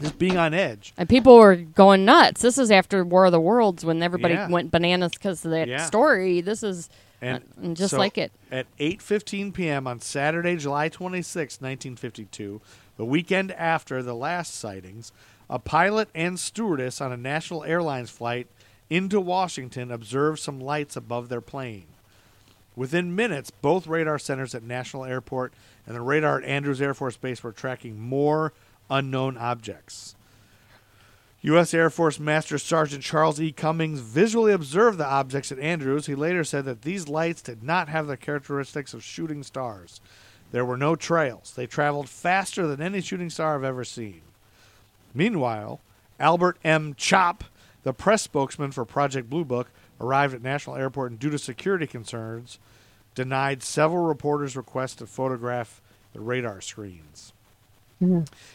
[SPEAKER 4] Just being on edge.
[SPEAKER 3] And people were going nuts. This is after War of the Worlds when everybody
[SPEAKER 4] Yeah.
[SPEAKER 3] went bananas because of that
[SPEAKER 4] Yeah.
[SPEAKER 3] story. This is
[SPEAKER 4] And
[SPEAKER 3] uh, just
[SPEAKER 4] so
[SPEAKER 3] like it.
[SPEAKER 4] At 8:15 p.m. on Saturday, July 26, 1952, the weekend after the last sightings, a pilot and stewardess on a National Airlines flight into Washington observed some lights above their plane. Within minutes, both radar centers at National Airport and the radar at Andrews Air Force Base were tracking more unknown objects. U.S. Air Force Master Sergeant Charles E. Cummings visually observed the objects at Andrews. He later said that these lights did not have the characteristics of shooting stars. There were no trails. They traveled faster than any shooting star I've ever seen. Meanwhile, Albert M. Chop, the press spokesman for Project Blue Book, arrived at National Airport and, due to security concerns, denied several reporters' requests to photograph the radar screens.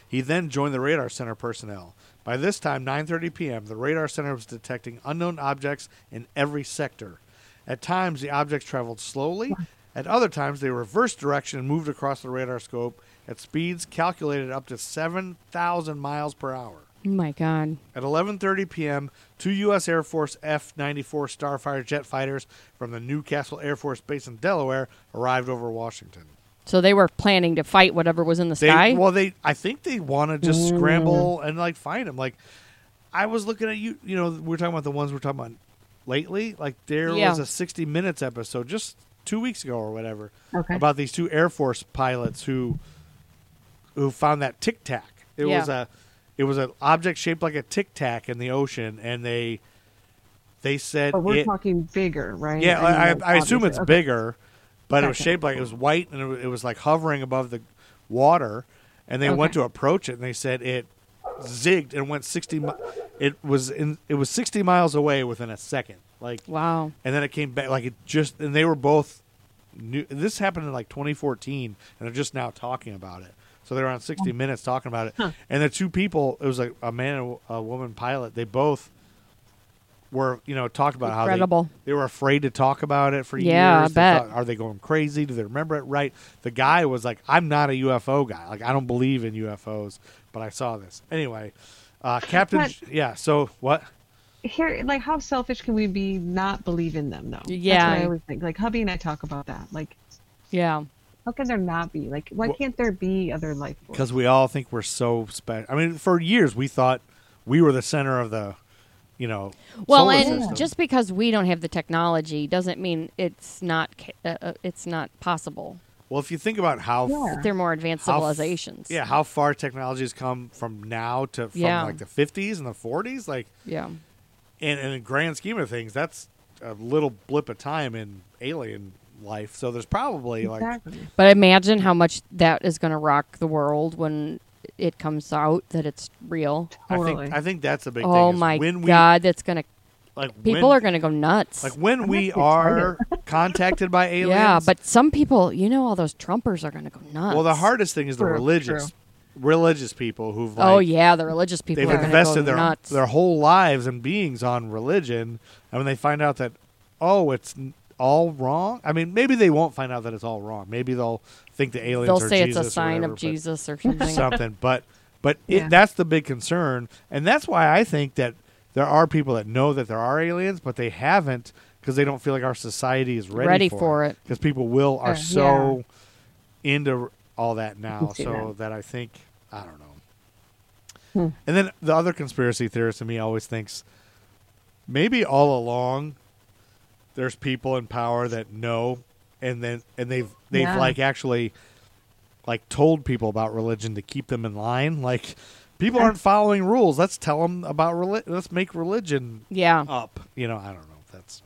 [SPEAKER 4] He then joined the radar center personnel. By this time, 9:30 p.m., the radar center was detecting unknown objects in every sector. At times, the objects traveled slowly. At other times, they reversed direction and moved across the radar scope at speeds calculated up to 7,000 miles per hour.
[SPEAKER 3] Oh my God.
[SPEAKER 4] At 11:30 p.m., two U.S. Air Force F-94 Starfighter jet fighters from the Newcastle Air Force Base in Delaware arrived over Washington.
[SPEAKER 3] So they were planning to fight whatever was in the
[SPEAKER 4] They,
[SPEAKER 3] sky.
[SPEAKER 4] Well, they I think they want to just scramble and like find him. Like I was looking at you, you know, we are talking about the ones we're talking about lately. Like there
[SPEAKER 3] Yeah.
[SPEAKER 4] was a 60 minutes episode just 2 weeks ago or whatever
[SPEAKER 5] Okay.
[SPEAKER 4] about these two Air Force pilots who who found that Tic Tac. It
[SPEAKER 3] Yeah.
[SPEAKER 4] was a It was an object shaped like a tic tac in the ocean, and they they said
[SPEAKER 5] But we're
[SPEAKER 4] it-
[SPEAKER 5] talking bigger, right?
[SPEAKER 4] yeah,
[SPEAKER 5] mean,
[SPEAKER 4] I, I,
[SPEAKER 5] like,
[SPEAKER 4] assume
[SPEAKER 5] obviously.
[SPEAKER 4] it's
[SPEAKER 5] Okay.
[SPEAKER 4] bigger, but it was
[SPEAKER 5] Gotcha.
[SPEAKER 4] shaped like it was white and it was, it was like hovering above the water. And they went
[SPEAKER 5] Okay.
[SPEAKER 4] to approach it, and they said it zigged and went sixty. Mi- it was in it was sixty miles away within a second. Like
[SPEAKER 3] Wow.
[SPEAKER 4] and then it came back like it just and they were both new this happened in like 2014 and they're just now talking about it so they were on
[SPEAKER 3] Oh.
[SPEAKER 4] 60 minutes talking about it and the two people it was like a man and a woman pilot they both were you know talked about
[SPEAKER 3] Incredible.
[SPEAKER 4] how they, they were afraid to talk about it for
[SPEAKER 3] Yeah, I
[SPEAKER 4] years They
[SPEAKER 3] bet.
[SPEAKER 4] thought, are they going crazy do they remember it right the guy was like i'm not a ufo guy like i don't believe in ufos but i saw this anyway uh captain
[SPEAKER 5] But-
[SPEAKER 4] yeah so what
[SPEAKER 5] Here, like, how selfish can we be not believe in them, though?
[SPEAKER 3] Yeah.
[SPEAKER 5] That's what I always think. Like, hubby and I talk about that. Like,
[SPEAKER 3] Yeah.
[SPEAKER 5] how can there not be? Like, why
[SPEAKER 4] Well-
[SPEAKER 5] can't there be other life forms?
[SPEAKER 4] because we all think we're so special. I mean, for years we thought we were the center of the, you know,
[SPEAKER 3] Well,
[SPEAKER 4] solar
[SPEAKER 3] and
[SPEAKER 4] system.
[SPEAKER 3] just because we don't have the technology doesn't mean it's not ca- uh, uh, it's not possible.
[SPEAKER 4] well, if you think about how,
[SPEAKER 5] Yeah.
[SPEAKER 3] They're more advanced
[SPEAKER 4] how f-
[SPEAKER 3] civilizations.
[SPEAKER 4] yeah, how far technology has come from now to from
[SPEAKER 3] Yeah.
[SPEAKER 4] like the fifties and the forties, like,
[SPEAKER 3] Yeah.
[SPEAKER 4] and, and in the grand scheme of things, that's a little blip of time in alien life. So there's probably like,
[SPEAKER 5] exactly.
[SPEAKER 3] But imagine how much that is going to rock the world when it comes out that it's real.
[SPEAKER 4] I
[SPEAKER 5] Totally.
[SPEAKER 4] think I think that's a big
[SPEAKER 3] Oh
[SPEAKER 4] thing. is
[SPEAKER 3] my
[SPEAKER 4] when we,
[SPEAKER 3] god, that's going to
[SPEAKER 4] like
[SPEAKER 3] people
[SPEAKER 4] when-
[SPEAKER 3] are going to go nuts.
[SPEAKER 4] like when
[SPEAKER 3] [laughs]
[SPEAKER 4] we are contacted by aliens.
[SPEAKER 3] yeah, but some people, you know, all those Trumpers are going to go nuts.
[SPEAKER 4] Well, the hardest thing is the
[SPEAKER 5] True,
[SPEAKER 4] religious, religious people who've like,
[SPEAKER 3] oh yeah, the religious people
[SPEAKER 4] they've
[SPEAKER 3] are gonna go
[SPEAKER 4] invested their
[SPEAKER 3] nuts.
[SPEAKER 4] their whole lives and beings on religion, and when they find out that oh, it's n- all wrong. I mean, maybe they won't find out that it's all wrong. Maybe they'll think the aliens
[SPEAKER 3] They'll
[SPEAKER 4] are
[SPEAKER 3] say
[SPEAKER 4] Jesus
[SPEAKER 3] it's
[SPEAKER 4] or
[SPEAKER 3] a sign
[SPEAKER 4] whatever,
[SPEAKER 3] of
[SPEAKER 4] but- [laughs]
[SPEAKER 3] Jesus or
[SPEAKER 4] or
[SPEAKER 3] [laughs] something.
[SPEAKER 4] something. But but
[SPEAKER 5] Yeah.
[SPEAKER 4] it, that's the big concern, and that's why I think that there are people that know that there are aliens, but they haven't because they don't feel like our society is ready,
[SPEAKER 3] Ready for it.
[SPEAKER 4] Because people will are
[SPEAKER 5] Uh,
[SPEAKER 4] so into all that now,
[SPEAKER 5] see
[SPEAKER 4] so that. I think I don't know. And then the other conspiracy theorist in me always thinks maybe all along there's people in power that know and then and they've they've
[SPEAKER 5] Yeah.
[SPEAKER 4] like actually like told people about religion to keep them in line like people aren't following rules let's tell them about reli- let's make religion
[SPEAKER 3] yeah.
[SPEAKER 4] up you know i don't know that's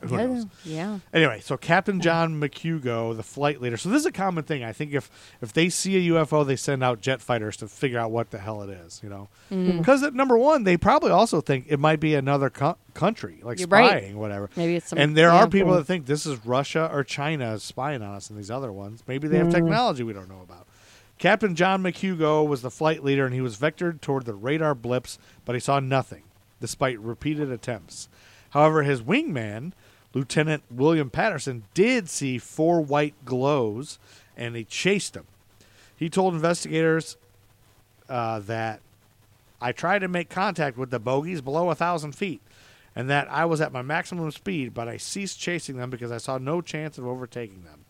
[SPEAKER 4] Oh, who
[SPEAKER 3] Yeah,
[SPEAKER 4] knows
[SPEAKER 3] yeah.
[SPEAKER 4] Anyway, so Captain John McHugo, the flight leader. So this is a common thing. I think if if they see a UFO, they send out jet fighters to figure out what the hell it is. You know,
[SPEAKER 3] Mm.
[SPEAKER 4] because at number one, they probably also think it might be another co- country, like
[SPEAKER 3] You're right.
[SPEAKER 4] spying, whatever.
[SPEAKER 3] Maybe it's some-
[SPEAKER 4] and there
[SPEAKER 3] yeah.
[SPEAKER 4] are people that think this is Russia or China spying on us, and these other ones. Maybe
[SPEAKER 3] Hmm.
[SPEAKER 4] they have technology we don't know about. Captain John McHugo was the flight leader, and he was vectored toward the radar blips, but he saw nothing, despite repeated attempts. However, his wingman, Lieutenant William Patterson, did see four white glows, and he chased them. He told investigators uh, that I tried to make contact with the bogies below a thousand feet, and that I was at my maximum speed, but I ceased chasing them because I saw no chance of overtaking them.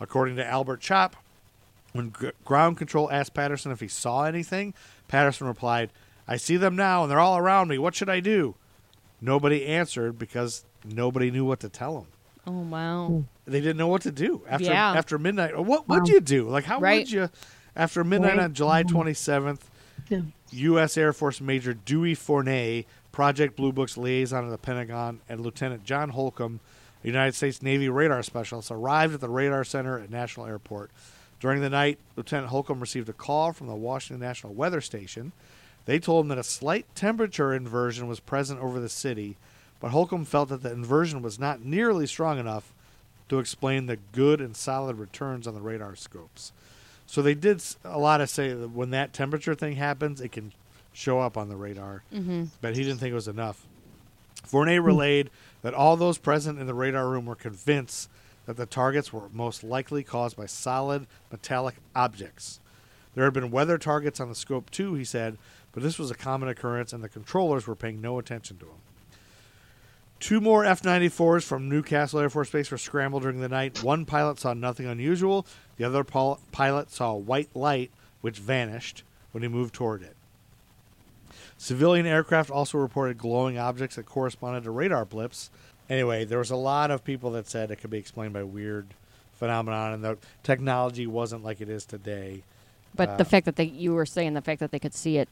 [SPEAKER 4] According to Albert Chop, when gr ground control asked Patterson if he saw anything, Patterson replied, "I see them now, and they're all around me. What should I do?" Nobody answered because nobody knew what to tell him.
[SPEAKER 3] Oh wow.
[SPEAKER 4] They didn't know what to do after
[SPEAKER 3] Yeah.
[SPEAKER 4] after midnight. What would you do? Like how
[SPEAKER 3] Right. Mm-hmm.
[SPEAKER 4] would you after midnight on July twenty seventh?
[SPEAKER 5] Yeah.
[SPEAKER 4] U.S. Air Force Major Dewey Fournay, Project Blue Book's liaison to the Pentagon, and Lieutenant John Holcomb, a United States Navy radar specialist, arrived at the radar center at National Airport. During the night, Lieutenant Holcomb received a call from the Washington National Weather Station. They told him that a slight temperature inversion was present over the city, but Holcomb felt that the inversion was not nearly strong enough to explain the good and solid returns on the radar scopes. So they did s- a lot of say that when that temperature thing happens, it can show up on the radar. Mm-hmm. But he didn't think it was enough. Fournet relayed that all those present in the radar room were convinced that the targets were most likely caused by solid metallic objects. There had been weather targets on the scope too, he said, but this was a common occurrence and the controllers were paying no attention to them. Two more F 94s from Newcastle Air Force Base were scrambled during the night. One pilot saw nothing unusual. The other pol- pilot saw a white light, which vanished when he moved toward it. Civilian aircraft also reported glowing objects that corresponded to radar blips. Anyway, there was a lot of people that said it could be explained by weird phenomenon and the technology wasn't like it is today. Uh,
[SPEAKER 3] But the fact that they you were saying the fact that they could see it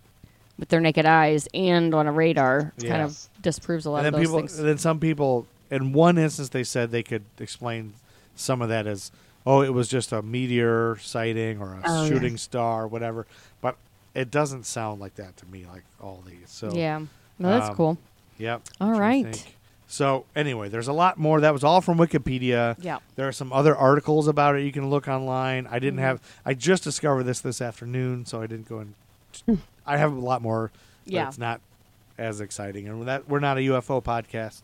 [SPEAKER 3] with their naked eyes and on a radar. It Kind
[SPEAKER 4] Yes.
[SPEAKER 3] of disproves a lot
[SPEAKER 4] and
[SPEAKER 3] of
[SPEAKER 4] then
[SPEAKER 3] those
[SPEAKER 4] people,
[SPEAKER 3] things.
[SPEAKER 4] and then some people, in one instance, they said they could explain some of that as, oh, it was just a meteor sighting or a
[SPEAKER 5] Oh, yeah.
[SPEAKER 4] shooting star, whatever. But it doesn't sound like that to me, like all these. So
[SPEAKER 3] yeah, no, that's
[SPEAKER 4] um,
[SPEAKER 3] cool.
[SPEAKER 4] Yep.
[SPEAKER 3] All
[SPEAKER 4] I'm trying to
[SPEAKER 3] right.
[SPEAKER 4] think. So anyway, there's a lot more. That was all from Wikipedia.
[SPEAKER 3] Yeah.
[SPEAKER 4] There are some other articles about it you can look online. I
[SPEAKER 3] Mm-hmm.
[SPEAKER 4] didn't have. I just discovered this this afternoon, so I didn't go and. I have a lot more. but
[SPEAKER 3] Yeah.
[SPEAKER 4] It's not as exciting, and that we're not a UFO podcast,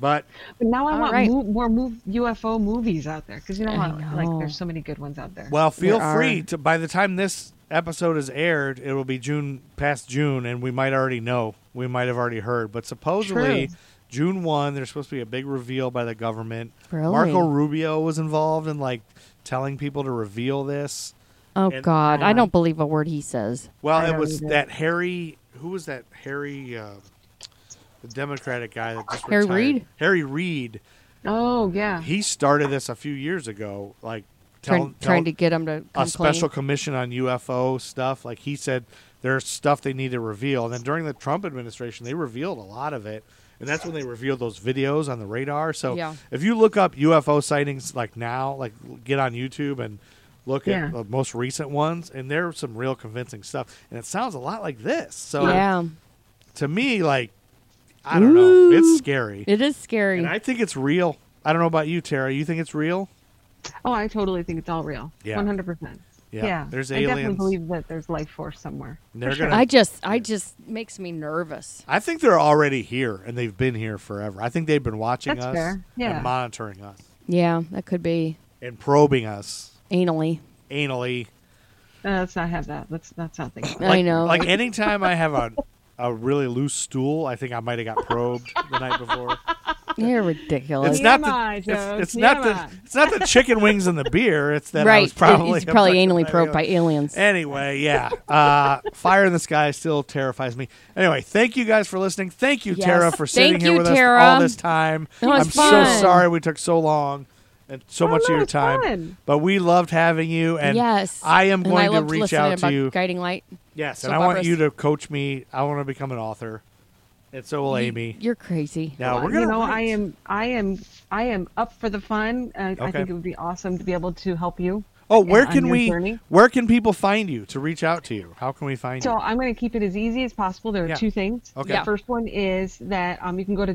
[SPEAKER 4] but
[SPEAKER 5] But now I
[SPEAKER 3] All
[SPEAKER 5] want
[SPEAKER 3] right.
[SPEAKER 5] mo- more move, UFO movies out there because you know,
[SPEAKER 3] I
[SPEAKER 5] how like
[SPEAKER 3] know.
[SPEAKER 5] there's so many good ones out there.
[SPEAKER 4] well, feel
[SPEAKER 3] There
[SPEAKER 4] free
[SPEAKER 3] are-
[SPEAKER 4] to. By the time this episode is aired, it will be June past June, and we might already know. We might have already heard, but supposedly.
[SPEAKER 5] True.
[SPEAKER 4] June one, there's supposed to be a big reveal by the government.
[SPEAKER 3] Really?
[SPEAKER 4] Marco Rubio was involved in like telling people to reveal this.
[SPEAKER 3] Oh
[SPEAKER 4] and-
[SPEAKER 3] God, I don't believe a word he says.
[SPEAKER 4] Well,
[SPEAKER 5] I
[SPEAKER 4] it
[SPEAKER 5] don't
[SPEAKER 4] was
[SPEAKER 5] either.
[SPEAKER 4] that Harry. Who was that Harry? Uh, the Democratic guy that just
[SPEAKER 3] Harry
[SPEAKER 4] retired.
[SPEAKER 3] Reid?
[SPEAKER 4] Harry Reid.
[SPEAKER 5] oh yeah,
[SPEAKER 4] He started this a few years ago, like tell,
[SPEAKER 3] Trying,
[SPEAKER 4] tell
[SPEAKER 3] trying to get him to come
[SPEAKER 4] a special
[SPEAKER 3] clean.
[SPEAKER 4] commission on UFO stuff. Like he said, there's stuff they need to reveal. And then during the Trump administration, they revealed a lot of it. And that's when they revealed those videos on the radar. So
[SPEAKER 3] Yeah.
[SPEAKER 4] if you look up UFO sightings like now, like get on YouTube and look
[SPEAKER 5] Yeah.
[SPEAKER 4] at the most recent ones, and there's some real convincing stuff. And it sounds a lot like this. So [laughs]
[SPEAKER 3] Yeah,
[SPEAKER 4] to me, like, I don't know. It's scary.
[SPEAKER 3] it is scary.
[SPEAKER 4] and I think it's real. I don't know about you, Tara. You think it's real?
[SPEAKER 5] oh I totally think it's all real.
[SPEAKER 4] Yeah.
[SPEAKER 5] one hundred percent.
[SPEAKER 4] Yeah. There's
[SPEAKER 5] I definitely
[SPEAKER 4] aliens.
[SPEAKER 5] believe that there's life force somewhere.
[SPEAKER 4] And They're [laughs]
[SPEAKER 3] I just, I just makes me nervous.
[SPEAKER 4] I think they're already here and they've been here forever. I think they've been watching
[SPEAKER 5] That's
[SPEAKER 4] us
[SPEAKER 5] fair. Yeah.
[SPEAKER 4] and monitoring us
[SPEAKER 3] Yeah, that could be
[SPEAKER 4] and probing us
[SPEAKER 3] anally.
[SPEAKER 4] anally.
[SPEAKER 5] Uh, let's not have that. Let's let's not think. About
[SPEAKER 3] I
[SPEAKER 4] Like-
[SPEAKER 3] know.
[SPEAKER 4] Like anytime I have a a really loose stool, I think I might have got probed the night before.
[SPEAKER 3] [laughs]
[SPEAKER 5] [laughs]
[SPEAKER 3] You're
[SPEAKER 5] Oh,
[SPEAKER 3] ridiculous.
[SPEAKER 4] It's not
[SPEAKER 5] TMI,
[SPEAKER 4] the
[SPEAKER 5] Joe,
[SPEAKER 4] it's, it's not the
[SPEAKER 5] TMI.
[SPEAKER 4] it's not the chicken wings and the beer. It's that I
[SPEAKER 3] right.
[SPEAKER 4] was probably
[SPEAKER 3] He's probably anally
[SPEAKER 4] abducted
[SPEAKER 3] probed by
[SPEAKER 4] aliens.
[SPEAKER 3] aliens.
[SPEAKER 4] Anyway, yeah. Uh, Fire in the Sky still terrifies me. Anyway, thank you guys for listening. Thank you,
[SPEAKER 3] Yes.
[SPEAKER 4] Tara, for sitting
[SPEAKER 3] Thank
[SPEAKER 4] here
[SPEAKER 3] you,
[SPEAKER 4] with
[SPEAKER 3] Tara.
[SPEAKER 4] us all this time.
[SPEAKER 3] That was
[SPEAKER 4] I'm so
[SPEAKER 3] fun.
[SPEAKER 4] sorry we took so long and so
[SPEAKER 5] Oh,
[SPEAKER 4] much
[SPEAKER 5] no,
[SPEAKER 4] of your
[SPEAKER 5] it's
[SPEAKER 4] time.
[SPEAKER 5] fun.
[SPEAKER 4] But we loved having you and
[SPEAKER 3] yes.
[SPEAKER 4] I am
[SPEAKER 3] And
[SPEAKER 4] going to
[SPEAKER 3] loved
[SPEAKER 4] reach
[SPEAKER 3] listening
[SPEAKER 4] out to
[SPEAKER 3] about
[SPEAKER 4] you.
[SPEAKER 3] Guiding light.
[SPEAKER 4] Yes,
[SPEAKER 3] soap
[SPEAKER 4] and I want
[SPEAKER 3] operas.
[SPEAKER 4] you to coach me. I want to become an author. And so will Amy.
[SPEAKER 3] You're crazy.
[SPEAKER 4] Now
[SPEAKER 5] Well,
[SPEAKER 4] we're gonna
[SPEAKER 5] you know,
[SPEAKER 4] write.
[SPEAKER 5] I am, I am, I am up for the fun. Uh, I
[SPEAKER 4] Okay.
[SPEAKER 5] think it would be awesome to be able to help you.
[SPEAKER 4] Oh, where
[SPEAKER 5] on
[SPEAKER 4] can
[SPEAKER 5] your
[SPEAKER 4] we
[SPEAKER 5] journey.
[SPEAKER 4] where can people find you to reach out to you? How can we find
[SPEAKER 5] So
[SPEAKER 4] you?
[SPEAKER 5] I'm going to keep it as easy as possible. There are
[SPEAKER 4] Yeah.
[SPEAKER 5] two things.
[SPEAKER 4] Okay.
[SPEAKER 3] Yeah.
[SPEAKER 5] The first one is that um, you can go to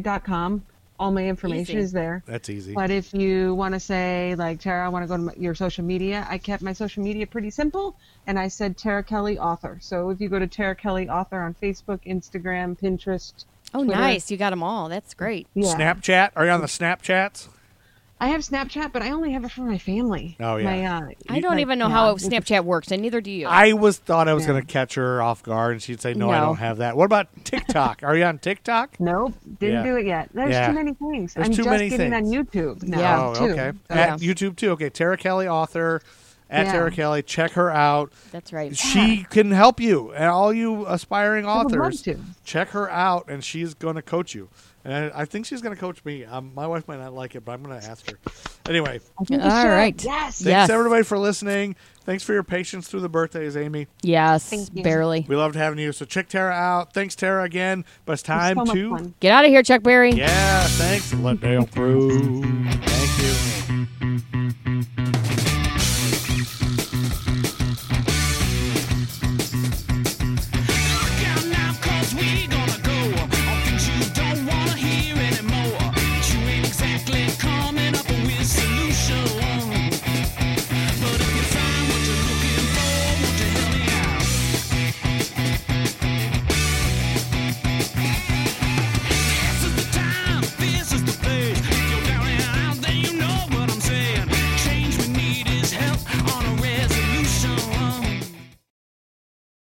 [SPEAKER 5] tarakelly.com. All my information
[SPEAKER 3] Easy.
[SPEAKER 5] is there.
[SPEAKER 4] That's easy.
[SPEAKER 5] But if you want to say like Tara, I want to go to my, your social media. I kept my social media pretty simple, and I said Tara Kelly author. So if you go to Tara Kelly author on Facebook, Instagram, Pinterest,
[SPEAKER 3] Oh,
[SPEAKER 5] Twitter-
[SPEAKER 3] nice. You got them all. That's great.
[SPEAKER 5] yeah.
[SPEAKER 4] Snapchat? Are you on the Snapchats?
[SPEAKER 5] I have Snapchat, but I only have it for my family.
[SPEAKER 4] Oh, yeah.
[SPEAKER 5] My, uh,
[SPEAKER 3] I don't
[SPEAKER 5] like,
[SPEAKER 3] even know
[SPEAKER 5] yeah,
[SPEAKER 3] how
[SPEAKER 5] it's-
[SPEAKER 3] Snapchat works, and neither do you.
[SPEAKER 4] I was thought I was
[SPEAKER 5] Yeah.
[SPEAKER 4] going to catch her off guard, and she'd say, "No, I
[SPEAKER 3] No.
[SPEAKER 4] don't have that." What about TikTok? Are you on
[SPEAKER 5] [laughs]
[SPEAKER 4] TikTok?
[SPEAKER 5] Nope, didn't
[SPEAKER 4] Yeah.
[SPEAKER 5] do it yet. There's
[SPEAKER 4] Yeah.
[SPEAKER 5] too many things.
[SPEAKER 4] There's
[SPEAKER 5] I'm
[SPEAKER 4] too
[SPEAKER 5] just
[SPEAKER 4] many
[SPEAKER 5] getting
[SPEAKER 4] things.
[SPEAKER 5] on YouTube now.
[SPEAKER 3] Yeah.
[SPEAKER 4] oh,
[SPEAKER 5] too.
[SPEAKER 4] okay.
[SPEAKER 5] So-
[SPEAKER 4] At YouTube too. Okay, Tara Kelly, author at
[SPEAKER 5] Yeah.
[SPEAKER 4] Tara Kelly. Check her out.
[SPEAKER 3] That's right.
[SPEAKER 4] She can help you, and all you aspiring
[SPEAKER 5] I would love
[SPEAKER 4] authors,
[SPEAKER 5] to.
[SPEAKER 4] check her out, and she's going to coach you. And I think she's going to coach me. Um, my wife might not like it, but I'm going to ask her. Anyway,
[SPEAKER 5] I think you
[SPEAKER 3] All
[SPEAKER 5] should.
[SPEAKER 3] right.
[SPEAKER 5] Yes.
[SPEAKER 4] thanks
[SPEAKER 3] Yes.
[SPEAKER 4] everybody for listening. Thanks for your patience through the birthdays, Amy.
[SPEAKER 3] Yes,
[SPEAKER 5] Thank you.
[SPEAKER 3] barely.
[SPEAKER 4] We loved having you. So check Tara out. Thanks, Tara, again. But it's time
[SPEAKER 5] so much
[SPEAKER 4] to
[SPEAKER 5] fun.
[SPEAKER 3] Get out of here, Chuck Berry.
[SPEAKER 4] Yeah, thanks. Let Dale through.